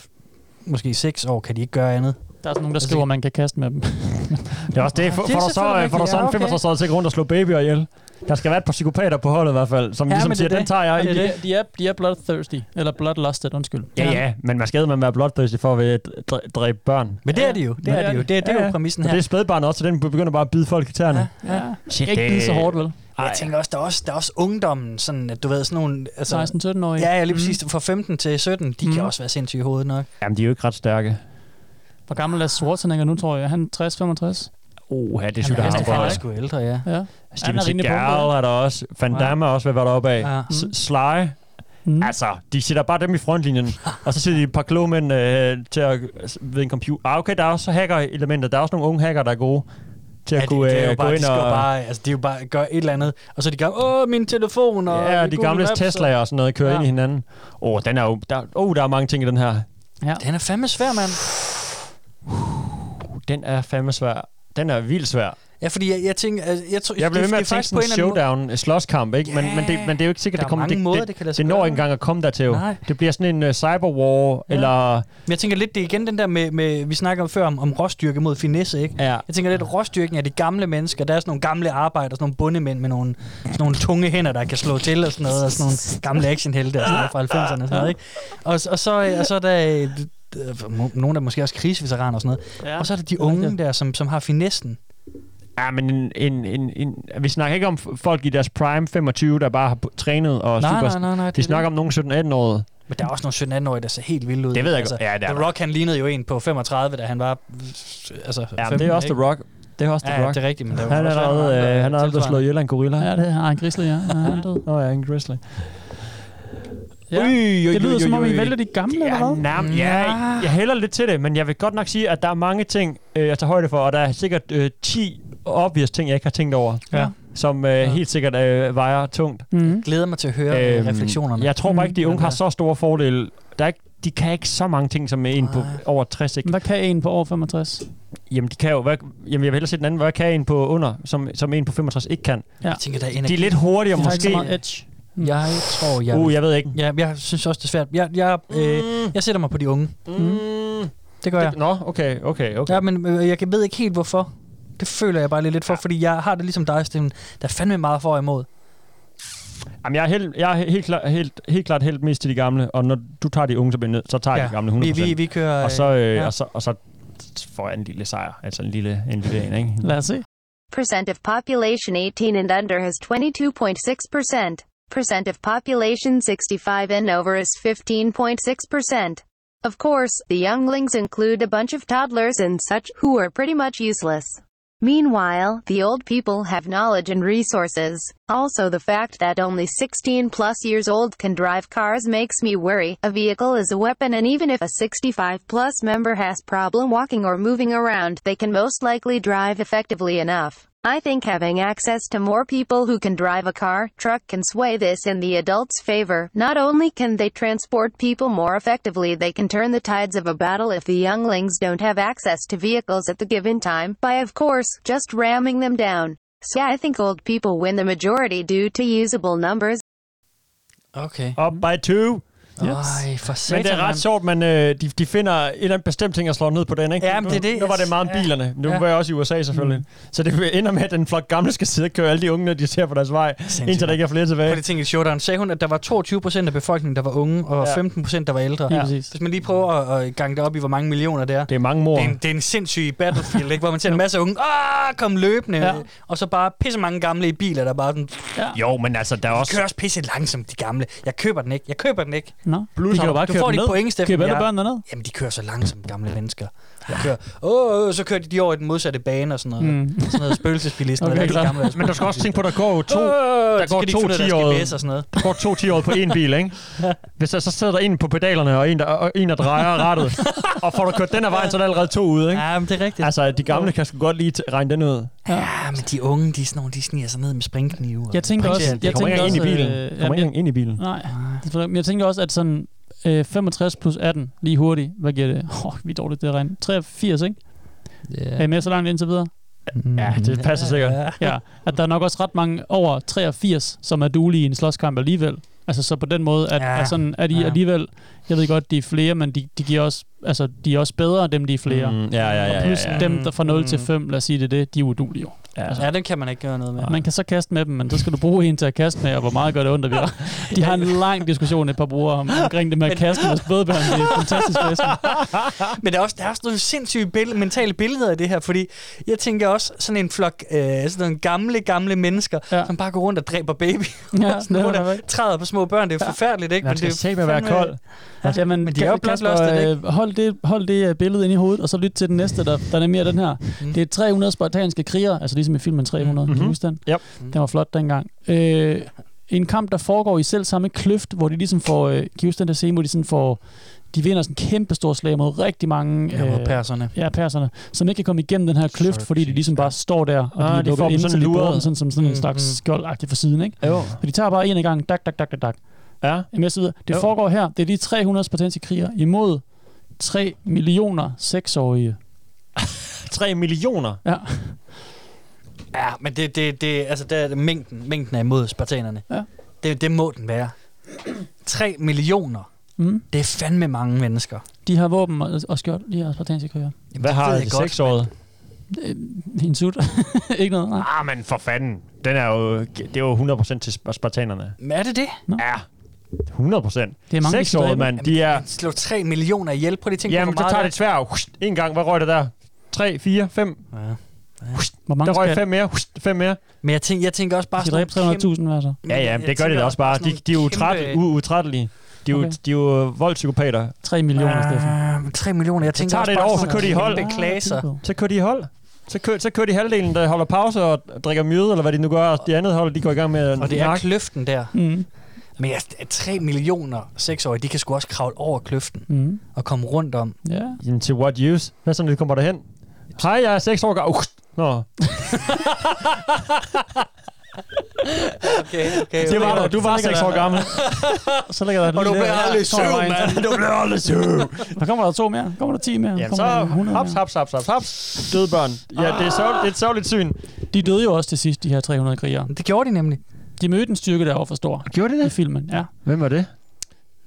S7: måske 6 år, kan de ikke gøre andet. Altså,
S9: Der er sådan nogen, der skriver, at man kan kaste med dem. [laughs]
S4: Det er også det. Får
S7: Det
S4: får
S7: er
S4: du så,
S7: selvfølgelig
S4: får du så
S7: rigtigt. Ja,
S4: en
S7: okay.
S4: 65 år til rundt og slå babyer ihjel? Der skal være et par psykopater på holdet i hvert fald, som
S7: Ja,
S4: ligesom
S7: men det
S4: siger,
S7: er det.
S4: den tager jeg.
S9: De,
S4: ikke."
S9: de, de, er, de er bloodthirsty, eller bloodlusted, undskyld.
S4: Ja, ja, men man skal man være blotdøsig for at øh, dr- dræbe børn.
S7: Men det
S9: Ja.
S7: er de jo. Det
S9: Ja,
S7: er de jo. Det er, det er
S4: Ja,
S7: jo
S4: ja.
S7: præmissen
S4: Og
S7: her.
S4: det er spædbarn også, så den begynder bare at bide folk i tæerne.
S7: Ja.
S9: ja.
S4: Shit,
S9: Ikke bide
S4: det-
S9: så hårdt, vel?
S7: Jeg tænker også, der er også, der er også ungdommen, sådan, at du ved, sådan nogle... Altså,
S9: 16-17-årige.
S7: Ja, ja, lige præcis. Fra 15 til 17, de mm. kan
S9: Mm.
S7: også være sindssyge i hovedet nok.
S4: Jamen, de er jo ikke ret stærke.
S9: Hvor gammel er Schwarzenegger nu, tror jeg? Er han 60-65?
S4: Uha, det
S10: Han
S4: synes
S10: er
S4: jeg,
S10: næsten
S4: har
S10: far,
S4: på.
S10: ikke? Sgu ældre, ja. Ja. Han
S9: Altså,
S4: Steven
S10: er rimelig
S4: Seagal
S10: bumpet,
S4: er der også. Van Damme er også ved at være deroppe af. Ja. Sly.
S10: Mm.
S4: Altså, de sætter bare dem i frontlinjen, og så sætter de et par klogmænd øh, til at, ved en computer. Ah, okay, der er også hacker-elementer. Der er også nogle unge hacker, der er gode til at
S7: Ja, det,
S4: kunne
S7: det er
S4: øh,
S7: jo
S4: gå
S7: bare, de
S4: ind
S7: skal jo
S4: og...
S7: bare, altså, de er jo bare gøre et eller andet, og så er de gamle, åh, min telefon, og...
S4: Ja,
S7: min
S4: de
S7: Google
S4: gamle
S7: Maps,
S4: Tesla'er og sådan noget kører
S7: Ja.
S4: ja. ind i hinanden. Åh, oh, den er jo... Der, oh, der er mange ting i den her.
S10: Ja.
S7: Den er fandme svær, mand.
S4: Uh, Den er fandme svær. Den er vildt svær.
S7: Ja, fordi jeg, jeg tænker, altså, jeg tror,
S4: Jeg blev
S7: det-
S4: ved med at
S7: det
S4: tænke
S7: er faktisk
S4: sådan en
S7: på en eller anden
S4: showdown, en slåskamp, ikke? Men, men, det, men det er jo ikke sikkert,
S7: Der
S4: det
S7: er
S4: kommer...
S7: mange
S4: det,
S7: måder,
S4: det,
S7: det kan lade sig
S4: det når
S7: gøre.
S4: ikke engang at komme dertil, jo.
S7: Nej.
S4: Det bliver sådan en uh, cyberwar, ja. eller...
S7: måde- Men jeg tænker lidt, det er igen den der med, med vi snakker om før om, om råstyrke mod finesse, ikke?
S4: Ja.
S7: Jeg tænker lidt, råstyrken er de gamle mennesker, der er sådan nogle gamle arbejdere, sådan nogle bundemænd med nogle, sådan nogle tunge hænder, der kan slå til og sådan noget, og sådan nogle gamle actionhelte og sådan noget fra 90'erne og sådan noget, ikke? Og, og, så, og så er der øh, øh, må- nogle der måske også krigsveteraner og sådan noget.
S10: Ja.
S7: Og så er der de unge der, som, som har finessen.
S4: Ja, men en, en, en, en, vi snakker ikke om f- folk i deres prime 25, der bare har p- trænet og
S7: Nej,
S4: super...
S7: nej, nej, nej, det
S4: Vi
S7: er
S4: snakker
S7: det.
S4: om nogle 17-18-årige.
S7: Men der er også nogle 17-18-årige, der ser helt vildt ud.
S4: Det ved jeg
S7: altså,
S4: godt. Ja, det er
S7: The
S4: der.
S7: Rock, han lignede jo en på 35, da han var altså,
S4: Ja, men det er også The Rock. Det er også The
S7: ja,
S4: Rock.
S7: det er rigtigt, men der
S4: han er
S7: også
S4: allerede,
S7: andre,
S4: øh, han er allerede blevet
S7: tilsvarende.
S4: slået ihjel af en gorilla.
S9: Ja, det er ah, en grizzly, ja. ja han er død.
S4: Nå ja, en grizzly.
S9: Ja.
S4: øj,
S9: det lyder
S4: øj,
S9: som om,
S4: øj,
S9: I
S4: øj.
S9: vælger de gamle, eller hvad?
S4: Jamen, ja, jeg hælder lidt til det, men jeg vil godt nok sige, at der er mange ting, øh, jeg tager højde for, og der er sikkert øh, 10 obvious ting, jeg ikke har tænkt over,
S7: Ja.
S4: som øh, helt sikkert øh, vejer tungt.
S7: Jeg glæder mig til at høre øhm, refleksionerne.
S4: Jeg tror bare ikke, de unge
S7: Men,
S4: har
S7: øh,
S4: så store fordele. Der er ikke, de kan ikke så mange ting, som en på over 60. Ikke?
S9: Hvad kan en på over 65?
S4: Jamen, de kan jo, hvad, jamen, jeg vil hellere se den anden. Hvad kan en på under, som, som en på 65 ikke kan?
S9: Ja.
S7: Jeg tænker, der er
S4: de
S7: energi.
S4: er lidt hurtigere
S7: De har ikke
S4: måske.
S7: så meget
S9: edge.
S4: Mm.
S7: Jeg tror, jeg...
S4: Uh, jeg ved ikke.
S7: Ja, jeg synes også, det er svært. Jeg, jeg, øh, jeg sætter mig på de unge.
S4: Mm.
S7: Det gør jeg.
S4: Nå, okay, okay, okay.
S7: Ja, men øh, jeg kan- ved ikke helt, hvorfor. Det føler jeg bare lidt, lidt for, fordi jeg har det ligesom dig, Steffen. Der er fandme meget for og imod.
S4: Jamen, jeg er, helt, jeg er helt, klar, helt, helt klart helt mest til de gamle, og når du tager de unge, så, bliver jeg nødt- så tager jeg
S7: Ja,
S4: de gamle
S7: vi-
S4: 100%.
S7: vi- vi kører,
S4: og så,
S7: øh,
S4: øh,
S7: ja.
S4: ja. og, så, og så får jeg en lille sejr, altså en lille en, lille en ikke?
S9: Lad os se.
S13: Percent of population 18 and under has 22.6%. Percent of population 65 and over is 15.6%. Of course, the younglings include a bunch of toddlers and such, who are pretty much useless. Meanwhile, the old people have knowledge and resources. Also, the fact that only 16 plus years old can drive cars makes me worry. A vehicle is a weapon, and even if a 65 plus member has problem walking or moving around, they can most likely drive effectively enough. I think having access to more people who can drive a car, truck can sway this in the adults' favor. Not only can they transport people more effectively, they can turn the tides of a battle if the younglings don't have access to vehicles at the given time, by of course, just ramming them down. So I think old people win the majority due to usable numbers.
S7: Okay.
S4: Up by two.
S7: Yes. Ej, for
S4: Men
S7: satan,
S4: det er
S7: mand.
S4: ret sjovt, man øh, de, de finder en eller anden bestemt ting at slå ned på den, ikke?
S7: Ja, men
S4: nu,
S7: det er det,
S4: Nu var det
S7: altså.
S4: meget om
S7: Ja.
S4: bilerne. Nu
S7: Ja.
S4: var jeg også i USA selvfølgelig. Mm. Så det ender med, at den flok gamle skal sidde og køre alle de unge, når de ser på deres vej, indtil der ikke er flere tilbage.
S7: Prøv lige at tænke i showdown. Sagde hun, at der var 22 procent af befolkningen, der var unge, og
S4: Ja.
S7: 15 procent, der var ældre.
S4: Lige præcis.
S7: Hvis man lige prøver at, at gange det op i, hvor mange millioner det er. Det
S4: er mange mor.
S7: Det er en, det er en sindssyg battlefield, ikke? hvor man ser en masse unge, ah, kom løbende, ja.
S4: Ja.
S7: og så bare pisse mange gamle i biler, der bare sådan, ja.
S4: Jo, men altså, der er også...
S7: kører også pisse langsomt, de gamle. Jeg køber den ikke, jeg køber den ikke.
S9: Nå,
S7: Blue,
S9: de kan jo bare
S7: du
S9: køre
S7: får
S9: dem
S7: dit
S9: ned.
S7: point, Steffen.
S9: Køber alle
S7: Jeg-
S9: børnene ned.
S7: Jamen, de kører så langsomt, gamle mennesker. Jeg kører, åh, åh, så kører de lige over i den modsatte bane og sådan noget. Mm.
S4: Mm.
S7: Sådan noget spøgelsesbilisten.
S4: Okay,
S7: eller de
S4: klart.
S7: gamle,
S4: Men du skal også tænke på, der går jo to,
S7: Åh,
S4: der
S7: Øh, så
S4: går
S7: kan de
S4: to
S7: ikke finde ud af deres
S4: tiårige,
S7: GPS og sådan noget.
S4: der går to tiårige på én bil,
S7: [laughs]
S4: ikke? Hvis der så sidder der en på pedalerne, og en, der, og en der drejer
S7: [laughs]
S4: rattet, og får du kørt den her vejen, så er der allerede to ude, ikke?
S7: Ja, men det er rigtigt.
S4: Altså, de gamle kan sgu godt lige t- regne den ud.
S7: Ja, men de unge, de, er sådan nogle, de sniger sig ned med springknive. og-
S9: Jeg tænker
S7: Prinsen,
S9: også...
S7: de
S9: Jeg
S7: kommer
S9: tænker
S7: ikke
S9: også,
S7: ind i bilen.
S9: øh,
S4: Kommer ikke
S9: ja, jeg-
S4: engang ind i bilen.
S9: Nej. Det er for- Men jeg tænker også, at sådan øh, 65 plus 18, lige hurtigt, hvad giver det? [laughs] Åh, vi er dårligt det at regne. 83, ikke?
S7: Yeah.
S9: Er I med så langt indtil videre?
S4: Ja, det passer sikkert.
S9: Ja, at der er nok også ret mange over 83, som er duelige i en slåskamp alligevel. Altså, så på den måde, at,
S10: Ja.
S9: ja. at, sådan, at de
S10: Ja.
S9: alligevel, jeg ved godt, de er flere, men de, de, giver også, altså, de er også bedre, dem de er flere.
S4: Mm, ja, ja, ja,
S9: Og plus
S4: ja, ja.
S9: dem, der fra 0
S4: Mm.
S9: til 5, lad os sige det er det, de er udulige. jo.
S10: Ja, altså, ja, den kan man ikke gøre noget med.
S9: Man kan så kaste med dem, men så skal du bruge en til at kaste med, og hvor meget gør det ondt at virke.
S10: [laughs]
S9: De har en lang diskussion, et par brugere, om, omkring det med at kaste med spædbørn. Det er fantastisk væsen.
S7: [laughs] Men der er også, der er også nogle sindssyge bill- mentale billeder af det her, fordi jeg tænker også sådan en flok øh, sådan nogle gamle, gamle mennesker, ja. som bare går rundt og dræber baby.
S10: Ja,
S7: Ja, [laughs] sådan
S10: det
S7: nogen,
S10: er
S7: der
S10: rigtigt.
S7: træder på små børn. Det er
S10: Ja.
S7: jo forfærdeligt, ikke?
S10: Man skal
S7: det er
S10: se med at være
S7: fandme-
S10: kold.
S7: Ja.
S10: Jamen,
S7: Men de er jo bloodlusted, ikke?
S9: øh, Hold det, hold det øh, billede ind i hovedet, og så lyt til den næste, der, der er mere den her.
S10: Mm.
S9: Det er 300 spartanske krigere, altså ligesom i filmen 300,
S10: Mhm.
S9: mm-hmm. kan du huske den?
S4: Yep.
S9: Den var flot dengang. Øh, en kamp, der foregår i selv samme kløft, hvor de ligesom får, øh, kan I huske den der scene, hvor de sådan får, de vinder sådan en kæmpe stor slag mod rigtig mange... øh,
S10: Ja, mod perserne.
S9: Ja, perserne, som ikke kan komme igennem den her kløft, fordi de ligesom bare står der, og
S10: Ah,
S9: de, er
S10: de
S9: lukket
S10: får dem
S9: inde,
S10: sådan
S9: så de bruger
S10: luret.
S9: dem sådan, som sådan en
S10: Mm,
S9: slags
S10: mm.
S9: skjoldagtigt for siden, ikke?
S10: Jo.
S9: Så de tager bare en af gangen, dak, dak, dak, dak, dak.
S4: Ja.
S9: Jamen, så videre. Det
S10: Jo.
S9: foregår her, det er de 300 spartanskriger imod 3 millioner seksårige.
S4: 3 millioner?
S9: Ja.
S7: Ja, men det, det, det, altså, der er det mængden, mængden er imod spartanerne.
S9: Ja.
S7: Det, det må den være. 3 millioner.
S9: Mm.
S7: Det er fandme mange mennesker.
S9: De har våben og, og skjold, de her spartanske kriger.
S7: Hvad det har ved jeg det godt,
S4: seksårige?
S9: En sut.
S7: [laughs]
S9: ikke noget, nej.
S4: Ah, men for fanden. Den er jo, det er jo 100% til sp- spartanerne.
S7: Men er det det?
S4: Ja. 100 procent.
S7: Det er mange, de skal
S4: Seksårige,
S7: dræbe.
S4: mand. De er...
S7: Slå 3 millioner ihjel. Prøv lige at tænke
S4: Jamen,
S7: på, hvor
S4: så
S7: meget
S4: tager
S7: der-
S4: det tvær. En gang, hvad røg der der? 3, 4, 5.
S7: Ja.
S9: Hvor
S4: Der røg fem mere. Fem mere.
S7: Men jeg tænker, jeg tænker også bare...
S9: De dræber 300.000 hver så.
S4: Ja, ja, men det gør de da også bare. De, de er jo utrættelige. u- utrættelige. De er jo,
S9: Okay.
S4: de er jo voldpsykopater.
S9: 3 millioner, ah,
S7: Steffen. 3 millioner. Jeg
S4: Så tager
S7: tænker
S4: det
S7: også
S4: et
S7: bare
S4: år, så
S7: sådan
S4: kører de i
S7: nogle
S4: hold. Ah,
S7: kæmpe klaser.
S4: Så kører de i hold. Så kører, så kører de halvdelen, der holder pause og drikker myde, eller hvad de nu gør, og de andet hold, de går i gang med at
S7: Og det er
S4: nakke.
S7: kløften der.
S9: Mm.
S7: Men jeg, 3 millioner seksårige, de kan sgu også kravle over kløften
S9: mm.
S7: og komme rundt om.
S9: Ja.
S4: Jamen, til what use? Hvad så, når de kommer derhen? Hej, jeg er 6 år gammel. Nå,
S7: Okay, okay.
S4: det var der. Du var 6 år [laughs] gammel.
S9: så ligger der
S4: Og du bliver aldrig søv, mand. Du bliver aldrig søv.
S9: Der kommer der to mere. Kommer der 10 mere.
S4: Jamen,
S9: kommer der
S4: så
S9: 100
S4: haps,
S9: mere.
S4: haps, haps, haps, haps. Døde børn. Ja, det er, sørg, det er et sørgeligt syn.
S9: De døde jo også til sidst, de her 300 krigere.
S7: Det gjorde de nemlig.
S9: De mødte en styrke, der var for stor.
S4: Gjorde de det?
S9: I filmen, ja.
S4: Hvem var det?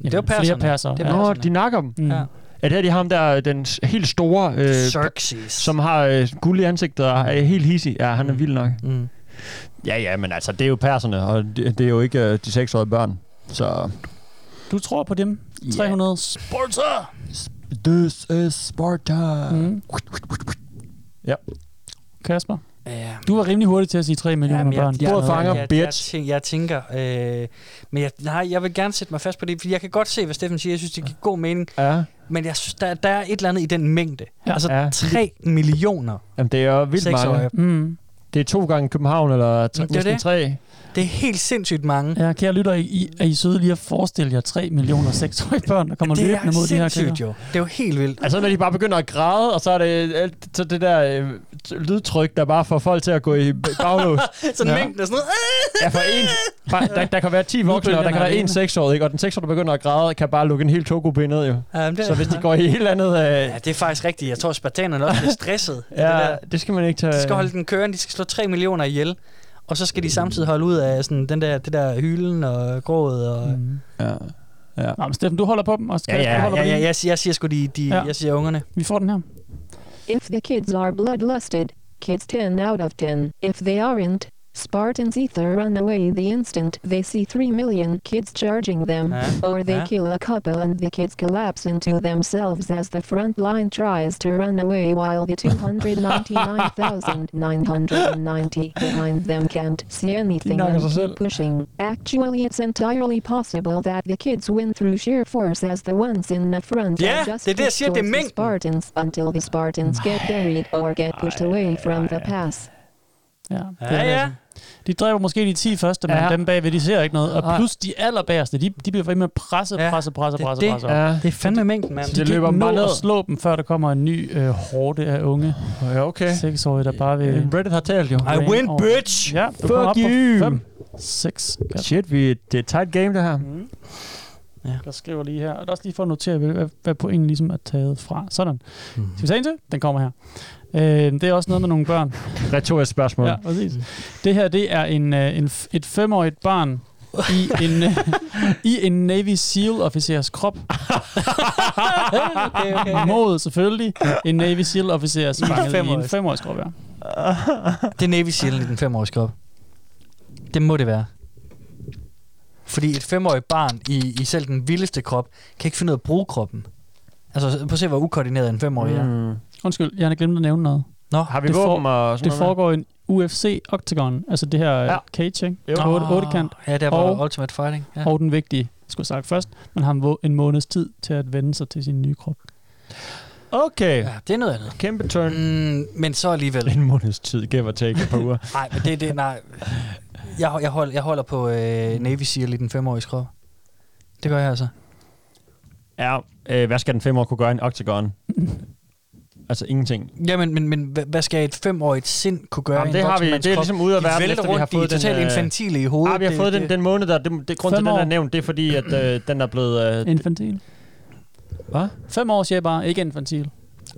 S9: Jamen, det var perserne. Flere persere.
S4: Det Nå, de nakker dem.
S9: Mm. Ja.
S4: Er det her, de ham der, den s- helt store... øh,
S7: Xerxes.
S4: Som har øh, guld i ansigtet og er helt hissig. Ja, han er vild nok.
S7: Mm.
S4: Ja, ja, men altså, det er jo perserne, og det, det er jo ikke øh, de seksårige børn. Så...
S9: Du tror på dem? 300 Sparta!
S4: This is Sparta.
S9: Mm.
S4: Ja.
S9: Kasper?
S7: Ja.
S9: Du var rimelig hurtig til at sige 3 millioner
S7: Jamen,
S9: børn.
S7: jeg, Jeg, tænker, jeg tænker øh, men jeg, nej, jeg vil gerne sætte mig fast på det, fordi jeg kan godt se, hvad Steffen siger. Jeg synes, det giver god mening.
S4: Ja.
S7: Men jeg synes, der, der er et eller andet i den mængde. Ja. Altså,
S4: Ja.
S7: 3 millioner.
S4: Jamen, det er jo vildt mange.
S7: Seksårige.
S9: Mm.
S4: Det er to gange København, eller tre,
S7: Det er
S4: måske
S7: det.
S4: tre.
S7: Det er helt sindssygt mange.
S9: Ja, kære lytter, I, I, er I søde lige at forestille jer 3 millioner 6-årige børn, der kommer
S7: Det er
S9: løbende mod de her
S7: sindssygt,
S9: kriger.
S7: jo. Det er jo helt vildt.
S4: Altså, når de bare begynder at græde, og så er det, alt- så det der øh, t- lydtryk, der bare får folk til at gå i b- baglås.
S7: [laughs] Sådan ja. mængden er sådan noget.
S4: Ja, for en, bare, der, der kan være 10 voksne, og der kan være en seksårig, ikke? og den seksårige, der begynder at græde, kan bare lukke en hel togruppe ned, jo.
S7: Ja, men det-
S4: Så hvis de går i et eller andet... Øh,
S7: Ja, det er faktisk rigtigt. Jeg tror, spartanerne også bliver stresset. af det
S4: [laughs] ja, øh.
S7: der.
S4: det, det skal man ikke tage...
S7: De skal holde den kørende, de skal slå 3 millioner ihjel. Og så skal de samtidig holde ud af sådan den der, det der hylen og grådet. Og... Mm.
S4: Ja. Ja.
S9: Nå, men Steffen, du holder på dem også.
S7: Ja,
S9: Kasper, du
S7: ja,
S9: holder
S7: ja,
S9: på
S7: ja,
S9: dem.
S7: jeg, siger, jeg siger sgu de, de
S9: Ja.
S7: ja. jeg siger ungerne.
S9: Vi får den her.
S8: If the kids are bloodlusted, kids 10 out of 10. If they aren't, Spartans either run away the instant they see 3 million kids charging them,
S14: Huh?
S8: or they
S14: Huh?
S8: kill a couple and the kids collapse into themselves as the front line tries to run away while the 299,990 behind them can't see anything
S14: knock
S8: and
S14: us
S8: keep
S14: out.
S8: pushing. Actually, it's entirely possible that the kids win through sheer force as the ones in the front
S7: Yeah,
S8: are just
S7: det er det, jeg siger, det er
S8: pushed towards the
S7: mængden.
S8: Spartans until the Spartans get buried or get pushed away from the pass.
S9: Ja,
S8: Ja,
S9: det er det
S8: ja.
S9: altså. De dræber måske de 10 første, men
S8: Ja.
S9: ja. dem bagved, de ser ikke noget.
S8: Nej.
S9: Og plus de allerbæreste, de, de bliver ved med at presse, presse, presse,
S7: det er
S9: presse,
S7: det.
S9: presse.
S7: Ja. Det er fandme mængden, mand.
S9: Så
S7: Det
S9: de kan
S7: løber
S9: ikke
S7: dem
S9: nå
S7: bare ned.
S9: at slå dem, før der kommer en ny øh, hårde af unge.
S4: Ja, okay.
S9: Seksårige, der bare vil...
S4: Reddit har talt jo.
S9: Rain
S4: win,
S9: over.
S4: bitch!
S9: Ja, du
S4: Fuck
S9: kommer op
S4: you!
S9: på 5, 6.
S4: Shit, vi, det er et tight game, det her.
S9: Mm. Ja. Jeg skriver lige her, og der er også lige for at notere, hvad, hvad pointen ligesom er taget fra. Sådan. Mm. Skal vi tage en til? Den kommer her. Øh, det er også noget med nogle [laughs] børn.
S4: Retorisk spørgsmål.
S9: Ja, præcis. Det her, det er en, øh, en, f- et femårigt barn i en, øh, i en Navy SEAL-officers [laughs] krop. okay, okay, okay. Mod selvfølgelig en Navy SEAL-officers
S7: I en
S9: fanget i en
S7: femårig.
S9: femårig krop, ja.
S7: [laughs] det er Navy Seal i den femårige krop. Det må det være. Fordi et femårigt barn i, i selv den vildeste krop, kan ikke finde ud af at bruge kroppen. Altså, prøv at se, hvor ukoordineret en femårig mm. er.
S9: Undskyld, jeg har glemt at nævne noget.
S7: Nå,
S4: har vi våben og sådan
S9: Det
S4: noget
S9: foregår i en UFC Octagon, altså det her ja. cage, ikke?
S7: Jo.
S9: Jo. Otte, otte kant.
S7: Ah, Ja, der var
S9: og,
S7: Ultimate Fighting. Ja.
S9: og den vigtige, jeg skulle have sagt først, man har en, vo- en måneds tid til at vende sig til sin nye krop.
S4: Okay.
S7: Ja, det er noget andet.
S4: Kæmpe turn.
S7: Mm, men så alligevel.
S4: En måneds tid, give or take et par uger.
S7: [laughs] Nej, men det, det, nej. Jeg, jeg, hold, jeg holder på øh, Navy Seal i den femårige krop. Det gør jeg altså.
S4: Ja, øh, hvad skal den fem år kunne gøre i en [laughs] octagon? altså ingenting.
S7: Jamen, men, men hvad- hvad skal et femårigt sind kunne gøre?
S4: Jamen,
S7: i en
S4: det har vi,
S7: voksen mands
S4: det er
S7: krop?
S4: ligesom ude af
S7: De
S4: verden,
S7: vælter
S4: efter vi
S7: rundt
S4: har fået
S7: de er totalt
S4: øh,
S7: infantile i hovedet.
S4: Ah, vi har
S7: Det-
S4: fået
S7: det-
S4: den, den måned, der, det, det grund til,
S9: Fem
S4: den er
S9: år.
S4: nævnt, det er fordi, at øh, den er blevet... Øh,
S9: Infantil.
S4: Hvad?
S9: Fem år, siger jeg bare. Ikke infantil.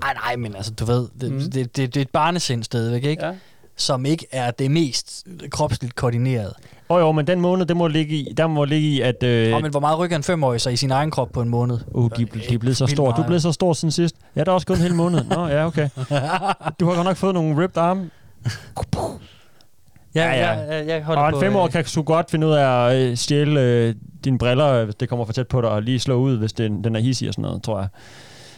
S7: Ej, nej, men altså, du ved, det,
S9: Mm.
S7: mm. det, det, det er et barnesind stadigvæk, ikke?
S9: Ja.
S7: Som ikke er det mest kropsligt koordineret.
S4: Åh oh, jo, men den måned, det må ligge i, der må ligge i, at... Øh,
S7: Og men hvor meget rykker en femårig sig i sin egen krop på en måned?
S4: Uh, de, er ble- de er blevet så
S7: Vildt
S4: store. Du er
S7: meget.
S4: blevet så stor siden sidst. Ja, der er også gået en hel måned. Nå, ja, okay. Du har godt nok fået nogle ripped arme.
S7: Ja, ja, ja, jeg holder
S4: Og en
S7: på,
S4: femårig
S7: øh,
S4: kan sgu godt finde ud af at øh, stjæle øh, dine briller, øh, hvis det kommer for tæt på dig, og lige slå ud, hvis den, den er hissig og sådan noget, tror jeg.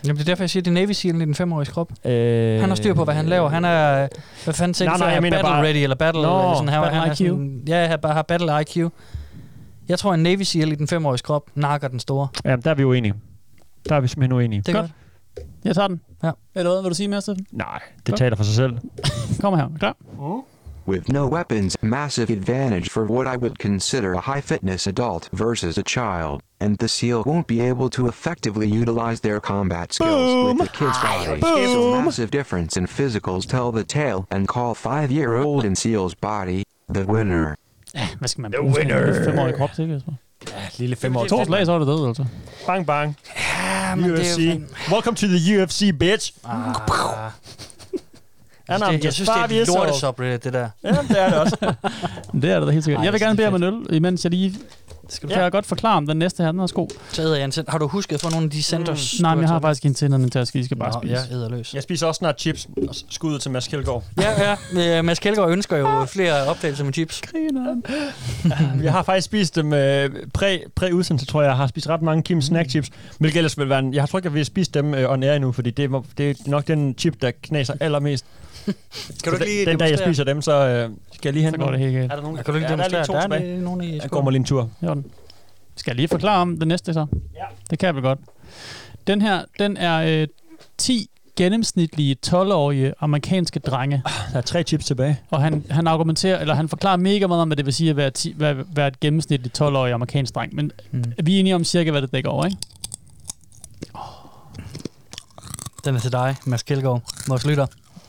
S7: Jamen, det er derfor, jeg siger, det er Navy Sealen i den femårige krop.
S4: Øh,
S7: Han har styr på, hvad han laver. Han er, øh, hvad fanden tænker
S4: Nej, nej, jeg mener
S7: battle
S4: bare-
S7: ready eller battle,
S4: Nå,
S7: eller sådan, han,
S4: battle
S7: han
S4: IQ.
S7: Er sådan, ja, han bare har battle IQ. Jeg tror, en Navy Seal i den femårige krop nakker den store.
S4: Ja, der er vi uenige. Der er vi simpelthen uenige.
S7: Det er godt.
S9: Jeg tager den.
S7: Ja.
S9: Eller hvad vil du sige mere, Steffen?
S4: Nej, det taler for sig selv.
S9: Kom her. Klar?
S12: With no weapons, massive advantage for what I would consider a high fitness adult versus a child, and the seal E won't be able to effectively utilize their combat skills with the kid's body. So massive difference in physicals tell the tale and call five-year-old in seal's E body the winner.
S9: Hvad skal man
S4: The
S9: bruge sådan en
S4: winner.
S9: lille femårige krop til, Jesper?
S7: Ja, lille
S4: femårig
S9: To
S4: krop.
S9: slag, så er det død, altså.
S4: Bang, bang.
S7: Ja, men det er jo
S4: UFC. Welcome to the UFC, bitch.
S7: Ah.
S4: And I'm
S7: det, jeg
S4: just
S7: synes, det er
S4: five
S7: et
S4: years
S7: lortet
S4: old.
S7: subreddit, det der.
S4: Ja, det er det
S7: [laughs]
S4: også.
S9: [laughs] Det er det da helt sikkert.
S7: Ej,
S9: jeg vil
S7: det
S9: gerne bede
S7: er
S9: om en øl, imens jeg lige... Skal
S7: du-
S9: du kan jeg godt forklare om den næste her, den er også god.
S7: Så æder jeg en cent- Har du husket at få nogle af de centers?
S9: Nej, men jeg har faktisk en til, når min taske, I skal bare
S7: Nå,
S9: spise.
S7: jeg æder løs.
S4: Jeg spiser også snart chips. Og Skud ud til Mads Kjeldgaard.
S7: Ja, ja. Øh, Mads Kjeldgaard ønsker jo flere opdagelser med chips.
S9: Grineren.
S4: Jeg har faktisk spist dem øh, præ, præ-udsendelse, tror jeg. Jeg har spist ret mange Kim Snack Chips, hvilket ellers ville være en, Jeg tror ikke, jeg vil spise dem øh, on air endnu, fordi det, må- det er nok den chip, der knaser allermest.
S7: Kan du ikke lige
S4: den, den dag, jeg
S7: demonstrere?
S4: spiser dem, så øh, skal jeg lige
S9: Så
S4: hente
S9: går
S4: nogle.
S9: det helt galt.
S4: Er der nogen,
S7: Kan du ikke
S4: ja, der er lige
S7: demonstrere?
S4: to
S7: Der er
S4: tilbage.
S7: lige nogen i
S4: Der
S7: skolen.
S4: kommer lige en tur.
S9: Jorden. Skal jeg lige forklare om den næste så? Ja. Det kan jeg vel godt. Den her, den er øh, 10 gennemsnitlige 12-årige amerikanske drenge.
S4: Ah, Der er tre chips tilbage.
S9: Og han, han argumenterer, eller han forklarer mega meget om, hvad det vil sige at være, ti, være, være et gennemsnitligt 12-årig amerikansk dreng. Men
S4: Hmm.
S9: mm. vi er enige om cirka, hvad det dækker over, ikke?
S7: Den er til dig, Mads Kjeldgaard, vores lytter,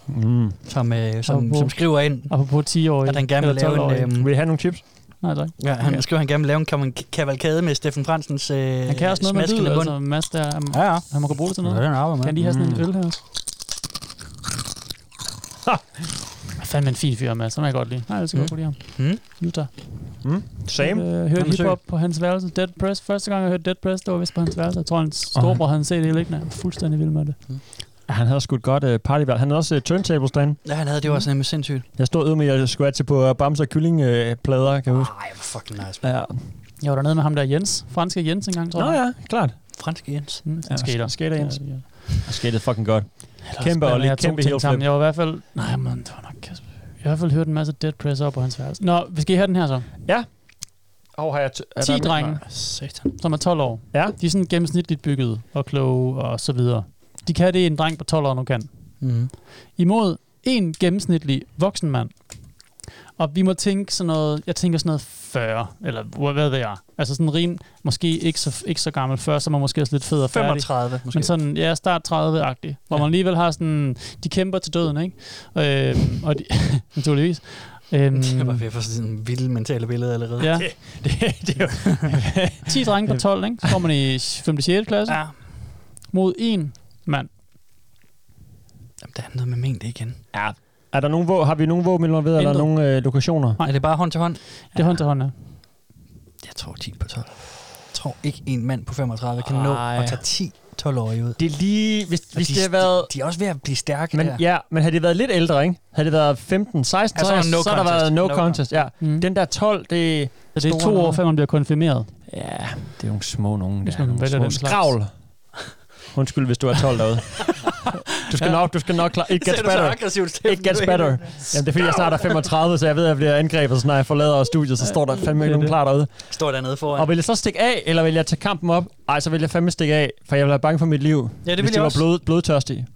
S4: Mm.
S7: som, øh, som,
S9: Apropos-
S7: som skriver ind,
S9: Apropos 10-årige.
S7: at han gerne vil
S9: eller
S7: lave
S9: 12-årige.
S7: en...
S4: Vil
S7: Øh,
S4: I have nogle chips?
S9: Nej, tak.
S7: ja, han
S9: Ja.
S7: skriver, at han gerne vil lave en kav- kavalkade med Steffen Fransens øh,
S9: Han kan også noget med lyd,
S7: smaskende mund.
S9: altså Mads der, um,
S7: Ja, ja.
S9: han må kunne bruge det til noget.
S7: Ja, den arbejder
S9: Kan
S7: med.
S9: han lige have sådan en øl her også? Ha! Fandme en fin fyr, Mads. Han er jeg godt lide. Nej, jeg skal mm. godt kunne lide ham. Mm. Utah.
S4: Hmm? Same.
S9: Øh, hørte hiphop på hans værelse. Dead Press. Første gang, jeg hørte Dead Press, det var vist på hans værelse. Jeg tror, hans storebror havde set det hele ikke. Han var fuldstændig vild med det.
S4: Han havde sgu et godt øh, partyvalg. Han havde også øh, turntables derinde.
S7: Ja, han havde det jo også nemlig sindssygt.
S4: Jeg stod ude med, at jeg scratche på øh, bamser og kyllingplader, øh, plader, kan jeg huske.
S7: Ej, hvor fucking nice.
S4: Ja.
S9: Jeg var dernede med ham der Jens. Franske Jens engang, tror
S4: Nå
S9: jeg.
S4: ja, klart.
S7: Fransk Jens.
S9: Mm, ja, skater.
S4: skater Jens.
S9: Ja, ja.
S4: Jeg skatede fucking godt.
S9: Ellers
S4: Kæmpe
S9: blander
S4: ollie,
S9: jeg to
S4: kæmpe
S9: ting
S4: heel
S9: sammen.
S4: flip.
S9: Jeg var i hvert fald... Nej, man, det var nok Kasper. Jeg har i hvert fald hørt en masse Dead Press op på hans værelse. Nå, vi skal I have den her så.
S4: Og har jeg t- er
S9: 10
S4: der-
S9: drenge,
S7: Satan.
S9: som er 12 år.
S4: Ja.
S9: De er sådan gennemsnitligt bygget og kloge og så videre. De kan det, en dreng på 12 år nu kan.
S7: Mm.
S9: Imod en gennemsnitlig voksen mand. Og vi må tænke sådan noget, jeg tænker sådan noget 40, eller hvor- hvad ved jeg. Altså sådan rim, måske ikke så, ikke så gammel 40, så er man måske også lidt fed og færdig.
S7: 35, måske.
S9: Men sådan, ja, start 30-agtig, hvor ja. man alligevel har sådan, de kæmper til døden, ikke? Øhm, og de, [laughs]
S7: [laughs]
S9: naturligvis. Øhm,
S7: Jeg var ved for sådan en vild mentale billede allerede.
S9: ja,
S4: det, det, er jo
S9: 10 drenge på 12, ikke? Så kommer man i 5. 6. klasse
S7: ja.
S9: mod en mand.
S7: Jamen, [laughs] der er noget med mængde igen.
S4: Ja. Er der nogen, vå- har vi nogen våben involveret, eller
S9: Intet.
S4: nogen øh, lokationer?
S9: Nej.
S7: Er det bare hånd til hånd?
S9: Det er hånd til hånd, ja.
S7: Jeg tror 10 på 12. Jeg tror ikke, en mand på 35 kan nå
S4: Ej.
S7: at tage 10 12-årige ud.
S4: Det er lige... Hvis, hvis
S7: de,
S4: det havde været...
S7: De er også ved at blive stærke
S4: Men,
S7: der.
S4: ja, men havde det været lidt ældre, ikke? Havde det været 15, 16,
S7: Ja,
S4: ja, så,
S7: så er der
S4: så,
S7: no
S4: så har der
S7: contest.
S4: været no,
S7: No
S4: contest. Ja.
S9: Mm.
S4: Den der 12, det er...
S9: Så det er to år, før man bliver konfirmeret.
S4: Ja, det er nogle små nogen,
S9: Hvis
S4: der.
S9: man
S4: Nogle
S9: vælger
S4: små
S9: den slags.
S4: skravl. [laughs] Undskyld, hvis du er 12 derude. Du skal,
S9: Ja.
S4: ja. nok, du skal nok klare... It
S9: Sagde
S4: gets
S9: du så
S4: better.
S9: aggressivt, Steffen?
S4: It gets better. Jamen, det er fordi, jeg snart er 35, så jeg ved, at jeg bliver angrebet, så når jeg forlader studiet, så står der fandme ikke nogen klar derude.
S7: Står dernede foran.
S4: Og vil jeg så stikke af, eller vil jeg tage kampen op? Nej, så vil jeg fandme stikke af, for jeg vil være bange for mit liv.
S7: Ja, det
S4: hvis
S7: vil
S4: de
S7: jeg
S4: var
S7: også.
S4: blod, blodtørstige.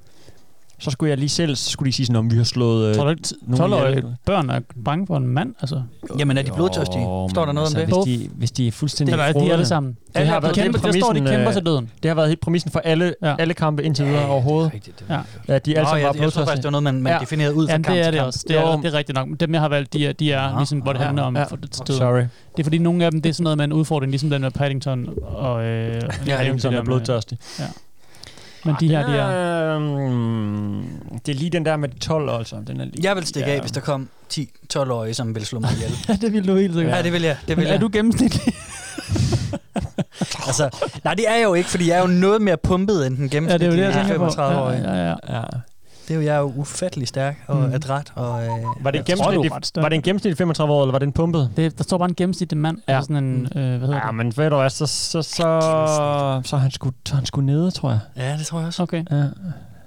S4: Så skulle jeg lige selv, så skulle de sige sådan, om vi har slået... Øh,
S9: Tror du
S4: nogen
S9: ikke, 12-årige
S4: ihjel?"
S9: børn er bange for en mand? Altså.
S7: Jamen, er de blodtørstige?
S4: Åh,
S7: Står der
S4: men
S7: noget om
S4: altså,
S7: det?
S4: Hvis de, hvis de er fuldstændig
S9: Eller er de
S4: frode-
S9: alle sammen?
S4: Det
S9: Alle
S4: har
S9: er
S4: været
S9: kæmper-
S4: helt
S9: der står, de
S4: præmissen,
S9: kæmper
S4: øh,
S9: til døden.
S4: Det har været helt præmissen for alle, ja. alle kampe indtil videre overhovedet.
S9: Ja.
S4: Ja, de er alle sammen
S7: Nå, ja,
S4: bare
S7: jeg troede faktisk,
S4: blodtørstige.
S7: det var noget, man- man definerede ud fra
S9: Jamen,
S7: kamp
S9: det er
S7: til
S9: det
S7: kamp.
S9: også. Det er,
S7: Jo.
S9: det er rigtigt nok. Men Dem, jeg har valgt, de er, de er ligesom, hvor det handler om for det stød.
S4: Sorry.
S9: Det er fordi, nogle af dem, det er sådan noget med en udfordring, ligesom den med Paddington og... Øh,
S4: Ja, Paddington er blodtørstig. Ah,
S9: Ja. Men de her, de er...
S4: er... Det er lige den der med de 12, altså. Den er lige,
S7: Jeg vil stikke
S4: [laughs]
S7: af, hvis der kom 10-12-årige, som ville slå mig ihjel.
S9: Ja, [laughs] det vil du helt sikkert.
S7: Ja, det vil jeg. Det vil
S9: Men er
S7: jeg.
S9: du gennemsnitlig?
S7: altså, nej, det er jeg jo ikke, fordi jeg er jo noget mere pumpet end den
S9: Ja, det er jo
S7: gennemsnitlige
S9: det, jeg tænker på.
S7: 35-årige.
S9: Ja, ja,
S4: ja.
S7: Det er jo, jeg er jo ufattelig stærk og
S4: Mhm.
S9: Mm.
S7: adræt. Og, øh,
S4: Var det,
S7: jeg
S4: en
S7: tror, du er
S4: gennemsnitlig,
S7: ret stærk.
S4: var det en gennemsnitlig 35 år, eller var det en pumpet?
S9: Det, der står bare en gennemsnitlig mand. Ja. Sådan en, øh, hvad hedder
S4: ja, men ved du hvad, så, så, så, så er han skulle, så er han skulle nede, tror jeg.
S7: Ja, det tror jeg også.
S9: Okay.
S4: Ja.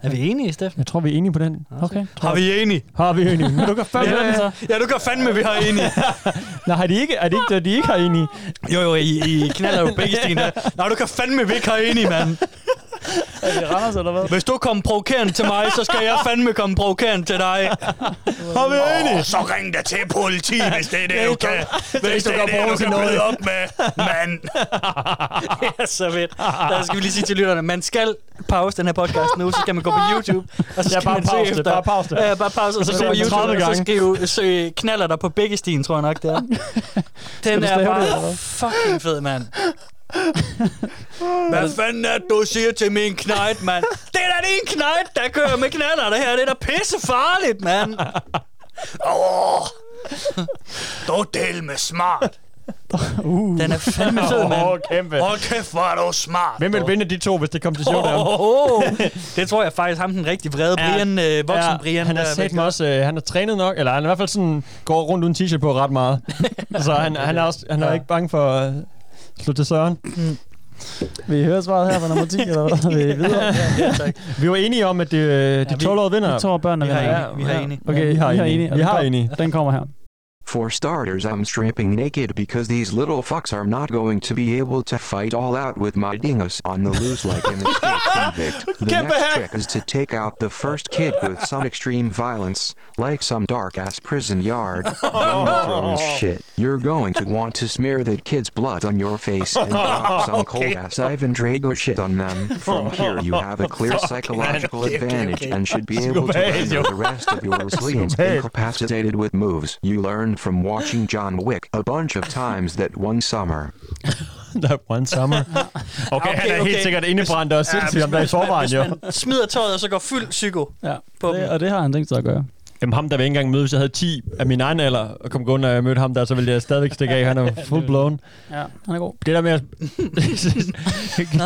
S7: Er vi enige, Steffen?
S4: Jeg tror, vi er enige på den.
S9: Okay.
S7: Har vi enige?
S4: Har vi
S7: [laughs]
S4: enige? Men du kan fandme
S7: ja,
S4: den,
S7: ja,
S4: så.
S7: ja, du kan fandme, vi har enige.
S4: [laughs] Nej, har de ikke, er det ikke det, de ikke har enige?
S7: Jo, jo, I,
S4: [laughs]
S7: I knaller jo begge sten der. Nej, du kan fandme, vi ikke har enige, mand.
S4: Er det Randers, eller hvad?
S7: Hvis du kommer provokerende til mig, så skal jeg fandme komme provokerende til dig. Oh,
S4: Har vi enige?
S7: så ring da til politiet, hvis det er det, du kan.
S4: hvis du kan bruge til noget.
S7: op med,
S9: [laughs]
S7: mand.
S4: [laughs]
S7: ja, så fedt. Der skal vi lige sige til lytterne, man skal pause den her podcast nu, så skal man gå på YouTube, og så
S4: Ja,
S7: skal
S4: bare
S7: man
S4: pause
S7: se
S4: det,
S7: efter.
S4: bare pause det.
S7: Ja, bare pause, og så
S4: Så
S7: gå på
S4: ser man 30
S7: YouTube, og så
S4: gange.
S7: skrive søg knaller der på begge stien, tror jeg nok,
S4: [laughs]
S7: det er. Den
S4: stave
S7: er
S4: det, eller
S7: bare
S4: hvad?
S7: fucking fed, mand. Hvad fanden er det, du siger til min knejt, mand? [laughs] Det er da din knejt, der kører med knaller, det her. Det er da pissefarligt, mand. [laughs] Åh, oh, du del med smart.
S4: Uh.
S7: Den er fandme fed, mand.
S4: [laughs] Åh, kæmpe.
S7: Hold kæft, hvor er du smart.
S4: Hvem vil vinde de to, hvis det kom til showdown?
S7: Oh, oh, oh. [laughs] Det tror jeg faktisk, ham den rigtig vrede Brian, øh, voksen Brian.
S4: han er
S7: der
S4: sat
S7: væk.
S4: mig også, øh, han er trænet nok, eller han er i hvert fald sådan, går rundt uden t-shirt på ret [laughs] meget. så han, han er, også, han er
S7: Ja.
S4: ikke bange for at slå til søren.
S9: Vil I høre svaret her fra nummer 10, eller hvad? Vil I videre?
S7: [laughs] Ja, tak.
S4: Vi var enige om, at det, øh, de 12 årige vinder.
S9: Jeg tror, børnene
S4: Vi har
S9: vinder.
S4: enige, vi har enige.
S9: Okay,
S4: Ja,
S9: vi har enige.
S4: Vi har enige.
S9: Den kommer her.
S12: For starters, I'm stripping naked because these little fucks are not going to be able to fight all out with my dingus on the loose like an escape
S7: [laughs]
S12: convict. The
S7: Get
S12: next
S7: back!
S12: trick is to take out the first kid with some extreme violence, like some dark ass prison yard.
S7: [laughs] Oh.
S12: Game of Thrones shit. You're going to want to smear that kid's blood on your face and
S7: [laughs]
S12: drop some cold ass Ivan Drago shit on them. From here, you have a clear psychological
S7: Okay, okay,
S12: advantage
S7: okay.
S12: and should be able to
S4: Psychopath,
S12: render
S4: yo.
S12: the rest of
S7: [laughs]
S12: your resilience
S4: Psychopath.
S12: incapacitated with moves you learned from watching John Wick a bunch of times that one summer.
S4: That one summer. Okay, han er helt sikkert indebrændt og sindssygt, om der er i forvejen, jo.
S7: Man smider tøjet, og så går fuld psyko
S9: Ja.
S7: på
S9: Det,
S7: dem.
S9: [laughs] og det har han tænkt sig at gøre.
S4: Jamen ham, der vil ikke engang mødes, jeg havde 10 af min egen alder, og kom gående, og jeg mødte ham der, så ville jeg stadigvæk stikke af, [laughs] han er full blown.
S9: Ja, han er god.
S4: Det der med at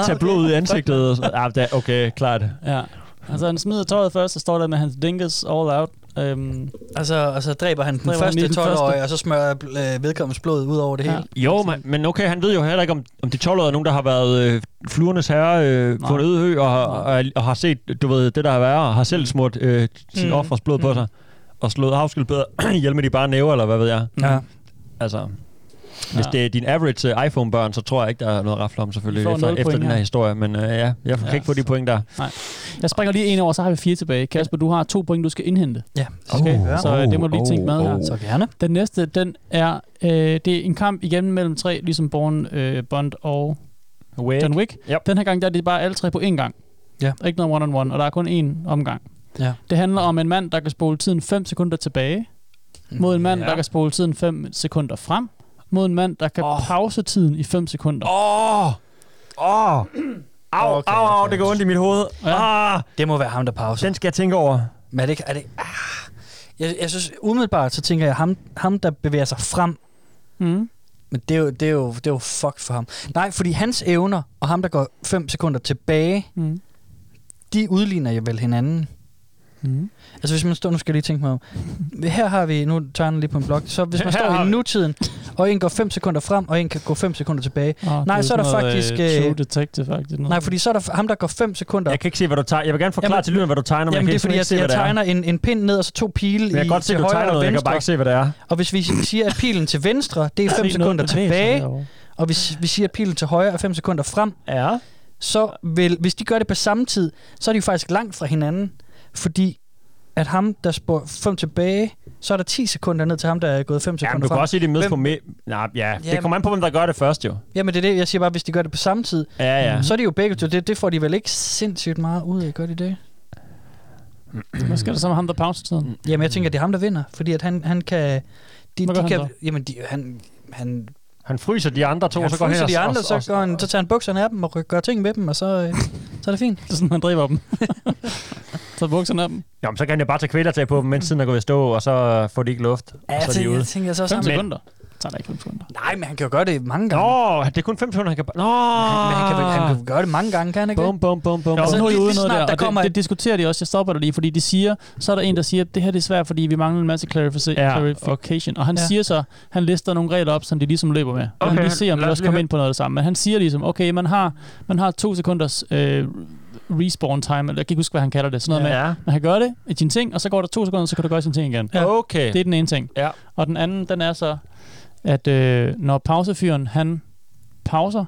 S4: tage blod ud i ansigtet, [laughs] og så, ah, det er- okay, klart.
S9: Ja. Altså, han smider tøjet først, så står der med hans dingus all out. Øhm,
S7: Og så, og så dræber han den
S9: Dræber han
S7: første
S9: lige den
S7: 12-årige,
S9: første.
S7: og så smører øh, vedkommendes blod ud over det
S9: Ja.
S7: hele.
S4: Jo, men, men okay, han ved jo heller ikke, om, om de 12 er nogen, der har været øh, fluernes herre øh, på
S9: Nej.
S4: en øde ø, og, har- og, og har set, du ved, det der har været, og har selv smurt øh, sin
S7: Mm.
S4: mm. offers blod mm. på sig, og slået [clears throat] afskildpadder ihjel med de bare næver, eller hvad ved jeg.
S7: Ja.
S4: Altså, hvis
S9: Ja.
S4: det er din average uh, iPhone-børn, så tror jeg ikke, der er noget at rafle om
S9: Vi
S4: selvfølgelig
S9: får
S4: efter,
S9: nul
S4: efter
S9: point
S4: den her
S9: her.
S4: historie. Men uh, ja, jeg kan
S9: Ja,
S4: ikke få de
S9: så-
S4: point der.
S9: nej. Jeg springer lige en over, så har vi fire tilbage. Kasper, du har to point, du skal indhente.
S7: Ja,
S9: Okay,
S4: Oh,
S9: så øh, det må du lige tænke med her.
S7: Så gerne.
S9: Den næste, den er, øh, det er en kamp igen mellem tre, ligesom Born, øh, Bond og
S4: Wake.
S9: John Wick.
S4: Yep.
S9: Den her gang, der er det bare alle tre på én gang.
S7: Ja.
S9: Ikke noget one-on-one, og der er kun én omgang.
S7: Ja.
S9: Det handler om en mand, der kan spole tiden 5 sekunder tilbage, mod en mand,
S7: Ja.
S9: der kan spole tiden 5 sekunder frem, mod en mand, der kan oh. pause tiden i 5 sekunder. Oh.
S4: Åh! Åh! Au,
S7: Okay,
S4: au, au,
S7: okay.
S4: det går ondt i mit hoved.
S9: Ja.
S4: Ah,
S7: Det må være ham, der pauser.
S4: den skal jeg tænke over.
S7: Men er det, ikke- er det, ah. jeg, jeg synes umiddelbart, så tænker jeg, ham, ham der bevæger sig frem,
S9: Mm.
S7: Men det er, jo, det, er jo, det er jo fuck for ham. Nej, fordi hans evner og ham, der går 5 sekunder tilbage,
S10: mm.
S7: de udligner jo vel hinanden.
S10: Mm.
S7: Altså hvis man står, nu skal jeg lige tænke mig om. Her har vi, nu tegner jeg lige på en blok, så hvis man
S10: Her har
S7: står i
S10: vi-
S7: nutiden, og en går 5 sekunder frem, og en kan gå 5 sekunder tilbage.
S10: Ah,
S7: nej,
S10: det
S7: så er der
S10: sådan noget,
S7: faktisk...
S10: Øh,
S7: øh,
S10: true detective, faktisk.
S7: Nej, fordi så er der f- ham, der går 5 sekunder.
S4: Jeg kan ikke se, hvad du tegner. Jeg vil gerne forklare jamen, til lyden, hvad du tegner, men
S7: Jamen, det er
S4: jeg kan
S7: fordi,
S4: ikke
S7: jeg,
S4: se, hvad
S7: jeg
S4: det er.
S7: tegner en, en pind ned og så to pile
S4: Men jeg
S7: i,
S4: kan godt se,
S7: til
S4: du
S7: højre
S4: tegner
S7: og
S4: noget. Jeg kan
S7: venstre.
S4: bare ikke se, hvad det er.
S7: Og hvis vi siger, at pilen til venstre, det er
S10: Der er
S7: 5
S10: lige noget,
S7: sekunder
S10: der bevæger sig
S7: tilbage,
S10: derovre.
S7: og hvis vi siger, at pilen til højre er 5 sekunder frem,
S4: ja.
S7: så vil, hvis de gør det på samme tid, så er de jo faktisk langt fra hinanden, fordi at ham, der spår 5 tilbage, så er der 10 sekunder ned til ham, der er gået 5 sekunder
S4: Jamen, du
S7: frem.
S4: kan også se, de mødes
S7: Hvem-
S4: på med... Nej, ja. Det
S7: Jamen-
S4: kommer an på, hvem der gør det først, jo.
S7: Jamen det er det, jeg siger bare, hvis de gør det på samme tid,
S4: Ja,
S10: Mm-hmm.
S4: ja.
S7: så er de jo begge to, det, det får de vel ikke sindssygt meget ud af, gør de det?
S10: Hvad sker der så med ham, der pauser tiden?
S7: Mm. Jamen jeg tænker, det er ham, der vinder, fordi at han, han kan... De,
S10: Hvad gør
S7: de
S10: han
S7: kan
S10: så?
S7: jamen de, han, han,
S4: Han fryser de andre to,
S7: han
S4: så går han
S7: fryser
S4: og-
S7: de andre,
S4: og-
S7: så,
S4: og-
S7: går han, så tager han bukserne af dem og ry- gør ting med dem, og så, øh, så er det fint.
S10: [laughs] Det er sådan, han driver dem. så bukserne af dem.
S4: Jamen, så kan han jo bare tage kvælertag på dem, mens tiden er gået i stå, og så øh, får de ikke luft.
S7: Ja,
S4: og så er de
S7: tænker-
S4: ude.
S7: jeg tænker så også
S10: Fem
S7: ham.
S10: sekunder. Det tager da ikke fem sekunder.
S7: Nej, men han kan jo gøre det mange gange.
S4: Nå, det er kun 5 sekunder, han kan bare... Nå!
S7: Men han kan, vel- han kan gøre det mange gange, kan han ikke?
S4: Bum, bum, bum, bum.
S10: Jo, altså, nu er I ude noget der, og
S7: kommer
S10: det, det diskuterer de også. Jeg stopper dig lige, fordi de siger, så er der en, der siger, at det her det er svært, fordi vi mangler en masse clarifica-
S4: Ja,
S10: clarification. Og han
S4: Ja.
S10: siger så, han lister nogle regler op, som de ligesom løber med. Og okay,
S4: Okay,
S10: vi se, om
S4: lad
S10: de
S4: os
S10: også
S4: lige
S10: kommer
S4: høre.
S10: ind på noget af det samme. Men han siger ligesom, okay, man har, man har to sekunders øh, respawn time, eller jeg kan ikke huske, hvad han kalder det. Sådan noget
S4: Ja.
S10: ja. med, man kan gøre det i din ting, og så går der to sekunder, så kan du gøre sin ting igen.
S4: Ja. Okay.
S10: Det er den ene ting.
S4: Ja.
S10: Og den anden, den er så, at øh, når pausefyren, han pauser,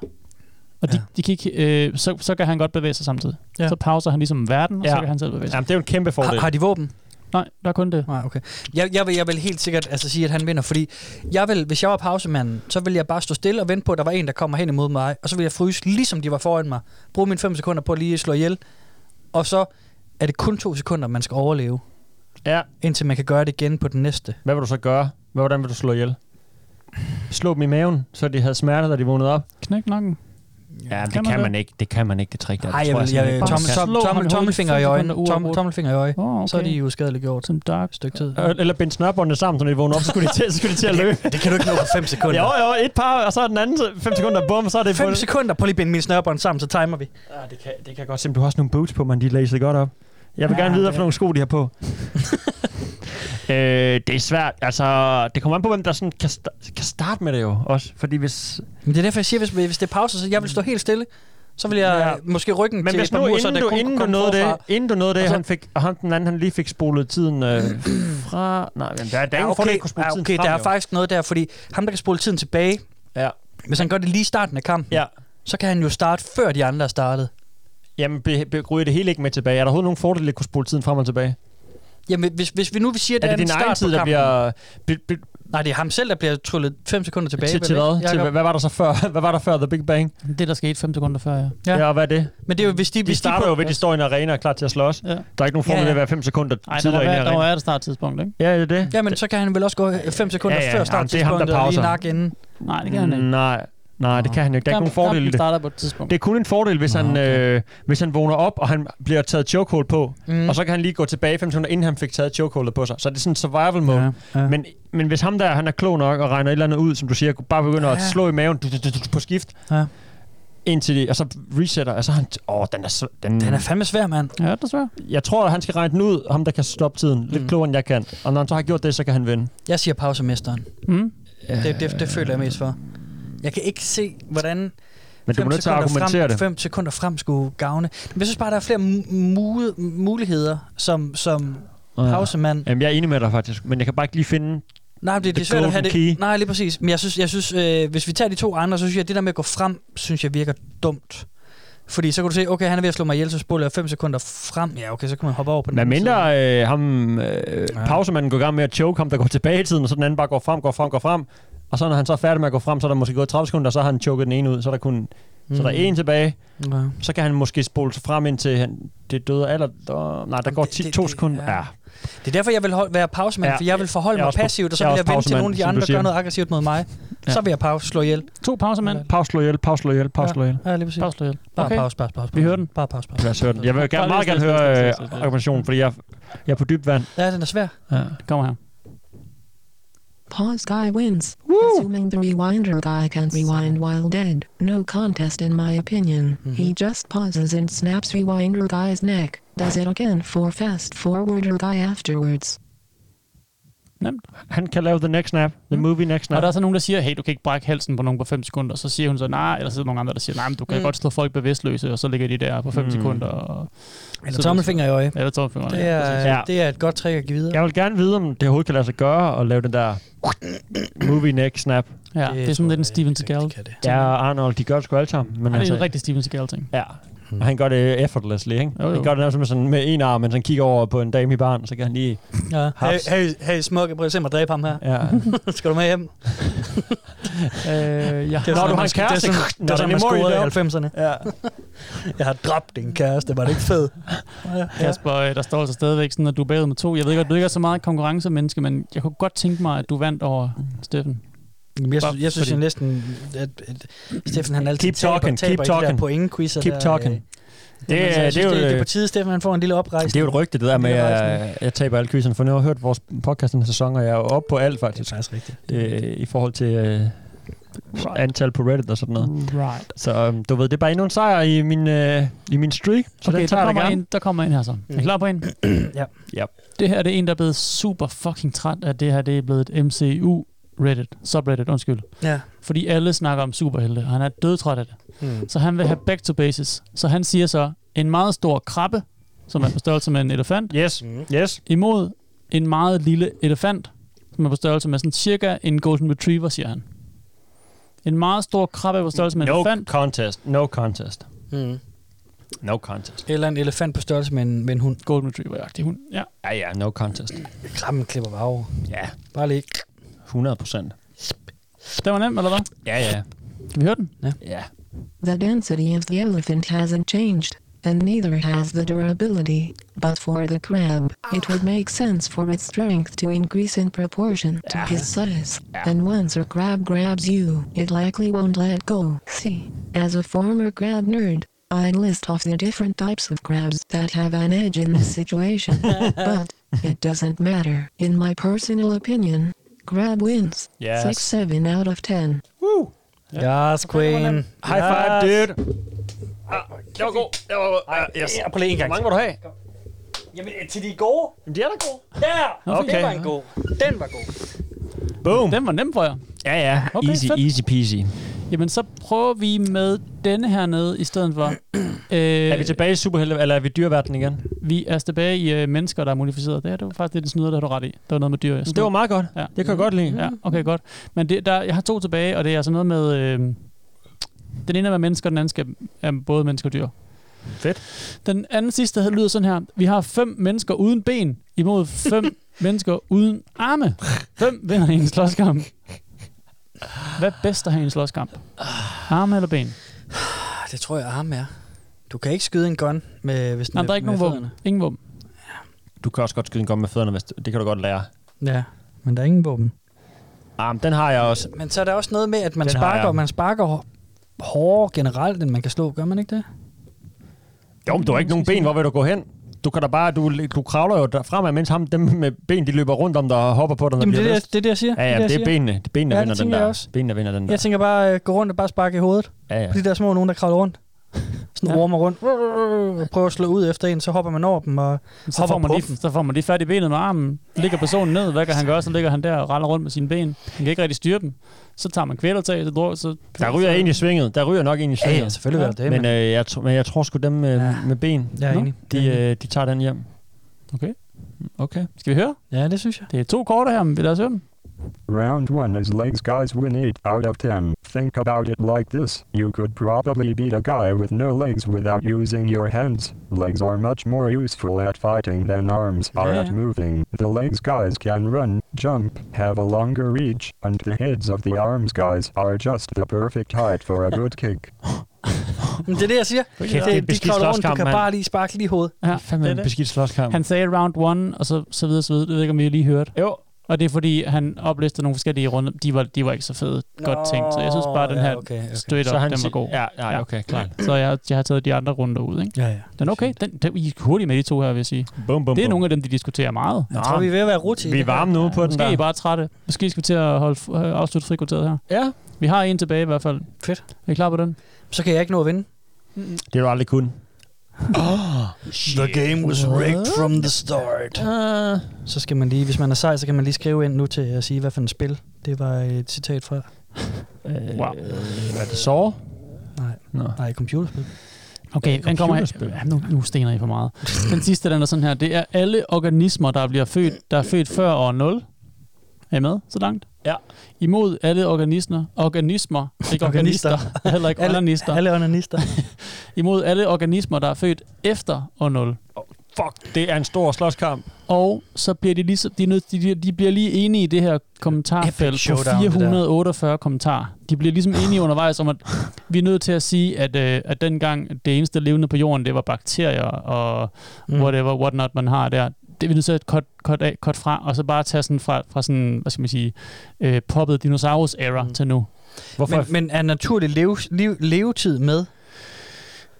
S10: og de, ja. de kan ikke, øh, så, så kan han godt bevæge sig samtidig.
S7: Ja.
S10: Ja. Så pauser han ligesom verden, og ja.
S7: Ja.
S10: så kan han selv bevæge sig.
S4: Jamen, det er jo en kæmpe
S7: Har,
S4: fordel.
S7: har de våben?
S10: Nej, der er kun det.
S7: Nej, okay. Jeg, jeg, vil, jeg vil helt sikkert altså, sige, at han vinder, fordi jeg vil, hvis jeg var pausemanden, så ville jeg bare stå stille og vente på, at der var en, der kommer hen imod mig, og så ville jeg fryse, ligesom de var foran mig. Bruge mine 5 sekunder på at lige slå ihjel, og så er det kun to sekunder, man skal overleve,
S4: Ja.
S7: indtil man kan gøre det igen på den næste.
S4: Hvad vil du så gøre? Hvad- Hvordan vil du slå ihjel? Slå dem i maven, så de havde smerter, da de vågnede op?
S10: Knæk nakken.
S4: Ja, det
S10: Kan
S4: kan,
S10: man
S4: man,
S10: det?
S4: ikke. Det kan man ikke, det trick der.
S7: Nej,
S4: Det
S7: jeg
S4: tror
S7: vil, jeg,
S4: simpelthen
S7: jeg,
S4: ikke,
S7: tom,
S4: man kan.
S7: tom, tom, tommelfinger i øjnene. Tom, tommelfinger i øjnene.
S10: Oh, okay.
S7: Så er de jo uskadeliggjort.
S10: Som dark.
S7: Stykke tid.
S4: Øh, Eller binde snørbåndene sammen, så når de vågner op, så skulle de til, så skulle de til at løbe.
S7: Det kan du ikke nå på 5 sekunder.
S4: Jo, jo, et par, og så er den anden 5 sekunder, bum, så er det...
S7: 5 sekunder, prøv lige at binde mine snørbånd sammen, så timer vi.
S4: Ah, det, kan, det kan godt simpelthen. Du har også nogle boots på, men de er lacet godt op. Jeg vil ja, gerne vide, hvad for nogle sko de har på. [laughs] øh, det er svært. Altså, det kommer an på, hvem der sådan kan, sta- kan starte med det jo også. Fordi hvis...
S7: Men det er derfor, jeg siger, hvis, hvis det er pause, så jeg vil stå helt stille. Så vil jeg ja. måske ryggen
S4: Men
S7: til
S4: hvis
S7: et par
S4: nu,
S7: mur, så
S4: inden du,
S7: der kun
S4: inden, du
S7: kunne
S4: nåede
S7: komme
S4: det,
S7: forfra. Altså-
S4: inden du nåede det,
S7: Og så-
S4: han, fik, og han, den anden, han lige fik spolet tiden øh, fra... Nej, men der, der er ingen
S7: Ja,
S4: fordel,
S7: okay,
S4: at kunne spole
S7: ja,
S4: tiden
S7: okay
S4: frem,
S7: der er
S4: jo.
S7: faktisk noget der, fordi ham, der kan spole tiden tilbage,
S4: Ja.
S7: hvis han gør det lige i starten af kampen,
S4: Ja.
S7: så kan han jo starte, [clears throat] før de andre er startet.
S4: Jamen, be, be, ryger det hele ikke med tilbage? Er der overhovedet nogen fordele, at kunne spole tiden frem og tilbage?
S7: Jamen, hvis, hvis vi nu vil sige, at
S4: Er
S7: det
S4: det
S7: er en
S4: din egen
S7: start
S4: tid,
S7: på
S4: der
S7: kampen,
S4: bliver... Be, be,
S7: Nej, det er ham selv, der bliver tryllet 5 sekunder tilbage.
S4: til,
S7: vel,
S4: til hvad?
S7: ikke,
S4: Til,
S7: Jacob?
S4: hvad hvad var der så før? [laughs] Hvad var der før The Big Bang?
S10: Det, der skete fem sekunder før, ja.
S4: Ja,
S7: Ja.
S4: ja og hvad er det?
S7: Men det er jo, hvis de...
S4: De
S7: hvis
S4: starter
S7: de
S4: jo ved, at de står i en arena og er klar til at slås. Ja. Der er ikke nogen fordel
S7: Ja,
S4: ved
S7: ja.
S4: at være 5 sekunder
S10: Ej, der må
S4: tidligere inde i
S10: være, der må
S4: arenaen.
S10: være et starttidspunkt, ikke?
S4: Ja, det er det.
S7: Ja, men så kan han vel også gå 5 sekunder
S4: Ja, ja,
S7: før
S4: ja, jamen, det er ham, der
S7: starttidspunktet og lige
S4: pauser.
S7: nakke inden.
S10: Nej, det kan han ikke.
S4: Nej, nej, det kan han jo ikke. Der er ikke
S10: Kamp-
S4: nogen fordel i
S10: kampen
S4: det.
S10: starter på et tidspunkt.
S4: Det er kun en fordel, hvis, han, øh, hvis han vågner op, og han bliver taget chokehold på.
S7: Mm.
S4: Mm. Og så kan han lige gå tilbage 5 sekunder, inden han fik taget chokeholdet på sig. Så det er sådan en survival mode. Ja.
S7: ja.
S4: Men, men hvis ham der, han er klog nok og regner et eller andet ud, som du siger, bare begynder ja. at
S7: Ja.
S4: slå i maven du, du, du, du, på skift,
S7: Ja.
S4: indtil det, og så resetter, og så er han, åh, den er, sv- den,
S7: Den er fandme svær, mand.
S10: Ja, desværre.
S4: jeg tror, at han skal regne den ud, ham der kan stoppe tiden, lidt mm. klogere end jeg kan. Og når han så har gjort det, så kan han vinde.
S7: Jeg siger pausemesteren.
S10: Mm.
S7: Det, det, det føler jeg mest for. Jeg kan ikke se, hvordan
S4: Men du er
S7: fem
S4: nødt til at
S7: sekunder
S4: argumentere
S7: frem,
S4: det.
S7: 5 sekunder frem skulle gavne. Men jeg synes bare, der er flere mu- mu- muligheder som, som pausemand.
S4: Jamen, jeg er enig med dig faktisk, men jeg kan bare ikke lige finde...
S7: Nej, det, det
S4: The
S7: er svært at have det. Mm,
S4: golden key.
S7: Nej, lige præcis. Men jeg synes, jeg synes øh, hvis vi tager de to andre, så synes jeg, at det der med at gå frem, synes jeg virker dumt. Fordi så kan du se, okay, han er ved at slå mig ihjel, så spoler jeg 5 sekunder frem. Ja, okay, så kan man hoppe over på den
S4: Hvad
S7: anden side.
S4: mindre øh, ham, øh, pausemanden går i gang med at choke ham, der går tilbage i tiden, og så den anden bare går frem, går frem, går frem. Og så når han så er færdig med at gå frem, så er der måske gået 30 sekunder, og så har han choket den ene ud, så er der kun... Så er der
S7: Mm.
S4: en tilbage,
S7: Ja.
S4: så kan han måske spole sig frem indtil han, det døde alder. Der, nej, der går
S7: det-
S4: 10,
S7: det-
S4: 2
S7: det-
S4: sekunder.
S7: ja.
S4: Ja.
S7: Det er derfor, jeg vil hold- være pausemand,
S4: Ja,
S7: ja, for jeg vil forholde
S4: jeg er
S7: mig
S4: også pa-
S7: passivt, og så
S4: jeg er
S7: vil jeg
S4: også
S7: vente til
S4: pausemand,
S7: nogle af de
S4: som du
S7: andre, der
S4: siger.
S7: gør noget aggressivt mod mig.
S4: Ja.
S7: Ja. Så vil jeg pause, slå ihjel.
S10: To pausemand.
S4: Pause, slå ihjel, pause, slå ihjel, pause, slå ihjel.
S7: Ja, lige præcis.
S10: Pause lidt.
S7: Bare
S10: Okay.
S7: pause, pause, pause,
S10: Vi
S7: pause.
S10: hører den.
S7: Bare pause, pause.
S4: Lad os høre den. Jeg vil gerne,
S10: Bare
S4: meget
S10: læs
S4: gerne
S10: lidt,
S4: høre
S10: læs lidt,
S4: øh,
S10: læs lidt, læs lidt.
S4: argumentationen, fordi jeg, jeg er på dybt vand.
S7: Ja, den er svær.
S4: Ja.
S10: Kom her.
S8: pause guy wins. Assuming the rewinder guy can rewind while dead. No contest in my opinion. He just pauses and snaps rewinder guy's neck. Does it again for fast forwarder guy afterwards.
S4: Nemt. Han kan lave the next snap,
S9: Mm.
S4: the movie next
S9: Og
S4: snap.
S9: der er så nogen, der siger, hey, du kan ikke brække halsen på nogen på 5 sekunder. Så siger hun så, nej, nah, eller så er der nogle andre, der siger, nej, men du kan
S7: Mm.
S9: mm. godt slå folk bevidstløse, og så ligger de der på 5
S7: Mm.
S9: mm. sekunder. Og,
S7: Eller tommelfinger i øje.
S9: Eller tommelfinger i
S7: Det er-
S9: præcis.
S7: Ja. det er et godt trick at give videre.
S4: Jeg vil gerne vide, om det overhovedet kan lade sig gøre at lave den der movie next snap.
S9: Ja, det, det er sådan lidt en Steven Seagal.
S4: Ja, og Arnold, de gør det sgu alle sammen. Men
S9: Men altså- det er en rigtig Steven Seagal-ting.
S4: Ja. Og han gør det effortlessly, ikke?
S9: Jo, jo.
S4: Han gør det nærmest med, sådan, med en arm, mens han kigger over på en dame i barn, så kan han lige...
S7: Ja. Hey,
S4: Haps.
S7: hey, hey, smukke, prøv at se mig dræbe ham her.
S4: Ja.
S7: [laughs] Skal du med hjem?
S9: øh, ja.
S7: Det er
S4: Nå,
S7: sådan,
S4: du har
S7: man
S4: en
S7: skal-
S4: kæreste.
S7: Det er
S4: Nå,
S7: sådan, det er sådan,
S4: det
S7: man
S4: må I
S7: scorede i
S4: lave.
S7: 90'erne. Ja. Jeg har dræbt din kæreste, var det ikke
S9: [laughs]
S7: fedt?
S9: Kasper, øh, der står altså stadigvæk sådan, at du er bagud med to. Jeg ved godt, du ikke er så meget konkurrencemenneske, men jeg kunne godt tænke mig, at du vandt over Steffen.
S7: Jeg,
S9: Bare
S7: synes, jeg synes
S9: fordi-
S7: jo næsten, at, at Steffen han altid
S9: Keep
S7: taber,
S9: talking,
S7: taber
S9: keep
S7: i de der
S9: talking.
S7: point-quizzer.
S4: Keep
S7: der,
S4: talking.
S7: øh.
S4: Det
S7: Jamen, altså,
S4: er-
S7: jeg
S4: det
S7: synes,
S4: er jo- øh,
S7: det, det er på tide, Steffen han får en lille oprejsning.
S4: Det er jo et rygte, det der med,
S7: Det er
S4: at jeg taber alle quizerne, for nu har jeg hørt vores podcast den her sæson, og jeg er jo oppe på alt faktisk.
S7: Det er faktisk rigtigt.
S4: Det, I forhold til øh, antal på Reddit og sådan noget.
S7: Mm.
S9: Right.
S4: Så øhm, du ved, det er bare endnu en sejr i min, øh, i min streak, så
S9: Okay,
S4: den tager
S9: der
S4: jeg da
S9: kommer,
S4: gerne.
S9: en, der kommer en her så.
S7: Mm.
S9: Er I klar på en?
S7: ja.
S4: ja.
S9: Det her det er en, der er blevet super fucking træt af at det her. Det er blevet et MCU Reddit, subreddit, undskyld.
S7: Ja.
S9: Fordi alle snakker om superhelte, og han er dødtræt af det.
S7: Mm.
S9: Så han vil have back to bases. Så han siger så, en meget stor krabbe, som er på størrelse med en elefant.
S4: Yes, yes.
S9: Imod en meget lille elefant, som er på størrelse med sådan cirka en golden retriever, siger han. En meget stor krabbe på størrelse med en
S4: No
S9: elefant.
S4: contest, no contest.
S7: Mm.
S4: No contest.
S7: Eller en elefant på størrelse med en, med en hund.
S9: Golden Retriever-agtig hund, ja.
S4: Ja, ja, no contest.
S7: Krabben klipper bare over.
S4: Ja.
S7: Bare lige.
S4: 100 procent.
S9: Det var nemt, eller hvad?
S4: Ja, ja.
S9: Kan vi høre den?
S7: Ja.
S4: ja.
S8: The density of the elephant hasn't changed, and neither has the durability, but for the crab, it would make sense for its strength to increase in proportion to his size. And once a crab grabs you, it likely won't let go. See, as a former crab nerd, I'd list off the different types of crabs that have an edge in this situation, but it doesn't matter. In my personal opinion, crab wins.
S7: Yes.
S8: 6 7 out of 10.
S7: Woo! Yes, queen.
S4: High five,
S7: Yes.
S4: dude. Det var god. Det var god. Uh, yes.
S7: Ja, prøv lige en gang.
S4: Hvor mange må du have?
S7: Jamen, øh, til de gode.
S4: Jamen, de er da gode.
S7: Ja!
S4: Okay.
S7: Den var en god. Den var god.
S4: Boom.
S9: Den var nem for jer.
S4: Ja, ja.
S9: Okay,
S4: easy,
S9: fedt.
S4: easy peasy.
S9: Jamen, så prøver vi med denne her nede i
S4: [clears throat]
S9: stedet for. Øh,
S4: Er vi tilbage i superhelte, eller er vi i dyreverdenen igen?
S9: Vi er tilbage i øh, mennesker, der er modificeret. Det her det var faktisk lidt en snyder, der har du ret i. Der var noget med dyr. Jeg
S4: Det var meget godt.
S9: Ja.
S4: Det kan jeg godt lide.
S9: Ja, okay, godt. Men det, der, jeg har to tilbage, og det er altså noget med... Øh, den ene er med mennesker, den anden skal, er både mennesker og dyr.
S4: Fedt.
S9: Den anden sidste hed- lyder sådan her. Vi har fem mennesker uden ben imod
S4: [laughs]
S9: fem mennesker uden arme. Hvem vinder i en slåskamp? Hvad er bedst at have i en slåskamp? Arme eller ben?
S7: Ah, Det tror jeg, arme er. Du kan ikke skyde en gun med, hvis den
S9: Nej,
S7: er
S9: der er ikke
S7: med
S9: nogen våben.
S7: fødderne.
S9: Ingen våben.
S4: Du kan også godt skyde en gomme med fødderne, hvis det, det kan du godt lære.
S7: Ja, men der er ingen våben.
S4: Ah, men den har jeg også.
S7: Men så er der også noget med, at man
S4: Den har
S7: sparker,
S4: jeg.
S7: man sparker hår- hårdere generelt, end man kan slå. Gør man ikke det?
S4: Jo, men du har ikke nogen ben. Hvor vil du gå hen? Du kan da bare, du, du kravler jo der- fremad, mens ham, dem med ben, de løber rundt om dig og hopper på dig, når
S7: Jamen, det er
S4: bliver
S7: det,
S4: lyst.
S7: jeg- det er det, jeg siger.
S4: Ja, ja, det,
S7: jeg
S4: det er
S7: siger.
S4: benene. Det er benene,
S7: Ja,
S4: der vinder
S7: det
S4: den
S7: tænker jeg
S4: der.
S7: også.
S4: Benene, der vinder den der.
S7: Jeg tænker bare, øh, gå rundt og bare sparke i hovedet.
S4: Ja, ja.
S7: På de der små nogen, der kravler rundt. Sådan ja. ormer rundt. Og prøver at slå ud efter en, så hopper man over dem og
S9: Så
S7: hopper
S9: får, man
S7: på
S9: lige, så får man lige fat i benet med armen. Ligger personen ned, hvad kan han gøre? Så ligger han der og raller rundt med sine ben. Han kan ikke rigtig styre dem. Så tager man kvælertag, så drog, så...
S4: Der ryger en i svinget. Der ryger nok en i
S9: Ja,
S4: svinget.
S9: ja, selvfølgelig vil der det,
S4: Men,
S9: men-
S4: øh, jeg, tr- men jeg tror sgu dem med, ja. med ben.
S7: Jeg er
S4: Nå,
S7: enig.
S4: De, øh, de tager den hjem.
S9: Okay.
S4: Okay.
S9: Skal vi høre?
S7: Ja, det synes jeg.
S9: Det er to korte her, men lad os høre dem.
S5: Round 1 is legs guys win 8 out of 10. Think about it like this you could probably beat a guy with no legs without using your hands. Legs are much more useful at fighting than arms are
S15: Yeah.
S5: at moving. The legs guys can run, jump, have a longer reach, and the heads of the arms guys are just the perfect height for a good kick.
S7: Men det er det, jeg siger.
S5: Kæft,
S7: det,
S5: det er
S7: de
S5: en beskidt
S7: kravler rundt, du
S5: slåskamp,
S7: kan
S5: mand.
S7: bare lige sparke lige i hovedet.
S9: Ja,
S4: fandme en beskidt slåskamp.
S9: Han sagde round one, og så, så videre, så videre. Det ved jeg ikke, om I lige hørte.
S4: Jo.
S9: Og det er fordi, han oplistede nogle forskellige runder. De var, de var ikke så fede Nå, godt tænkt, så jeg synes bare, den
S4: ja,
S9: her
S4: okay, okay.
S9: straight
S4: Så
S9: up,
S4: han
S9: den var
S4: sig-
S9: god.
S4: ja, ja, okay, klart.
S9: Så jeg, jeg har taget de andre runder ud, ikke?
S7: Ja, ja.
S9: Den er okay. Den, den, I er hurtigt med de to her, vil jeg sige.
S4: Bum, bum,
S9: det er
S4: bum.
S9: nogle af dem, de diskuterer meget.
S4: Jeg tror, vi er ved at være rutsjede. Vi er varme nu på den
S9: måske
S4: der.
S9: Måske I bare er trætte. Måske skal vi til at holde, f- øh, afslutte frikvarteret her.
S7: Ja.
S9: Vi har en tilbage i hvert fald.
S7: Fedt.
S9: Er I klar på den?
S7: Så kan jeg ikke nå at vinde.
S4: Det har du aldrig kun.
S7: Ah, The game was rigged from the start.
S9: Ah.
S4: Uh.
S7: Så skal man lige, hvis man er sej, så kan man lige skrive ind nu til at sige, hvad for en spil. Det var et citat fra.
S9: Wow. øh,
S4: Var det Saw?
S7: Nej.
S4: No.
S7: Nej, computerspil.
S9: Okay, den kommer her. Ja, nu, nu stener I for meget. Den sidste, den er sådan her. Det er alle organismer, der bliver født, der er født før år 0. Er I med så langt?
S4: Ja.
S9: Imod alle organismer, organismer, ikke
S7: [laughs] Organister.
S9: organister, [laughs] heller ikke
S7: Alle-
S9: organister.
S7: alle organister.
S9: [laughs] Imod alle organismer, der er født efter år 0.
S4: Fuck, det er en stor slåskamp.
S9: Og så bliver de lige, så- de, er nødt- de, de bliver lige enige i det her kommentarfelt på
S4: showdown, det der.
S9: 448 kommentarer. De bliver ligesom enige undervejs om, at vi er nødt til at sige, at, øh, at dengang det eneste levende på jorden, det var bakterier og
S7: Mm.
S9: whatever, whatnot man har der. Det er vi nødt til at cut, cut, af, cut fra, og så bare tage sådan fra, fra sådan, hvad skal man sige, øh, poppet dinosaurus era mm. til nu.
S7: Hvorfor? Men, men er naturlig leve, liv, levetid med?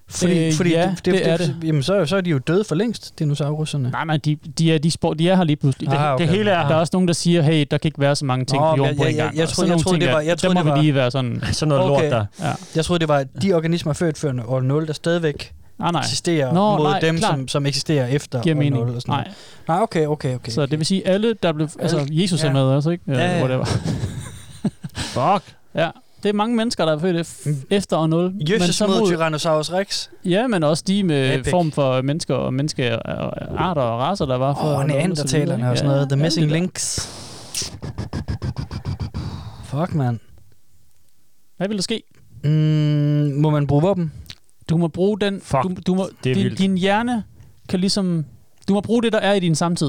S7: Fordi,
S9: Øh,
S7: fordi
S9: ja, det er det.
S7: Jamen, så, er- så er de jo døde for længst, dinosaurerne.
S9: Nej, nej, de, de, er, de, spor, de er her lige pludselig. Det,
S7: Ah, okay.
S9: det hele er Der er også nogen, der siger, hey, der kan ikke være så mange ting
S7: Nå,
S9: på jorden
S7: men
S9: på
S7: jeg-
S9: en
S7: jeg-
S9: gang.
S7: jeg
S9: Og
S7: troede-
S9: sådan
S7: jeg
S9: nogle
S7: troede,
S9: ting
S7: det
S9: der-
S7: var- jeg
S9: der
S7: troede,
S9: må
S7: det
S9: vi
S7: var-
S9: lige være
S7: [laughs]
S9: sådan...
S4: Sådan noget lort der.
S9: Ja. Ah,
S7: Jeg troede, det var de organismer født før år 0, der stadigvæk
S9: nej, nej.
S7: eksisterer
S9: Nå,
S7: mod
S9: nej,
S7: dem,
S9: klart.
S7: som, som eksisterer efter
S9: Giver
S7: år
S9: mening.
S7: 0. Og sådan noget.
S9: Nej.
S7: nej, okay, okay, okay.
S9: Så det vil sige, alle, der blev... Altså,
S7: Alle-
S9: Jesus ja.
S7: ja.
S9: er med også, ikke?
S7: Ja, ja. [laughs]
S9: Whatever.
S4: Fuck.
S9: Ja, det er mange mennesker, der er født ef- efter år 0.
S7: Mm. Jesus mod Tyrannosaurus Rex.
S9: Ja, men også de med
S7: Epic.
S9: Epic. form for mennesker og menneskearter og raser, der var for...
S7: Åh,
S9: år
S7: oh,
S9: 0 så videre,
S7: neandertalerne
S9: ikke?
S7: og sådan noget. The
S9: alt
S7: Missing
S9: det der.
S7: Links. Fuck, mand.
S9: Hvad vil der ske?
S7: Mm, må man bruge våben?
S9: Du må bruge den... Fuck, du, du må,
S7: det er
S9: din,
S7: vildt.
S9: din hjerne kan ligesom... Du må bruge det, der er i din samtid.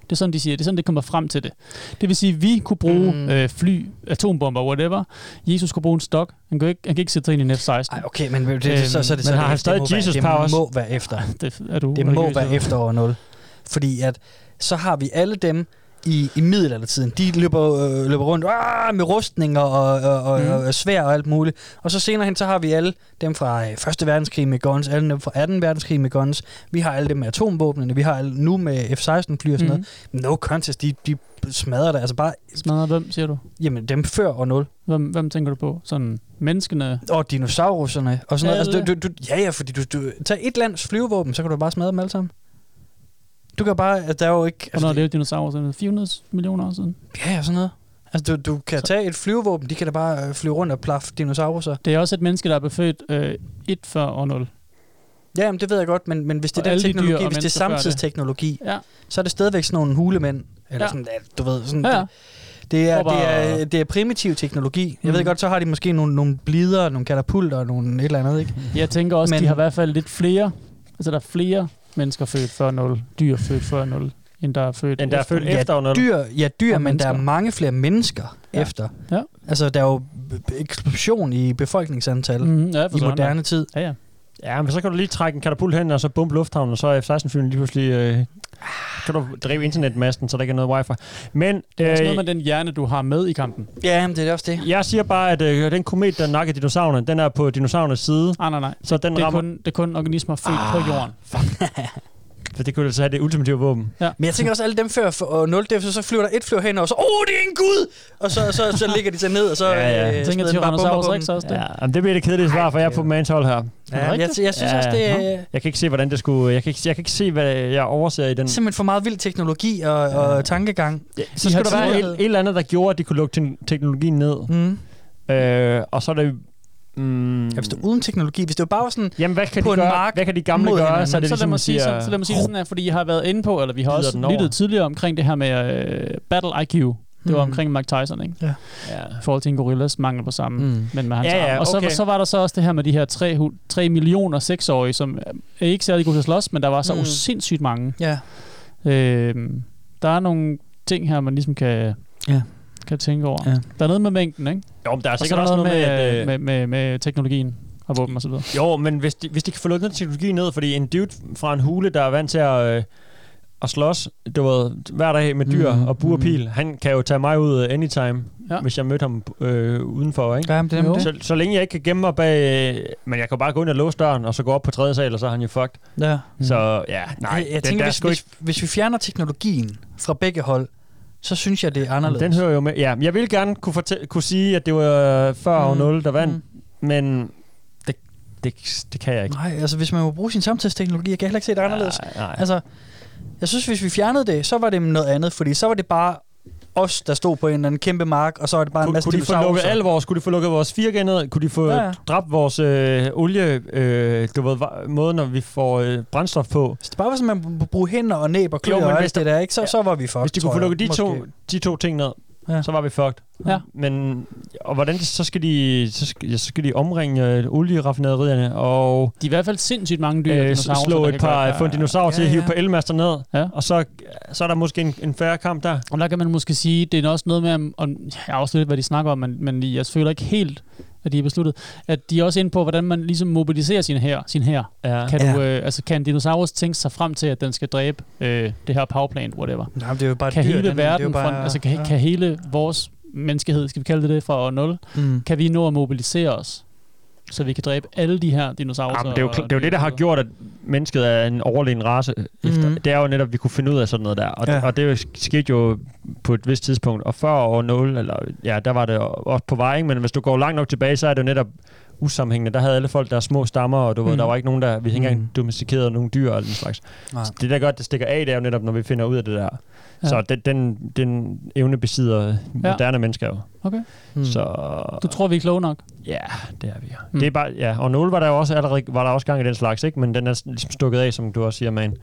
S9: Det er sådan, de siger. Det er sådan, det kommer frem til det. Det vil sige, at vi kunne bruge mm. øh, fly, atombomber, whatever. Jesus kunne bruge en stok. Han kan ikke, han kan ikke sætte sig ind i en F-16. Øhm, Ej,
S7: okay, men det, det, så, så er det så det- det må være- Det må være efter.
S9: [laughs] det, er du
S7: det må
S9: religiøs,
S7: være
S9: eller?
S7: efter år 0. Fordi at, så har vi alle dem i, i middelaldertiden. De løber, øh, løber rundt "Ah!" med rustninger og, og, og, mm. og svær og alt muligt. Og så senere hen, så har vi alle dem fra øh, Første verdenskrig med guns, alle dem fra 2. verdenskrig med guns. Vi har alle dem med atomvåbnene, vi har alle nu med F-16-fly og sådan mm. noget. No contest, de, de smadrer det. Altså bare,
S9: Smadrer hvem, siger du?
S7: Jamen, dem før år 0.
S9: Hvem, hvem tænker du på? Sådan menneskene?
S7: Og dinosaurerne og sådan noget. Altså,
S9: Alle?
S7: du, du, du, ja, ja, fordi du, du tager et lands flyvevåben, så kan du bare smadre dem alle sammen. Du kan bare, altså, der er jo ikke...
S9: Hvornår levede dinosaurer? Sådan 400 millioner år siden?
S7: Ja, ja, sådan noget. Altså, du, du kan så. tage et flyvevåben, de kan da bare øh, flyve rundt og plaffe dinosaurer.
S9: Det er også et menneske, der er befødt øh, 1 før år 0.
S7: Ja, jamen, det ved jeg godt, men, men hvis det
S9: Og
S7: er den
S9: alle de dyr
S7: teknologi,
S9: og
S7: hvis det
S9: mennesker
S7: er
S9: før det.
S7: samtidsteknologi,
S9: ja.
S7: så er det stadigvæk sådan nogle hulemænd,
S9: Ja.
S7: eller ja. sådan, ja, du ved, sådan,
S9: Ja, ja.
S7: Det, det, er,
S9: Hvor
S7: det,
S9: bare-
S7: er, det er primitiv teknologi. Jeg
S9: Mm.
S7: ved godt, så har de måske nogle, nogle blider, nogle katapulter og nogle et eller andet, ikke?
S9: Jeg tænker også, men,
S7: Men-
S9: de har i hvert fald lidt flere. Altså, der er flere mennesker født før 0, dyr født før 0, end der er født
S4: End der er født efter år 0.
S7: Dyr, ja, dyr,
S9: Og
S7: men der er
S9: mennesker.
S7: mange flere mennesker
S9: Ja.
S7: ja. efter.
S9: Ja.
S7: Altså, der er jo eksplosion i befolkningsantal
S9: Mhm, ja, for
S7: i
S9: søren da.
S7: moderne tid.
S9: Ja, ja.
S4: Ja, men så kan du lige trække en katapult hen, og så bumpe lufthavnen, og så er F-16-flyene lige pludselig... Øh, kan du drive internetmasten, så der ikke er noget wifi. Men
S9: Det er også noget
S4: øh,
S9: med den hjerne, du har med i kampen.
S7: Ja, men det er også det.
S4: jeg siger bare, at øh, den komet, der nakker dinosaurerne, den er på dinosaurernes side.
S9: Ah, nej, nej.
S4: Så den
S9: det, er
S4: rammer...
S9: kun, det er kun organismer født ah. på
S7: [laughs]
S9: jorden.
S4: For det kunne altså have det ultimative våben.
S9: Ja.
S7: Men jeg tænker også, alle dem før for, og 0 def, så, så flyver der et flyver hen, og så, åh, oh, det er en gud! Og så, så, så, ligger de sig ned, og så
S4: Ja, ja.
S7: øh,
S4: Tænker
S7: smider den bare bomber
S9: Tyrannosaurus
S7: på
S9: Rex
S7: dem.
S9: også det?
S4: Ja, jamen, det bliver det kedelige svar, for jeg er på man's hold her.
S7: Ja, jeg- jeg synes også, det er-
S4: Jeg kan ikke se, hvordan det skulle... Jeg kan ikke, jeg kan ikke se, hvad jeg overser i den...
S7: Simpelthen for meget vild teknologi og, og tankegang.
S4: Så skulle der være et, et eller andet, der gjorde, at de kunne lukke te- teknologien ned. Mm. Øh, og så er det... Mm, ja,
S7: hvis det uden teknologi, hvis det jo bare var sådan
S4: Jamen, hvad kan,
S7: på
S4: de
S7: en
S4: gøre,
S7: mark
S4: hvad kan de gamle
S7: mod
S4: gøre?
S7: hinanden.
S4: Så er det
S9: så, lad
S4: ligesom,
S9: mig sige,
S4: siger,
S9: så, så lad mig sige det sådan her, fordi I har været inde på, eller vi har
S4: Glider
S9: også
S4: den over.
S9: lyttet tidligere omkring det her med øh, Battle IQ. Det var
S4: Mm.
S9: omkring Mike Tyson, ikke?
S7: Ja.
S9: I forhold til en gorillas mangel på samme,
S4: Mm.
S9: men med hans
S4: Ja, ja,
S9: arm. Og så,
S4: okay.
S9: så var der så også det her med de her 3, hu- 3 millioner seksårige, som er ikke særlig gode til at slås, men der var så
S4: Hmm.
S9: mm.
S7: Mm.
S9: sindssygt mange.
S7: Ja.
S9: Øhm, der er nogle ting her, man ligesom kan,
S7: ja.
S9: kan tænke over.
S7: Ja.
S9: Der er noget med mængden, ikke?
S4: Jo, men der er
S9: Og så
S4: sikkert
S9: der
S4: også noget med,
S9: med,
S4: at, øh,
S9: med, med, med teknologien og våben og så videre.
S4: Jo, men hvis de, hvis de kan få lukket den teknologi ned, fordi en dude fra en hule, der er vant til at, øh, og slås, du ved, hver dag med dyr
S7: Mm-hmm.
S4: mm, og burpil. Mm. Han kan jo tage mig ud øh, anytime, ja. hvis jeg mødte ham øh, udenfor, ikke?
S10: Ja, men det er nemlig
S4: så, så længe jeg ikke kan gemme mig bag... Øh, men jeg kan bare gå ind og låse døren, og så gå op på tredje sal, og så er han jo fucked.
S10: Ja.
S4: Så ja, nej.
S7: jeg, jeg
S4: den-
S7: tænker,
S4: der er
S7: hvis,
S4: sgu
S7: hvis, hvis vi fjerner teknologien fra begge hold, så synes jeg, det er anderledes.
S4: Den hører jo med. Ja, jeg ville gerne kunne, fortæ- kunne sige, at det var før mm. 0, der vandt, mm. men det, det, det kan jeg ikke.
S7: Nej, altså hvis man må bruge sin samtidsteknologi, jeg kan heller ikke se det anderledes.
S4: nej.
S7: Altså, jeg synes, hvis vi fjernede det, så var det noget andet, fordi så var det bare os, der stod på en eller anden kæmpe mark, og så var det bare en
S4: Kunne,
S7: masse
S4: kunne de få lukket
S7: dinosaurer.
S4: al vores, kunne de få lukket vores firge ned, kunne de få
S7: Ja,
S4: ja,
S7: ja.
S4: ja. dræbt vores øh, olie, øh, du ved, va- måde, når vi får øh, brændstof på.
S7: Hvis det bare var sådan, man kunne bruge hænder og næb og kløer
S4: Jo, men
S7: og alt
S4: hvis
S7: det
S4: der-
S7: der, ikke? Så,
S4: ja.
S7: så var vi fucked,
S4: Hvis de kunne
S7: tror
S4: få
S7: jeg.
S4: lukket de to,
S7: Måske.
S4: de to ting ned,
S7: ja.
S4: så var vi fucked.
S10: Ja.
S4: Men, og hvordan, så skal de, så skal, ja, så skal de omringe øh, olieraffinaderierne, og
S9: De er i hvert fald sindssygt mange dyr.
S4: øh,
S9: dinosaurer,
S4: slå
S9: der
S4: et
S9: kan
S4: par,
S9: gøre-
S4: få en dinosaur til at
S9: Ja,
S4: hive
S9: ja.
S4: på elmaster ned,
S9: ja.
S4: og så, så er der måske en, en færre kamp der.
S9: Og der kan man måske sige, det er også noget med, om- om, jeg afslører lidt, hvad de snakker om, men, men jeg føler ikke helt, at de er besluttet, at de er også inde på, hvordan man ligesom mobiliserer sin her. Sin her.
S4: Ja.
S9: Kan, du,
S7: Ja.
S9: øh, altså, kan en dinosaurus tænke sig frem til, at den skal dræbe øh, det her powerplant, whatever?
S7: Nej, men det er jo bare et
S9: kan
S7: dyr,
S9: hele
S7: den- det er jo
S9: verden,
S7: bare-
S9: fra, altså kan,
S7: ja.
S9: ja. kan hele vores menneskehed, skal vi kalde det det, fra år 0,
S7: Mm.
S9: kan vi nå at mobilisere os, så vi kan dræbe alle de her dinosaurer?
S4: Jamen, Ah, det, er jo, kl- det er jo det, der har gjort, at mennesket er en overlegen race. Efter.
S9: Mhm.
S4: Det er jo netop, at vi kunne finde ud af sådan noget der. Og,
S9: Ja.
S4: ja. og det er jo sk- skete jo på et vist tidspunkt. Og før år 0, eller, ja, der var det o- også på vej, ikke? men hvis du går langt nok tilbage, så er det jo netop usammenhængende. Der havde alle folk deres små stammer, og du ved,
S9: Mhm.
S4: der var ikke nogen, der... Vi havde ikke
S9: Mhm.
S4: engang domestikerede nogen dyr og den slags.
S9: Nej.
S4: Så det, der godt, det stikker af, det er jo netop, når vi finder ud af det der.
S9: Ja.
S4: Ja. Så den, den, den evne besidder moderne mennesker jo.
S9: Okay.
S4: Mm. Så...
S9: Du tror, vi er kloge nok?
S4: Ja, det er vi. Mm. Det er bare, ja, og Nåle var der jo også allerede var der også gang i den slags, ikke? Men den er sådan ligesom stukket af, som du også siger, man.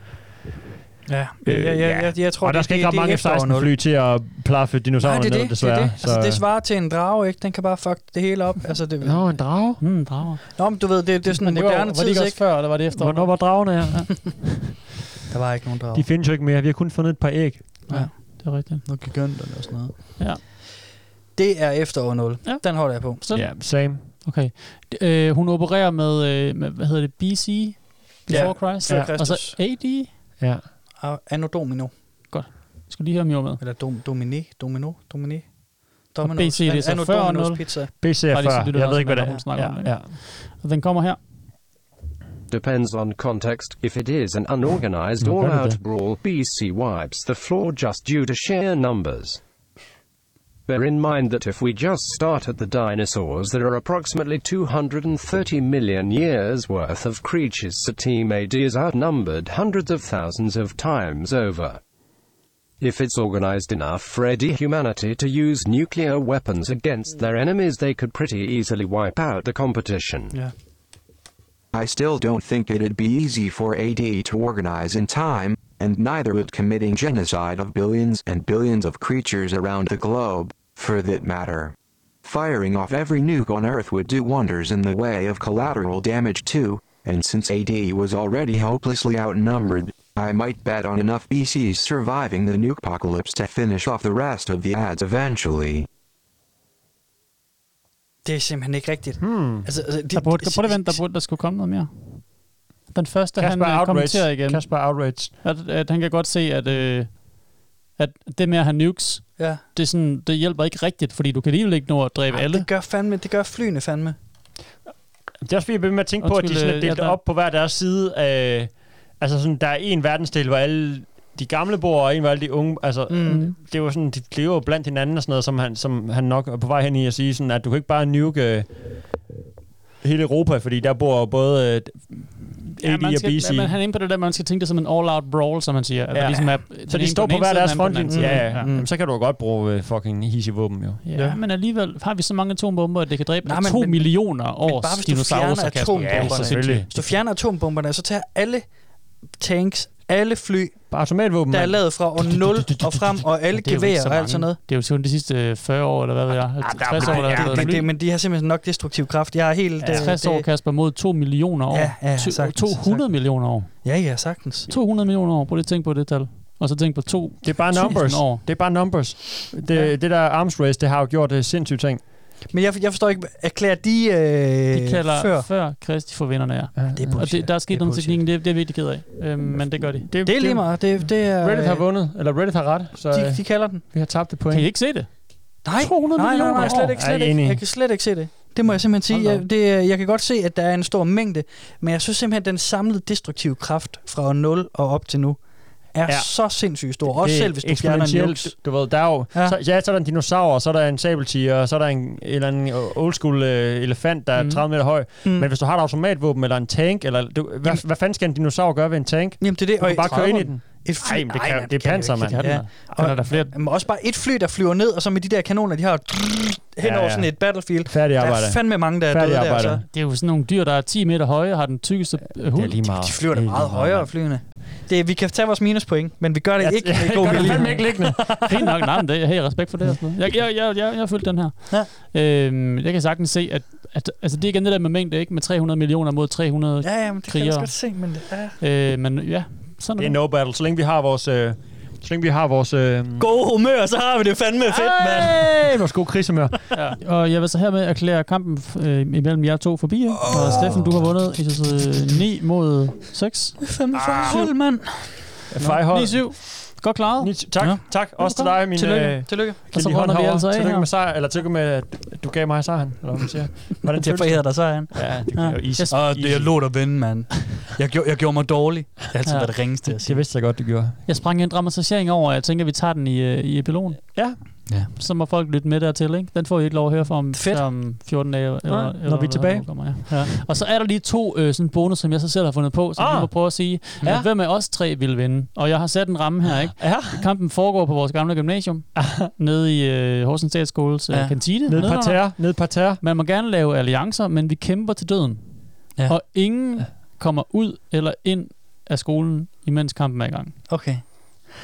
S7: Ja, ja,
S9: Øh,
S7: ja, ja, jeg, jeg tror,
S4: og der
S7: det-
S4: skal
S7: det-
S4: ikke ret
S7: det er
S4: mange
S7: efter år
S4: F-16
S7: nul.
S4: fly til at plaffe
S7: Nej,
S4: dinosaurerne
S7: det er
S4: ned,
S7: det, det
S4: desværre.
S7: er det. Altså,
S9: øh.
S7: det
S4: Så,
S7: svarer til en drage, ikke? Den kan bare fuck det hele op. Altså, det,
S4: Nå, en drage?
S9: Mm, en drage.
S7: Nå, men du ved, det, det er sådan en
S9: Men det var-
S7: moderne
S9: var det ikke
S7: tid,
S9: også
S7: ikke?
S9: før, eller var det efter?
S4: Hvornår var dragerne her?
S7: [laughs] Der var ikke nogen drage.
S4: De findes jo ikke mere. Vi har kun fundet et par æg.
S7: Ja.
S9: Det er rigtigt.
S7: Nogle giganter og sådan noget.
S9: Ja.
S7: Det er efter år 0.
S9: Ja.
S7: Den holder jeg på.
S9: Sådan.
S4: Ja, same.
S9: Okay. D- øh, hun opererer med, øh, med, hvad hedder det, BC? Before
S7: Ja,
S9: Christ?
S7: før
S9: Og så
S7: Kristus.
S9: AD?
S4: Ja.
S7: Og Anno Domino.
S9: Godt. Skal lige høre, om I var med.
S7: Eller dom, Domine, Domino, Domine.
S9: Og BC, det er så
S7: Anno
S9: før
S7: Domino's
S9: 0.
S7: Pizza.
S4: BC er
S9: Bare lige så
S4: før.
S9: lytter du
S4: Jeg ved
S9: også,
S4: ikke, hvad det
S9: hun
S4: er.
S9: snakker om,
S4: Ja,
S9: ikke?
S4: ja.
S9: Og den kommer her.
S11: Depends on context. If it is an unorganized
S4: Mm,
S11: or
S4: better
S11: out
S4: than-
S11: brawl, BC wipes the floor just due to sheer numbers. Bear in mind that if we just start at the dinosaurs, there are approximately 230 million years worth of creatures, so Team AD is outnumbered hundreds of thousands of times over. If it's organized enough for AD humanity to use nuclear weapons against their enemies, they could pretty easily wipe out the competition.
S7: Yeah.
S12: I still don't think it'd be easy for AD to organize in time, and neither would committing genocide of billions and billions of creatures around the globe, for that matter. Firing off every nuke on Earth would do wonders in the way of collateral damage too, and since AD was already hopelessly outnumbered, I might bet on enough BCs surviving the nukeapocalypse to finish off the rest of the ads eventually.
S7: Det er simpelthen ikke rigtigt.
S4: Hmm.
S7: Altså, altså,
S9: Der burde, prøv at vente, der, burde, der skulle komme noget mere. Den første,
S4: Kasper
S9: han øh,
S4: Outrage.
S9: kommenterer igen.
S4: Kasper Outrage.
S9: At, at han kan godt se, at, øh, at det med at have nukes,
S7: Ja.
S9: det, er sådan, det hjælper ikke rigtigt, fordi du kan alligevel ikke nå at dræbe alle.
S7: Det gør fandme, det gør flyene fandme.
S4: Det er også fordi, jeg blev med at tænke på, at de
S9: Undskyld,
S4: sådan er
S9: øh,
S4: delt
S9: ja, der-
S4: op på hver deres side. Af, altså sådan, der er en verdensdel, hvor alle de gamle bor, og en, hvor alle de unge... Altså,
S7: Mm.
S4: mm. det er jo sådan, de lever jo blandt hinanden og sådan noget, som han, som han nok er på vej hen i at sige, sådan, at du kan ikke bare nuke øh, hele Europa, fordi der bor både øh,
S9: Ja,
S4: AD
S9: man
S4: og
S9: skal,
S4: BC.
S9: men han er inde på det der, man skal tænke det som en all-out brawl, som man siger. At
S4: Ja.
S9: der ligesom er,
S4: så
S9: den
S4: de
S9: ene
S4: står
S9: den
S4: på
S9: ene
S4: hver
S9: side,
S4: deres
S9: den anden på den
S4: frontlinje.
S9: anden side.
S4: Ja, ja. Mm. Jamen, så kan du jo godt bruge øh, fucking hisse våben, jo.
S9: Ja, ja, men alligevel har vi så mange atombomber, at det kan dræbe
S7: Nej,
S9: Nej,
S7: men-
S9: 2
S7: men-
S9: millioner års
S7: Bare hvis du
S9: dinosaurer,
S7: fjerner atombomberne. hvis du fjerner atombomberne, så tager alle tanks, alle fly,
S4: Bare automatvåben,
S7: der er
S4: mand.
S7: lavet fra år 0 og frem, og alle
S9: Det er jo ikke
S7: geværer
S9: så
S7: og alt
S9: mange.
S7: sådan noget. Ah,
S9: Det er jo sådan de sidste øh, 40 år, eller hvad ved jeg, 60 år,
S7: Nej,
S9: eller hvad
S7: det,
S9: ved
S7: det,
S9: jeg.
S7: det, men de har simpelthen nok destruktiv kraft. Jeg er helt... øh,
S9: Ja, 60 år, Kasper, mod 2 millioner år.
S7: Ja, ja,
S9: To-
S7: sagtens,
S9: 200 millioner år.
S7: Ja, ja, sagtens.
S9: 200 millioner år. Prøv lige at tænke på det tal. Og så tænk på to.
S4: Det er bare numbers.
S9: År.
S4: Det er bare numbers. Det, ja. det der arms race, det har jo gjort det sindssygt øh, ting.
S7: Men jeg, jeg forstår ikke, erklærer de, øh,
S9: De kalder før,
S7: før?
S9: før Kristi for vinderne er. Ja,
S7: det er
S9: og det, der er sket noget med teknikken, det, det er vi rigtig ked af. Øhm, men det gør de.
S7: Det, er lige meget. Det, det er,
S9: Reddit har
S10: vundet,
S4: eller Reddit har ret, så
S7: de, de kalder den.
S4: Vi har tabt det point.
S9: Kan I ikke se det?
S7: Nej,
S9: 200
S7: nej, nej,
S9: millioner
S7: nej, slet
S9: år.
S7: ikke,
S9: Jeg
S7: slet
S9: er
S7: ikke.
S9: enig.
S7: Jeg kan slet ikke se det. Det må jeg simpelthen sige.
S9: Hold da
S7: Jeg, det, er- jeg kan godt se, at der er en stor mængde, men jeg synes simpelthen, at den samlede destruktive kraft fra 0 og op til nu er
S4: Ja.
S7: ja. så sindssygt stor. Også
S4: øh, Det er
S7: selv hvis du fjerner en
S4: eksponentielt,
S7: nukes.
S4: Du ved, der er jo, ja. Så, ja, så er der en dinosaur, og så er der en sabeltiger, og så er der en en eller anden old school øh, elefant, der er
S7: Mm.
S4: 30 meter høj.
S7: Mm.
S4: Mm. Men hvis du har et automatvåben eller en tank, eller du, hvad, hvad fanden skal en dinosaur gøre ved en tank?
S7: Jamen det er det.
S4: Du
S7: og
S4: kan bare
S7: et-
S4: køre ind i den.
S7: Et fly,
S4: Ej, men det kan-
S7: man,
S4: det er
S7: jo
S4: panser,
S7: ikke.
S4: mand.
S7: Ja.
S4: Og der er flere.
S7: Jamen, også bare et fly, der flyver ned, og så med de der kanoner, de har hen
S9: Ja,
S7: over
S9: ja.
S7: sådan et battlefield.
S4: Færdig
S7: Der er fandme mange, der er døde der. altså. Så.
S9: Det er jo sådan nogle dyr, der er 10 meter høje og har den tykkeste øh, hud.
S4: lige meget.
S7: De flyver da meget højere, flyene. Det, vi kan tage vores minuspoint, men vi gør det
S9: Jeg-
S7: ikke
S9: jeg
S7: med
S9: gør
S7: god
S9: det
S7: vilje.
S9: fandme ikke liggende. [laughs] Fint nok, nej, men det, hey, respekt for det. og sådan noget. Jeg, jeg, jeg, jeg, jeg har fulgt den her. Ja. Øhm, jeg kan sagtens se, at, at altså, det er igen det der med mængde, ikke? Med 300 millioner mod 300
S7: Ja, ja, men det kan jeg
S9: krigere.
S7: også godt se, men det er...
S9: Øh, men ja, sådan
S4: Det er no battle. Så længe vi har vores... Øh, så længe vi har vores... Øh,
S7: God humør, så har vi det fandme fedt,
S4: mand. vores gode krigshumør.
S9: ja. Og jeg vil så hermed erklære kampen øh, imellem jer to forbi. ikke? Og Steffen, du har vundet episode 9 øh, mod Ah, 6.
S7: Fandme fandme fuld, mand.
S4: Fejhold.
S9: 9-7. Godt klaret.
S4: 9, tak, ja. tak. Også til dig, min...
S9: Tillykke.
S4: øh,
S7: Tillykke.
S9: Og så
S4: kvindelige
S9: runder vi
S4: håndhavere.
S9: altså af
S4: Tillykke
S9: her.
S4: med sejr, eller tillykke med, at du gav mig sejren, eller hvad man siger. Hvordan
S7: Jeg forærede dig sejren.
S4: Ja, det kan jo easy.
S7: Og det er lort at vinde, mand. Jeg, gjorde, jeg gjorde mig dårlig. Jeg har altid
S9: Ja.
S7: været det ringeste at sige.
S4: Det vidste jeg godt, du gjorde.
S9: Jeg sprang en dramatisering over, og jeg tænker, vi tager den i, øh, i epilogen.
S4: Ja.
S7: ja.
S9: Så må folk lytte med dertil, ikke? Den får I ikke lov at høre fra om, før om 14 dage. Eller,
S4: Nej,
S9: eller,
S4: når
S9: eller
S4: vi er tilbage.
S9: hvornår Kommer, ja. Ja. Og så er der lige to øh, sådan bonus, som jeg så selv har fundet på, så ah.
S4: Ah.
S9: vi må prøve at sige, ja.
S4: Ja.
S9: hvem af os tre vil vinde. Og jeg har sat en ramme her, ikke?
S4: Ja. Ah.
S9: Kampen foregår på vores gamle gymnasium, nede i øh, Horsens Statsskoles øh,
S4: Ja.
S9: ja. kantine.
S4: Nede i
S9: Nedenunder.
S4: parterre, nede i parterre.
S9: Man må gerne lave alliancer, men vi kæmper til døden.
S7: Ja.
S9: Og ingen kommer ud eller ind af skolen, imens kampen er i gang.
S7: Okay.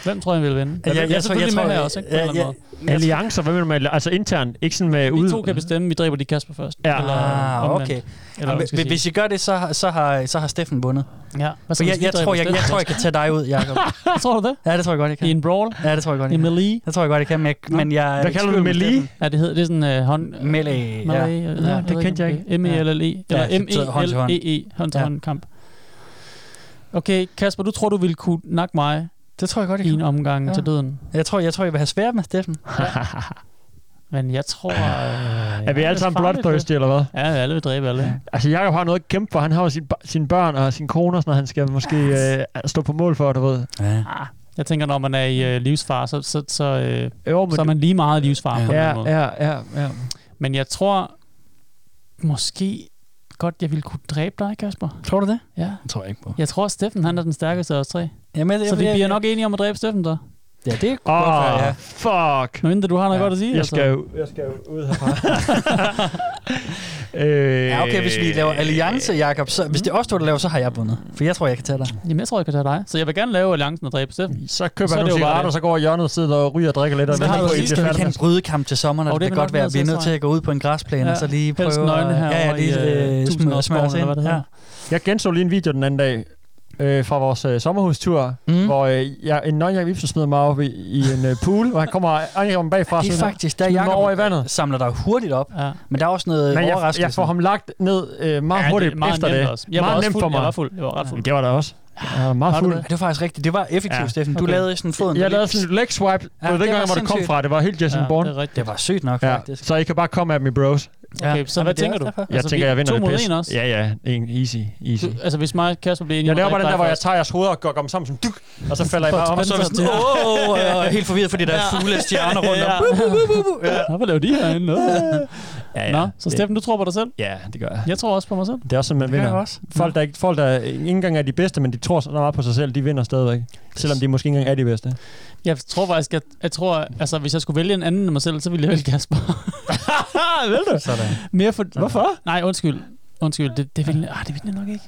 S9: Hvem tror jeg vil vinde?
S4: Ja,
S9: Jeg, jeg, jeg,
S4: jeg tror-
S9: er selvfølgelig
S4: jeg tror-
S9: med
S4: øh,
S9: her også, ikke? På en
S4: ja,
S9: eller
S4: ja.
S9: anden måde.
S4: altså- Alliancer, hvad mener du med? alli- Altså internt, ikke sådan med ude...
S9: Vi to kan bestemme, vi dræber de Kasper først.
S4: Ja.
S7: Ah,
S9: omvendt.
S7: okay.
S9: Eller,
S7: Eller,
S9: hvad man skal
S7: hvis,
S9: sige.
S7: hvis I gør det, så, har- så, har, så har Steffen vundet.
S9: Ja. Hvad så,
S7: For
S9: hvis
S7: jeg,
S9: vi
S7: jeg,
S9: dræber
S7: tror, jeg, jeg
S9: Steffen
S7: tror, jeg kan tage dig ud,
S9: [laughs]
S7: Jacob.
S9: tror du det?
S7: Ja, det tror jeg godt, jeg kan.
S9: I en brawl?
S7: Ja, det tror jeg godt, jeg
S9: I
S7: kan.
S9: melee?
S7: Det tror jeg godt, jeg kan, men jeg, men jeg er
S9: Hvad
S7: i
S9: kalder du
S7: tvivl
S9: det,
S7: med
S9: melee?
S7: Steffen.
S9: Ja, det hedder det er sådan uh, hånd...
S7: Melee,
S9: melee
S7: ja.
S9: øh,
S7: Ja,
S9: eller
S7: det
S9: ved
S7: kendte jeg
S9: om
S7: ikke.
S9: det er E M-E-L-L-E.
S7: Ja,
S9: Eller E
S7: det betyder hånd til hånd.
S9: M-E-L-E-E. Hånd til
S7: Ja.
S9: hånd kamp. Okay, Kasper, du tror, du ville kunne nakke mig
S7: det tror jeg godt,
S9: i en omgang
S7: Ja.
S9: til døden.
S7: Jeg tror, jeg tror, jeg vil have svært
S9: [laughs]
S7: med Steffen.
S9: Men jeg tror... Øh,
S4: Er vi alle sammen bloodthirsty, eller hvad?
S9: Ja, alle vil dræbe alle.
S4: Altså, Jacob har noget at kæmpe for. Han har jo sin, sine børn og sin kone og sådan noget, han skal måske øh, stå på mål for, du ved.
S7: Ja.
S9: Jeg tænker, når man er i øh, livsfar, så, så, så, øh,
S4: jo, men
S9: så er man lige meget livsfar på en eller
S4: Ja,
S9: anden måde.
S4: ja, ja, ja.
S9: Men jeg tror måske godt, jeg ville kunne dræbe dig, Kasper.
S7: Tror du det?
S9: Ja.
S7: Det tror jeg ikke på.
S9: Jeg tror, Steffen han er den stærkeste af os tre.
S7: Jamen,
S9: så vi
S7: jeg-
S9: bliver
S7: jeg-
S9: nok enige om at dræbe Steffen, der.
S7: Ja, det er
S4: Åh, oh, ja. fuck.
S9: Men du har noget godt at sige,
S4: Jeg
S9: altså.
S4: skal, jo, jeg skal jo ud
S9: [laughs]
S4: herfra. øh,
S7: Ja, okay, hvis vi laver alliance, Jacob, så hvis det er os, to, der laver, så har jeg vundet. For jeg tror, jeg kan tage dig.
S9: Jamen, jeg tror, jeg kan tage dig. Så jeg vil gerne lave alliancen og dræbe Steffen.
S4: Så køber jeg nogle cigaretter, og så går jeg i hjørnet og sidder og ryger og drikker lidt. Og
S7: Så har
S4: venter
S7: du
S4: på, at I
S7: sidst,
S4: bliver
S7: vi kan en
S4: færdige.
S7: brydekamp til sommer, og
S4: Og
S7: det,
S4: det
S7: kan
S4: er
S7: godt
S4: vi nok
S7: være,
S4: nødt
S7: at vi er
S4: til,
S7: nødt
S4: tror
S7: til
S4: jeg.
S7: at gå ud på en græsplæne,
S4: Ja,
S7: og så lige prøve
S4: helst nøgne
S7: at- ja, ja,
S4: herovre i, øh,
S7: lige, øh, smøre, smøre os
S4: Tusindårsborgen,
S7: ind.
S4: eller hvad det
S7: ja.
S4: hedder. Jeg genså lige en video den anden dag øh, fra vores øh, sommerhustur,
S7: mm.
S4: hvor øh, jeg, en nøgen Jacob Ibsen smider mig op i, i en øh, pool, og han kommer angrebet bagfra.
S7: Det er
S4: smider-
S7: faktisk, der
S4: smider mig
S7: Jacob
S4: over i vandet.
S7: samler dig hurtigt op.
S9: Ja.
S7: Men der er også noget
S4: Men jeg,
S7: overraskelse.
S4: jeg får ham lagt ned øh, meget
S7: Ja, det
S4: hurtigt
S7: er meget
S4: efter
S7: nemt
S4: det.
S7: også. Jeg var
S4: meget
S7: også
S4: nemt
S7: fuld.
S4: for mig.
S7: Jeg var fuld. Jeg var ret fuld.
S4: Det var der også. Jeg var meget
S7: Var du
S4: fuld.
S7: det? Det var faktisk rigtigt. Det var effektivt, Steffen. Du lavede sådan foden, der
S4: Jeg
S7: lige-
S4: lavede sådan et leg swipe.
S7: Ja,
S4: Ja, det var
S7: det var
S4: dengang, hvor det kom
S7: sindssygt.
S4: fra. Det var helt Jason
S7: Ja,
S4: Bourne.
S7: det er rigtigt. Det var sygt nok, faktisk.
S4: Så I kan bare komme af dem i bros.
S9: Okay, så hvad tænker du?
S4: Jeg
S9: Altså,
S4: altså,
S9: vi-
S4: tænker, jeg vinder
S9: to
S4: det
S9: mod
S4: pis.
S9: en også?
S4: Ja, ja. En easy, easy.
S9: Du, altså, hvis mig og Kasper bliver enige
S4: Jeg
S9: om at
S4: laver bare
S9: dræbe
S4: den der,
S9: dig
S4: hvor jeg
S9: først.
S4: tager jeres hoveder og går dem sammen som dyk, og så
S9: [laughs]
S4: falder jeg bare om, og så er det sådan,
S7: Åh, og jeg er helt forvirret, fordi der er fugle stjerner rundt om. Bu, bu, bu, bu, bu. Ja.
S9: Nå, hvad
S7: [laughs]
S9: laver de herinde?
S4: Ja,
S9: ja. Nå, så
S4: Det-
S9: Steffen, du tror på dig selv?
S4: Ja, det gør jeg.
S9: Jeg tror også på mig selv.
S4: Det er også sådan, man
S9: Det gør
S4: vinder.
S9: jeg også.
S4: Folk, der ikke, folk, der ikke engang er de bedste, men de tror så meget på sig selv, de vinder stadigvæk. Selvom de måske ikke engang er de bedste.
S9: Jeg tror faktisk, at jeg tror, altså, hvis jeg skulle vælge en anden end mig selv, så ville jeg vælge Kasper. [laughs] Vil du?
S7: Sådan.
S9: Mere for, hvorfor? Nej, undskyld. Undskyld, det, det ville, ah, det ville jeg nok ikke.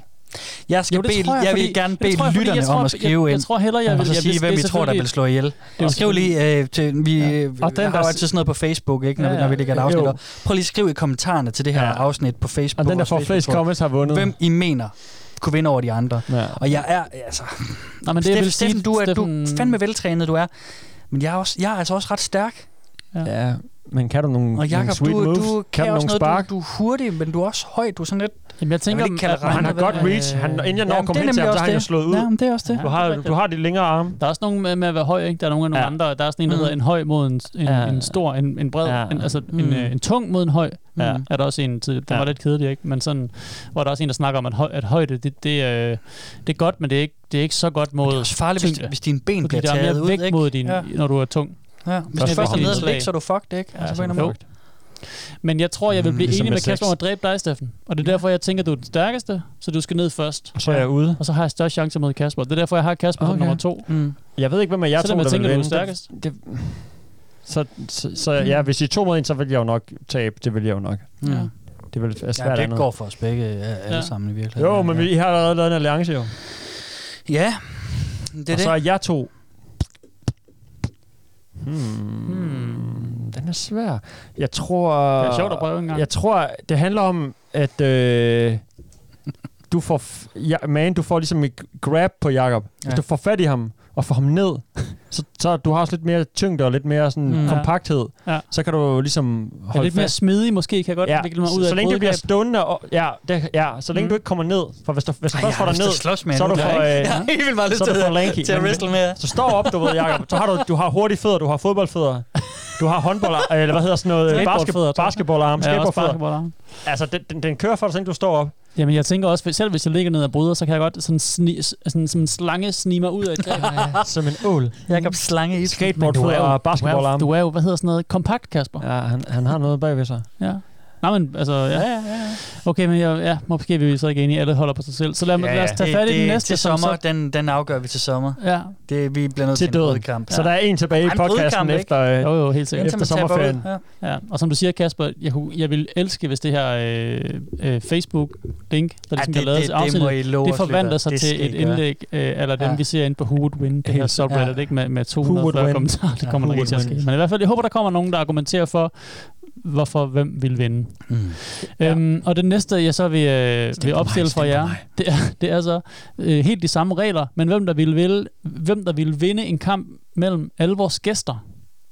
S7: Jeg skal
S9: Jo, det
S7: bede-
S9: tror
S7: jeg vil
S9: fordi-
S7: gerne
S9: det
S7: bede
S9: tror jeg, fordi
S7: lytterne
S9: jeg tror,
S7: om at
S9: jeg-
S7: skrive
S9: jeg, Jeg
S7: ind.
S9: tror hellere, jeg
S7: Og
S9: vil...
S7: så
S9: jeg
S7: sige,
S9: vil-
S7: hvem
S9: det er
S7: I tror, der
S9: selvfølgelig-
S7: vil slå ihjel.
S9: jo
S7: Og skriv lige øh, til... Vi ja. og den, har jo altid sådan noget på Facebook, ikke, når,
S4: Ja,
S7: ja,
S4: ja.
S7: når vi lægger et afsnit
S4: Jo.
S7: op. Prøv lige at skrive i kommentarerne til det her ja. afsnit på Facebook.
S4: Og den, der
S7: vores
S4: får flest
S7: Facebook-tråd.
S4: comments, har vundet.
S7: Hvem I mener kunne vinde over de andre.
S4: Ja.
S7: Og jeg er... Altså,
S9: Nej, men det, jeg
S7: Steffen,
S9: vil sige,
S7: Steffen, du er, du er
S9: Steffen-
S7: fandme veltrænet, du er. Men jeg er, også, jeg er altså også ret stærk.
S9: Ja.
S4: ja. Men kan du nogle,
S7: Og
S4: nogle
S7: Jacob,
S4: sweet
S7: du,
S4: moves?
S7: du kan,
S4: du
S7: også
S4: nogle
S7: noget,
S4: spark?
S7: Du, du er hurtig, men du er også høj. Du er sådan lidt...
S9: Jamen, jeg tænker,
S7: jeg vil ikke
S9: at-
S7: kalde
S9: at
S4: han
S7: Rane,
S4: har
S7: hvad-
S4: godt reach. Han, inden jeg når at komme hen til ham, så har han jo slået ud.
S10: Ja, men det er også det.
S4: Du har, du har de længere arme.
S9: Der er også nogen med, med at være høj, ikke? Der er nogle af nogle ja. andre. Der er
S7: Mhm.
S9: sådan en, der hedder en høj mod en, en, ja. en stor, en, en bred, ja. en, altså mm.
S7: Mhm.
S9: en, øh, en tung mod en høj.
S10: Ja.
S9: Ja. Er der også en, til- den ja. var lidt kedelig, ikke? Men sådan, hvor der er også en, der snakker om, at, høj, at højde, det, det, øh, det er godt, men det er ikke, det er ikke så godt mod Det er også
S7: farligt, hvis- hvis dine ben bliver
S9: der er
S7: taget
S9: mere
S7: ud,
S9: vægt
S7: ikke?
S9: mod din,
S7: Ja.
S9: ja. når du er tung.
S7: Ja, hvis du først er nede at ligge, så er du fucked, ikke? Altså, på en eller anden måde.
S9: Men jeg tror, jeg vil
S7: Mm,
S9: blive
S7: ligesom
S9: enig
S7: med
S9: med Kasper
S7: sex.
S9: om at dræbe dig, Steffen. Og det er derfor, jeg tænker, du er den stærkeste, så du skal ned først.
S4: Og så er jeg ude.
S9: Og så har jeg større chance mod Kasper. Det er derfor, jeg har Kasper som
S4: Okay.
S9: nummer to.
S4: Mm. Jeg ved ikke, hvem af jer
S9: Selvom
S4: to,
S9: jeg
S4: der
S9: tænker,
S4: vil
S9: du er
S4: vinde.
S9: stærkest.
S4: Det, det, så, så, så ja, hvis I to mod en, så vil jeg jo nok tabe. Det vil jeg jo nok.
S7: Ja.
S4: Det vil være svært
S7: Ja, det
S4: andet.
S7: går for os begge øh, alle
S4: Ja.
S7: sammen i virkeligheden.
S4: Jo, men vi I har allerede lavet en alliance jo.
S7: Ja, det er
S4: og
S7: det.
S4: så er jeg to. Hmm. hmm. Den er svær. Jeg tror...
S9: Det er sjovt at prøve en gang.
S4: Jeg tror, det handler om, at øh, du får... F- ja, man, du får ligesom et grab på Jakob. Hvis
S9: Ja.
S4: du får fat i ham og får ham ned, så, så du har også lidt mere tyngde og lidt mere sådan
S9: Mm.
S4: mm.
S9: Ja.
S4: kompakthed.
S9: Ja.
S4: Så kan du ligesom holde
S9: Er lidt mere
S4: fast.
S9: smidig måske, kan jeg godt
S4: Ja,
S9: vikle mig
S4: så-
S9: ud af
S4: så
S9: et
S4: længe det bliver
S9: brudskab.
S4: stående, og, ja, det, ja, så længe
S9: Mm.
S4: mm. du ikke kommer ned, for hvis du, hvis du
S9: Ej,
S4: først
S9: jeg
S4: får
S9: har
S4: dig
S9: lyst til
S4: ned,
S9: at slås med
S4: så er
S9: nu,
S4: du
S9: kan
S4: for,
S9: jeg ikke?
S4: øh,
S9: [laughs] Jeg har helt vildt meget lyst
S4: så er
S9: til
S4: du for
S9: at-
S4: lanky.
S9: til at
S4: Men-
S9: wrestle med jer.
S4: Så stå op, du ved, Jacob. Så har du, du har hurtige fødder, du har fodboldfødder, du har håndbold, eller hvad hedder sådan noget, øh,
S9: Skateboardfødder,
S4: basketball,
S9: tror jeg.
S4: basketballarm,
S9: Ja, også
S4: skateboardfødder.
S9: basketballarm.
S4: Altså, den, den, den kører for dig, så længe du står op.
S9: Jamen, jeg tænker også, hvis- selv hvis jeg ligger ned og bryder, så kan jeg godt sådan, sni, sådan, som en slange snige mig ud af
S7: [laughs]
S9: et greb.
S4: som en ål.
S9: Jakob Slange i
S4: Skateboardfødder og basketballarm.
S9: Du er jo, hvad hedder sådan noget, kompakt, Kasper.
S4: Ja, han, han har noget bagved sig.
S9: Ja. Nej, men altså, ja.
S4: Ja, ja,
S9: Okay, men jeg, ja, måske er vi så ikke enige, alle holder på sig selv. Så lad, ja, lad os tage
S7: Det-
S9: fat i den
S7: det-
S9: næste.
S7: Til
S9: som
S7: sommer,
S9: så-
S7: den, den afgør vi til sommer.
S9: Ja.
S7: Det, vi bliver nødt til,
S9: Til
S7: en
S9: døden.
S7: brudkamp.
S9: Så der er en tilbage i
S7: Ej, en
S9: podcasten
S7: brudkamp, ikke?
S9: efter, øh, Jo, jo, helt sikkert.
S7: Indtil man
S9: efter
S7: taber
S9: sommerferien.
S7: ud. Ja.
S9: Ja, og som du siger, Kasper, jeg, kunne- jeg vil elske, hvis det her øh, øh, Facebook-link, der ligesom
S7: det-
S9: bliver lavet
S7: det-
S9: til
S7: det må I
S9: afsnittet,
S7: love
S9: det
S7: os, lytter.
S9: forvandler sig
S7: Det
S9: til
S7: skal
S9: et
S7: I gøre.
S9: indlæg, øh, eller dem,
S7: Ja.
S9: vi ser ind på Who Would Win, det her
S7: Helt-
S9: subreddit,
S7: ja.
S9: ikke med, med
S7: Would
S9: 240
S7: Win?
S9: kommentarer, det
S7: Ja,
S9: kommer
S7: Who
S9: nok ikke
S7: Would
S9: til at ske.
S7: Win?
S9: Men i hvert fald, jeg håber, der kommer nogen, der argumenterer for, hvorfor hvem vil vinde.
S7: Mm.
S9: Øhm, og det næste, jeg så vil, øh, vil opstille for jer, det er, det er så øh, helt de samme regler, men hvem der vil, vil, hvem der vil vinde en kamp mellem alle vores gæster,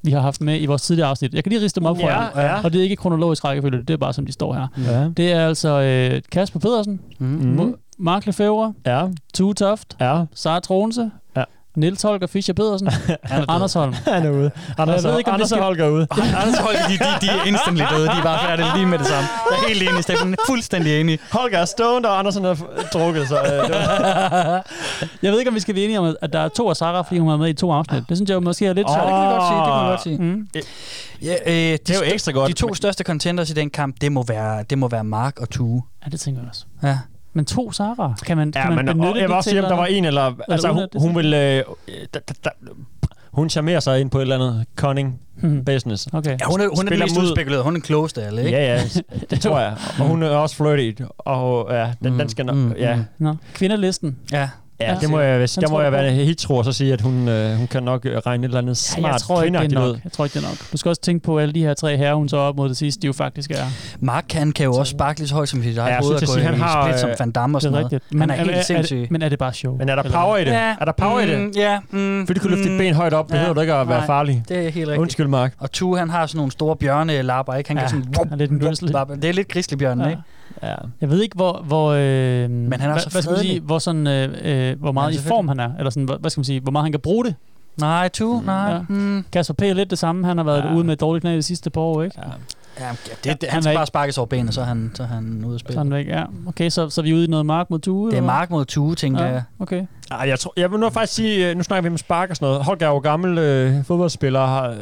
S9: vi har haft med i vores tidligere afsnit. Jeg kan lige riste dem op for
S4: Ja,
S9: jer,
S4: ja.
S9: og det er ikke kronologisk rækkefølge, det er bare som de står her.
S7: Mm.
S4: Ja.
S9: Det er altså øh, Kasper Pedersen,
S4: Mm.
S9: Mo- Mark Lefebvre,
S4: ja.
S9: Tue Toft,
S4: ja.
S9: Sara Troense,
S4: ja.
S9: Niels Holger Fischer
S4: [laughs]
S9: Pedersen, Anders Holm.
S4: Han er ude. Anders,
S9: Jeg ved ikke, om vi
S4: Anders
S9: skal-
S4: og Holger er
S9: [laughs]
S4: ude. [laughs]
S7: Anders
S9: Altså,
S7: Holger, de, de, de er instantly døde. De er bare færdige lige med det samme. Jeg er helt enig, Steffen. Fuldstændig enig.
S4: Holger er stoned, og Andersen er f- drukket, så... Øh, det var-
S9: [laughs] Jeg ved ikke, om vi skal blive enige om, at der er to af Sara, fordi hun var med i to afsnit. Det synes jeg jo måske er lidt
S7: Åh.
S9: svært.
S7: Det kan vi godt sige, det kan vi godt sige.
S9: Mm.
S7: Ja, øh, de det
S4: er jo ekstra godt.
S7: De to største contenders i den kamp, det må være, det må være Mark og Tue.
S9: Ja, det tænker jeg også.
S7: Ja.
S9: Men to Sara, kan man,
S4: Ja,
S9: kan man
S4: men
S9: benytte
S4: og, jeg vil
S9: det
S4: også
S9: til
S4: sige, om der var
S9: noget?
S4: en, eller... Altså, hun,
S9: udnytte det
S4: hun
S9: til-
S4: vil... Øh, da, da, da, hun charmerer sig ind på et eller andet cunning
S9: Hmm.
S4: business.
S9: Okay.
S7: Ja, hun er, hun er den
S4: Spiller
S7: mest
S4: mod-
S7: udspekuleret. Hun er den klogeste af alle,
S9: [laughs]
S7: ikke? [laughs]
S4: Ja, ja, det tror jeg. Og hun er også flirty, og ja, den, mm, den skal nok...
S7: mm,
S4: Mm, ja.
S9: Nå, kvinderlisten.
S7: Ja.
S4: Ja, det må jeg, hvis,
S9: Den
S4: der må
S9: tror
S4: jeg
S9: du på?
S4: være helt tro og så sige, at hun, øh, hun kan nok øh, regne et eller andet smart
S9: Ja, jeg tror ikke, det
S4: kvindeagtigt
S9: er
S4: ud.
S9: nok. Jeg tror ikke, det er nok. Du skal også tænke på alle de her tre herrer, hun så op mod det sidste, de jo faktisk er.
S7: Mark han kan jo også sparke lige så højt som sit
S9: jeg
S7: eget hoved
S9: skulle
S7: og
S9: til at
S7: gå
S9: sige,
S7: han
S9: han
S7: i
S9: har,
S7: har, split som
S9: øh,
S7: Van Damme og
S9: det er
S7: sådan noget.
S9: rigtigt. Men
S7: Han er
S9: er- er- er
S7: helt
S9: det-
S7: sindssyg.
S9: men er det bare sjov?
S4: Men er der power i det?
S7: Ja.
S4: Er der power i
S7: Mm,
S4: det?
S7: Ja. Mm,
S4: Fordi du kan løfte dit ben højt op, behøver du ikke at være farlig.
S7: Det er helt rigtigt.
S4: Undskyld, Mark.
S7: Og Tue, han har sådan nogle store bjørnelapper, ikke? Han kan
S4: Ja,
S7: sådan... Vup,
S9: han er lidt en grizzly.
S7: Det er lidt grizzlybjørnen,
S9: Ja.
S7: ikke?
S4: Ja.
S9: Jeg ved ikke, hvor... hvor øh, Men
S7: han er
S9: hvad,
S7: så
S9: hvad skal man sige,
S7: fredelig.
S9: hvor, sådan, øh, øh, hvor meget
S7: Ja,
S9: i form han er, eller sådan, hvad, hvad skal man sige, hvor meget han kan bruge det.
S7: Nej, tu, nej. Mm.
S9: Kasper P. er lidt det samme. Han har været
S7: Ja.
S9: ude med et dårligt knæ de sidste par år, ikke?
S4: Ja.
S7: Ja, det,
S9: Han
S7: det,
S9: er
S7: han skal
S9: ikke-
S7: bare sparkes over benet, så er han, så er han ude af spil.
S9: Så er han væk, ja. Okay, så, så er vi ude i noget mark mod tue?
S7: Det er
S9: eller hvad?
S7: Mark mod Tue, tænker jeg.
S9: Okay.
S4: Ej, jeg, tror, jeg vil nu faktisk sige, øh, nu snakker vi om spark og sådan noget. Holger er jo gammel øh, fodboldspiller, har, øh,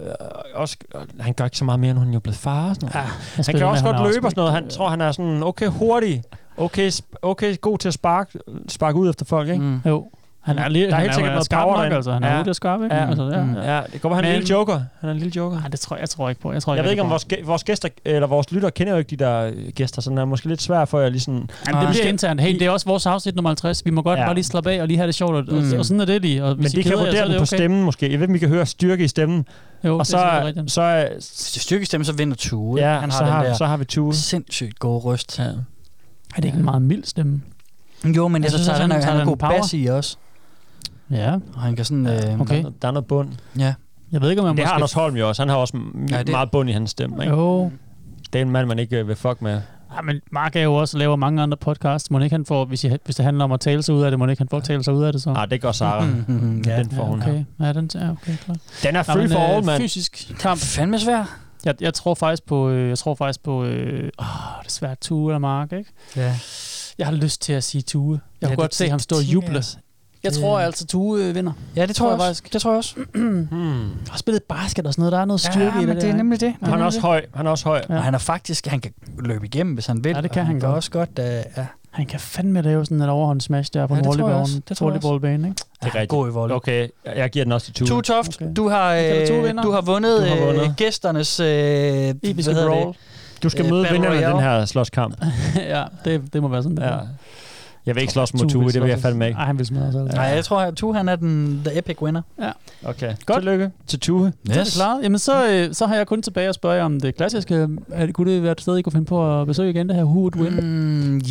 S4: også, øh, han gør ikke så meget mere, end han er jo blevet far og sådan noget. Ja, han
S9: spiller
S4: kan også
S9: med,
S4: godt
S9: han er
S4: løbe
S9: også
S4: og sådan noget. Han tror, han er sådan, okay, hurtig, okay, sp- okay god til at sparke, sparke ud efter folk, ikke?
S7: Mm.
S9: Jo. Han er lige-
S4: der er
S9: han
S4: helt
S9: er-
S4: sikkert
S9: er
S4: noget
S9: skarp
S4: power
S9: nok,
S4: derinde.
S9: altså. Han er hurtig og skarp, ikke?
S4: Ja,
S9: Altså, ja.
S4: mm. ja. det kommer han er en
S9: Men- Ah,
S4: lille joker. Han er en lille joker. Nej,
S9: det tror jeg, tror ikke på. Jeg, tror
S4: jeg,
S9: ikke,
S4: ved ikke, om
S9: på
S4: vores, gæ- vores, gæster, eller vores lytter kender jo ikke de der øh, gæster, så det er måske lidt svært for jer lige sådan... Ah.
S9: Ja, det bliver internt. Ah, Hey, det er også vores afsnit nummer 50. Vi må godt ja.
S4: Ja.
S9: bare lige slappe af og lige have det sjovt. Og, mm.
S4: Mm.
S9: og sådan er det lige. Og hvis
S4: Men de kan
S9: I keder jer, så er
S4: vurdere den
S9: det
S4: på
S9: okay.
S4: stemmen måske. Jeg ved, om I kan høre styrke i stemmen.
S9: Jo, det
S4: og
S9: er
S4: så,
S9: sikkert
S4: så,
S9: rigtigt.
S4: så,
S7: Hvis det er styrkestemme, så vinder Tue.
S4: Ja,
S7: han
S4: så
S7: har den
S4: har-
S7: der
S4: så har vi Tue.
S7: Sindssygt god ryst.
S4: Ja.
S9: Er det ikke en meget mild stemme?
S7: Jo, men
S9: Jeg
S7: jeg, synes,
S9: synes også,
S7: at han,
S9: han
S7: er-
S9: tager
S7: han er
S9: den
S7: god
S9: power.
S7: bas i også.
S9: Ja.
S7: Og han kan sådan... Øh,
S4: Der er noget bund.
S7: Ja.
S9: Jeg ved ikke, om man
S4: Det har
S9: måske-
S4: Anders Holm jo også. Han har også ja,
S9: Ja,
S4: det...
S9: det-
S4: meget bund i hans stemme. Ikke?
S9: Jo.
S4: Det er en mand, man ikke øh, vil fuck med.
S9: Ja, Ah, men Mark er jo også laver mange andre podcasts. Må ikke han får, hvis, I, hvis det handler om at tale sig ud af det, må ikke han får tale sig ud af det så?
S4: Nej, det gør Sara.
S7: Mm,
S9: ja,
S4: mm, Den får
S9: ja,
S4: hun
S9: okay.
S4: her.
S9: Ja, den, ja, okay, klar.
S4: Den er free for all, mand.
S9: øh, Fysisk kamp.
S7: Fandme svær.
S9: Jeg, jeg tror faktisk på, øh, jeg tror faktisk på, øh, åh, det er svært, Tue eller Mark, ikke?
S7: Ja.
S9: Jeg har lyst til at sige Tue.
S10: Ja,
S9: Jeg kunne
S10: det-
S9: godt se
S10: det-
S9: ham stå og
S10: det tænker jeg
S9: juble.
S10: også. Jeg tror altså,
S9: øh,
S10: Tue vinder.
S7: Ja, det tror, jeg, også. Det tror jeg også.
S4: hmm.
S9: Har spillet basket og sådan noget. Der er noget
S7: Ja,
S9: styrke i det
S7: men det er
S9: der,
S7: nemlig
S9: ikke?
S7: det. Han er også
S4: høj. Han er også høj.
S7: Ja. Og han er faktisk, han kan løbe igennem, hvis han vil.
S9: Ja, det
S7: og
S9: kan han
S7: kan
S9: godt.
S7: også godt. Uh, ja.
S9: Han kan fandme lave sådan et overhåndsmash der på
S7: Ja,
S9: ja, en
S7: det tror jeg
S9: volleyball,
S7: også. Det tror jeg også.
S9: volleyballbane, ikke?
S4: Det er rigtigt.
S7: God i volley.
S4: Okay, jeg jeg giver den også til Tue.
S7: Tue Toft, okay. du, har,
S10: Vi kalder Tue
S7: øh,
S10: vinder.
S7: du har vundet,
S4: Du har vundet.
S7: Øh, gæsternes... Øh, hvad hedder det?
S4: Du skal
S7: Øh,
S4: møde
S7: Battle
S4: vinderne af den
S7: Royale.
S4: her slåskamp.
S9: [laughs] ja, det, det må være sådan. Det
S4: ja. Jeg vil ikke slås mod
S9: Tue
S4: Tue,
S9: vil
S4: det vil jeg
S9: slås.
S4: fandme ikke.
S9: Ej, han vil smadre sig.
S7: Nej, jeg tror, at Tue han er den the epic winner.
S9: Ja.
S4: Okay.
S9: Godt.
S4: Tillykke til Tue.
S9: Yes. Så er det klaret. Jamen, så, øh, så har jeg kun tilbage at spørge jer om det klassiske. Er det, kunne det være et sted, I kunne finde på at besøge igen, det her Who Would Win?
S7: Mm,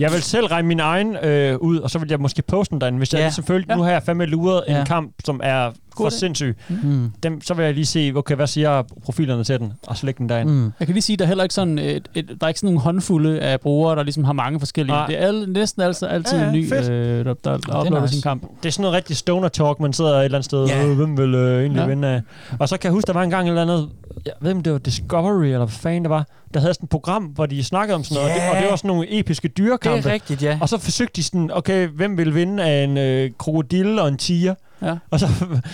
S4: Jeg vil selv regne min egen øh, ud, og så vil jeg måske poste den derinde. Hvis jeg
S7: Ja.
S4: ja. ligesom følte, nu har jeg fandme luret ja.
S7: Ja.
S4: en kamp, som er for
S9: God idé.
S4: sindssyg,
S9: Mm.
S4: Dem, så vil jeg lige se, okay, hvad siger profilerne til den, og så lægge den derinde.
S9: Mm. Jeg kan lige sige, at der er heller ikke sådan et, et, der er ikke sådan nogle håndfulde af brugere, der ligesom har mange forskellige.
S4: Nej.
S9: Det er alle, næsten altså
S4: Ja,
S9: altid ja,
S4: ja,
S9: en ny,
S4: fedt.
S9: øh, der, der uploader nice. sin kamp.
S4: Det er sådan noget rigtig stoner talk, man sidder et eller andet sted, yeah. hvem vil øh, egentlig
S9: Ja.
S4: ja. vinde af? Og så kan jeg huske, der var engang et eller andet, jeg ved ikke, om det var Discovery, eller hvad fanden det var, der havde sådan et program, hvor de snakkede om sådan noget, og, det, og det var sådan nogle episke dyrekampe.
S7: Det er rigtigt, ja.
S4: Og så forsøgte de sådan, okay, hvem vil vinde af en øh, krokodille og en tiger?
S9: Ja.
S4: Og, så,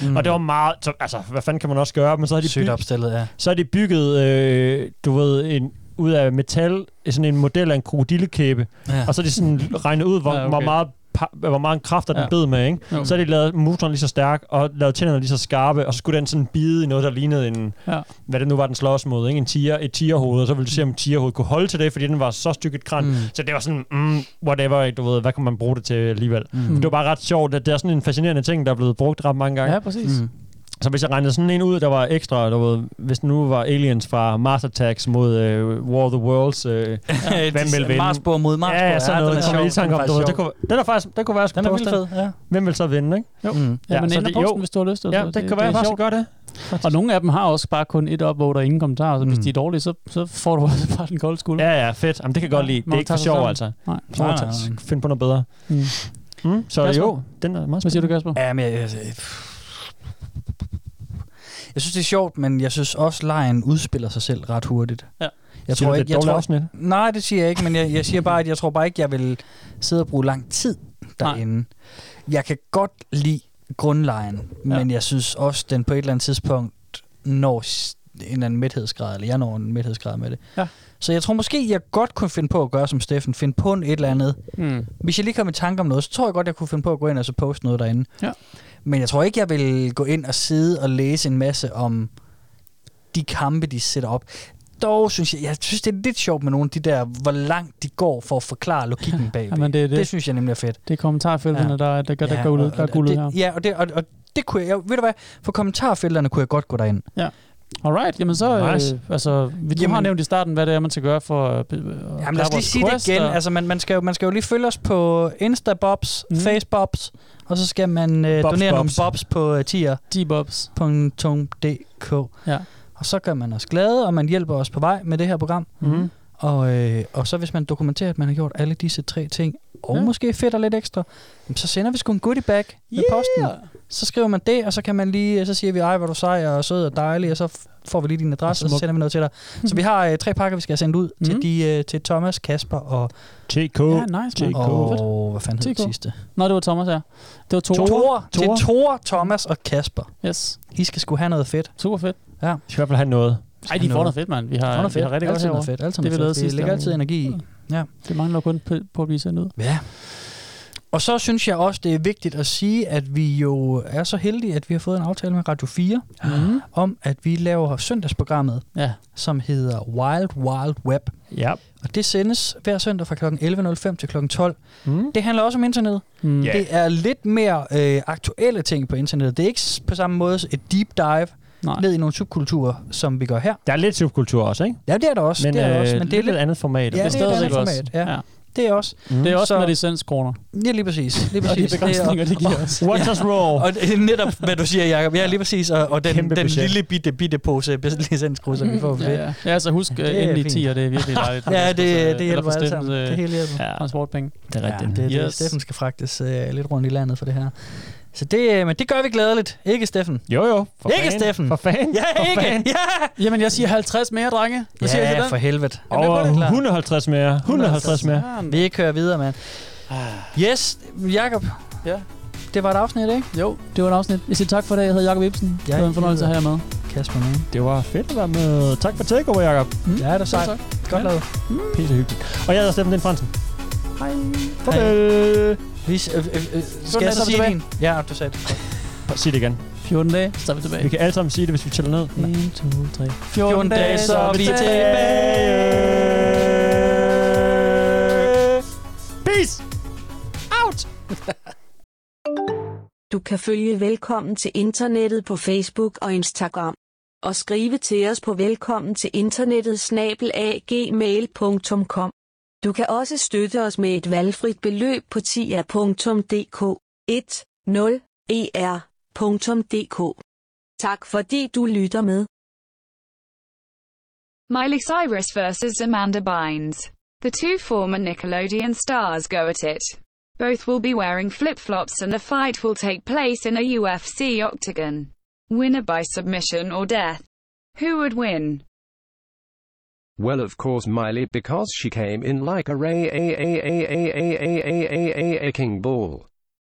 S4: mm. og det var meget, så, altså, hvad fanden kan man også gøre? Men så har de
S7: Sygt
S4: byg-
S7: opstillet, ja.
S4: Så har de bygget, øh, du ved, en, ud af metal, sådan en model af en krokodillekæbe.
S7: Ja.
S4: Ja. Og så har de sådan regnet ud, hvor,
S9: Ja,
S4: ja,
S9: okay.
S4: okay. hvor meget pa- hvor mange kræfter den
S9: Ja.
S4: bed med, ikke?
S9: Jo.
S4: Så har de lavet motoren lige så stærk, og lavet tænderne lige så skarpe, og så skulle den sådan bide i noget, der lignede en,
S9: Ja.
S4: hvad det nu var, den slås mod, ikke? En tiger, et tigerhoved, og så ville du se, om tigerhovedet kunne holde til det, fordi den var så stykke et kran.
S9: Mm.
S4: Mm. Så det var sådan, mm, whatever, ikke? du ved, hvad kan man bruge det til alligevel?
S9: Mm.
S4: Mm. Men det var bare ret sjovt, at det er sådan en fascinerende ting, der er blevet brugt ret mange gange.
S9: Ja, præcis. Mm.
S4: Så hvis jeg regnede sådan en ud, der var ekstra, der var, hvis det nu var Aliens fra Mars Attacks mod øh, War of the Worlds, øh,
S7: Ja.
S4: hvem vil vinde?
S7: Marsboer mod Marsboer.
S4: Ja, ja, sådan
S7: Ja,
S4: noget. Ja,
S7: den er
S4: den, kommer jeg lige i
S7: sjov.
S4: tanke
S7: Den er
S4: om, du ved,
S7: faktisk
S4: det kunne, den er faktisk, den kunne være
S7: Den er vildt
S4: posten.
S7: fed, ja.
S4: Hvem vil så vinde, ikke?
S9: Jo.
S7: Mm.
S9: Ja, men
S4: så
S9: ender
S4: det-
S9: posten,
S4: jo.
S9: hvis du har lyst.
S4: Ja, det, kan være, at jeg skal gøre det.
S9: Og nogle af dem har også bare kun et upvote og ingen kommentarer, så hvis de er dårlige, så, så får du også bare den kolde skulder.
S4: Mm. Ja, ja, fedt. Jamen, det kan jeg godt lide. Det
S9: man
S4: er ikke
S9: tager
S4: for
S9: sig
S4: sjov,
S9: sammen.
S4: altså.
S9: Nej.
S4: Så må
S9: Nej,
S4: man
S9: nej,
S4: tage- finde på noget bedre.
S9: Mm.
S4: Mm, så
S9: Kasper?
S4: jo, den er meget
S9: Hvad siger du,
S4: spændende.
S9: Kasper?
S7: Ja, men jeg, jeg, jeg synes, det er sjovt, men jeg synes også, lejen udspiller sig selv ret hurtigt.
S9: Ja.
S7: Jeg
S4: Siger du,
S7: tror
S4: det er
S7: ikke, jeg
S4: et
S7: tror,
S4: dårligt afsnit?
S7: Nej, det siger jeg ikke, men jeg, jeg siger bare, at jeg tror bare ikke, jeg vil sidde og bruge lang tid derinde. Nej. Jeg kan godt lide grundlejen,
S9: Ja.
S7: ja. men jeg synes også, den på et eller andet tidspunkt når s- en eller anden mæthedsgrad, eller jeg når en mæthedsgrad med det.
S9: Ja.
S7: Så jeg tror måske, jeg godt kunne finde på at gøre som Steffen, finde på en et eller andet.
S9: Mm.
S7: Hvis jeg lige kom i tanke om noget, så tror jeg godt, jeg kunne finde på at gå ind og så poste noget derinde.
S9: Ja.
S7: Men jeg tror ikke, jeg vil gå ind og sidde og læse en masse om de kampe, de sætter op. Dog synes jeg, jeg synes, det er lidt sjovt med nogle af de der, hvor langt de går for at forklare logikken bag.
S9: Jamen, det er det.
S7: det synes jeg nemlig er fedt.
S9: Det er kommentarfelterne, ja.
S7: Ja.
S9: der, der, der, der,
S7: Ja,
S9: går ud,
S7: og-
S9: der er guldet
S7: det,
S9: her.
S7: Ja, og det, og, og det kunne jeg, jeg, ved du hvad, for kommentarfelterne kunne jeg godt gå derind.
S9: Alright, jamen så... Nice.
S7: Nice.
S9: Øh, altså, vi du
S7: Jamen-
S9: har nævnt i starten, hvad det er, man skal gøre for... Øh, Jamen,
S7: Jamen lad os lige sige det igen, altså man, man, skal jo, man skal jo lige følge os på Instabobs, mm. Facebobs, og så skal man øh,
S9: Bobs,
S7: donere nogle
S9: bobs.
S7: bobs på øh, tier.
S9: D-Bobs.
S7: www.dk.
S9: Ja.
S7: Og så gør man os glade, og man hjælper os på vej med det her program.
S9: Mm-hmm.
S4: Mhm.
S7: Og, øh, og så hvis man dokumenterer, at man har gjort alle disse tre ting, og
S9: Ja.
S7: ja. måske fedt og lidt ekstra, jamen, så sender vi sgu en goodie bag med
S9: Yeah!
S7: posten. Så skriver man det, og så kan man lige, så siger vi, ej, hvor er du sej og sød og dejlig, og så f- får vi lige din adresse, og så
S9: Smuk.
S7: sender vi noget til dig.
S9: Hmm.
S7: Så vi har øh, tre pakker, vi skal have sendt ud mm. til, de, øh, til Thomas, Kasper og,
S4: TK.
S9: Ja, nice, man.
S4: TK.
S7: og hvad fanden hed
S9: TK.
S7: det sidste?
S9: Nå, det var Thomas, ja. Det var Tore.
S7: Tor.
S9: Tore.
S7: Til Tor, Thomas og Kasper.
S9: Yes,
S7: I skal sgu have noget fedt.
S9: super fedt.
S7: Ja.
S4: Jeg skal i hvert fald have noget.
S9: Ej, de får noget fedt, mand. Vi har,
S7: Får noget
S9: vi
S7: fedt.
S9: har rigtig godt
S7: Altid noget
S9: herovre.
S7: fedt. Altid
S9: Det vi
S7: noget fedt.
S9: lavede
S7: Vi
S9: sidste
S7: lægger
S9: år.
S7: altid energi i. Ja.
S9: Det mangler kun på- på at blive sendt ud.
S7: Ja. Og så synes jeg også, det er vigtigt at sige, at vi jo er så heldige, at vi har fået en aftale med Radio 4,
S4: Mhm.
S9: Mm.
S7: om at vi laver søndagsprogrammet,
S9: Ja.
S7: som hedder Wild Wild Web.
S4: Ja.
S7: Og det sendes hver søndag fra kl. 11.05 til kl. 12. Mm. Det handler også om internet.
S9: Mm.
S4: Mhm. Ja.
S7: Det er lidt mere øh, aktuelle ting på internettet. Det er ikke s- på samme måde et deep dive
S9: Nej.
S7: ned i nogle subkulturer, som vi gør her.
S4: Der er lidt subkultur også, ikke?
S7: Ja, det er der også.
S4: Men,
S7: det er der
S4: øh,
S7: også
S4: men det er lidt
S7: lidt
S4: andet format.
S7: Ja,
S4: og
S7: det er et
S9: stadigvæk
S7: andet
S9: også-
S7: format. Ja.
S9: Ja.
S7: Det er også.
S9: Mm. Det er også med licenskroner.
S7: Ja, lige præcis. Lige
S9: Og de
S7: præcis.
S9: begrænsninger, det giver os. Watch us roll.
S7: Og det er netop, hvad du siger, Jacob. Ja, lige præcis. Og, og den,
S9: Kæmpe
S7: den
S9: budget.
S7: lille bitte, bitte pose licenskrusser, vi får for
S9: Mm. Ja,
S7: det.
S9: ja. ja, så husk øh,
S7: Det
S9: ja,
S7: er
S9: endelig
S7: fint.
S9: 10, og det er virkelig dejligt.
S7: [laughs] Ja, det- det
S9: Eller
S7: hjælper
S9: for
S7: alle
S9: Steffens,
S7: sammen.
S9: øh,
S7: Det hele hjælper.
S9: Ja. Transportpenge.
S4: Det er rigtigt.
S7: Ja, det er
S9: Yes.
S7: yes. det. Steffen skal fragtes øh, lidt rundt i landet for det her. Så det, øh, men det gør vi glædeligt. Ikke Steffen?
S4: Jo, jo.
S9: For
S7: ikke
S9: fanden.
S7: Steffen.
S9: For
S4: fanden.
S7: Ja,
S9: For
S7: ikke.
S9: fanden.
S7: Ja.
S9: [laughs] Jamen, jeg siger 50 mere, drenge. Hvad siger I til
S7: Ja,
S9: den?
S7: for helvede.
S4: Og 150 mere. 150 mere.
S7: Vi kører videre, mand.
S9: Ah.
S7: Yes, Jakob.
S9: Ja.
S7: Det var et afsnit, ikke?
S9: Jo, det var et afsnit. Jeg siger tak for i dag. Jeg hedder Jakob Ibsen.
S7: Ja,
S9: det var en fornøjelse at have jer med.
S7: Kasper med.
S4: Det var fedt at være med. Tak for takeover, Jacob.
S7: Mm. Ja, det var sejt.
S4: tak.
S7: Godt
S4: Ja.
S7: lavet.
S4: Pisse hyggeligt. Og jeg hedder Steffen Den Fransen.
S9: Hej.
S4: Farvel.
S7: Vi, s- øh, øh, øh, skal jeg
S9: er vi
S7: så sige
S9: tilbage.
S7: din? Ja, du sagde det.
S4: Sig det igen.
S9: 14 dage, så er vi tilbage.
S4: Vi kan alle sammen sige det, hvis vi tæller ned.
S9: 1, 2, 3.
S7: 14 dage, så er vi tilbage.
S4: Peace!
S3: Out! Du kan følge Velkommen til Internettet på Facebook og Instagram. Og skrive til os på velkommen til internettet snabelagmail.com. Du kan også støtte os med et valgfrit beløb på tia.dk E 10er.dk. Tak fordi du lytter med.
S14: Miley Cyrus versus Amanda Bynes. The two former Nickelodeon stars go at it. Both will be wearing flip-flops and the fight will take place in a UFC octagon. Winner by submission or death. Who would win?
S11: Well, of course, Miley, because she came in like a ray a a a a a a a a a a king ball.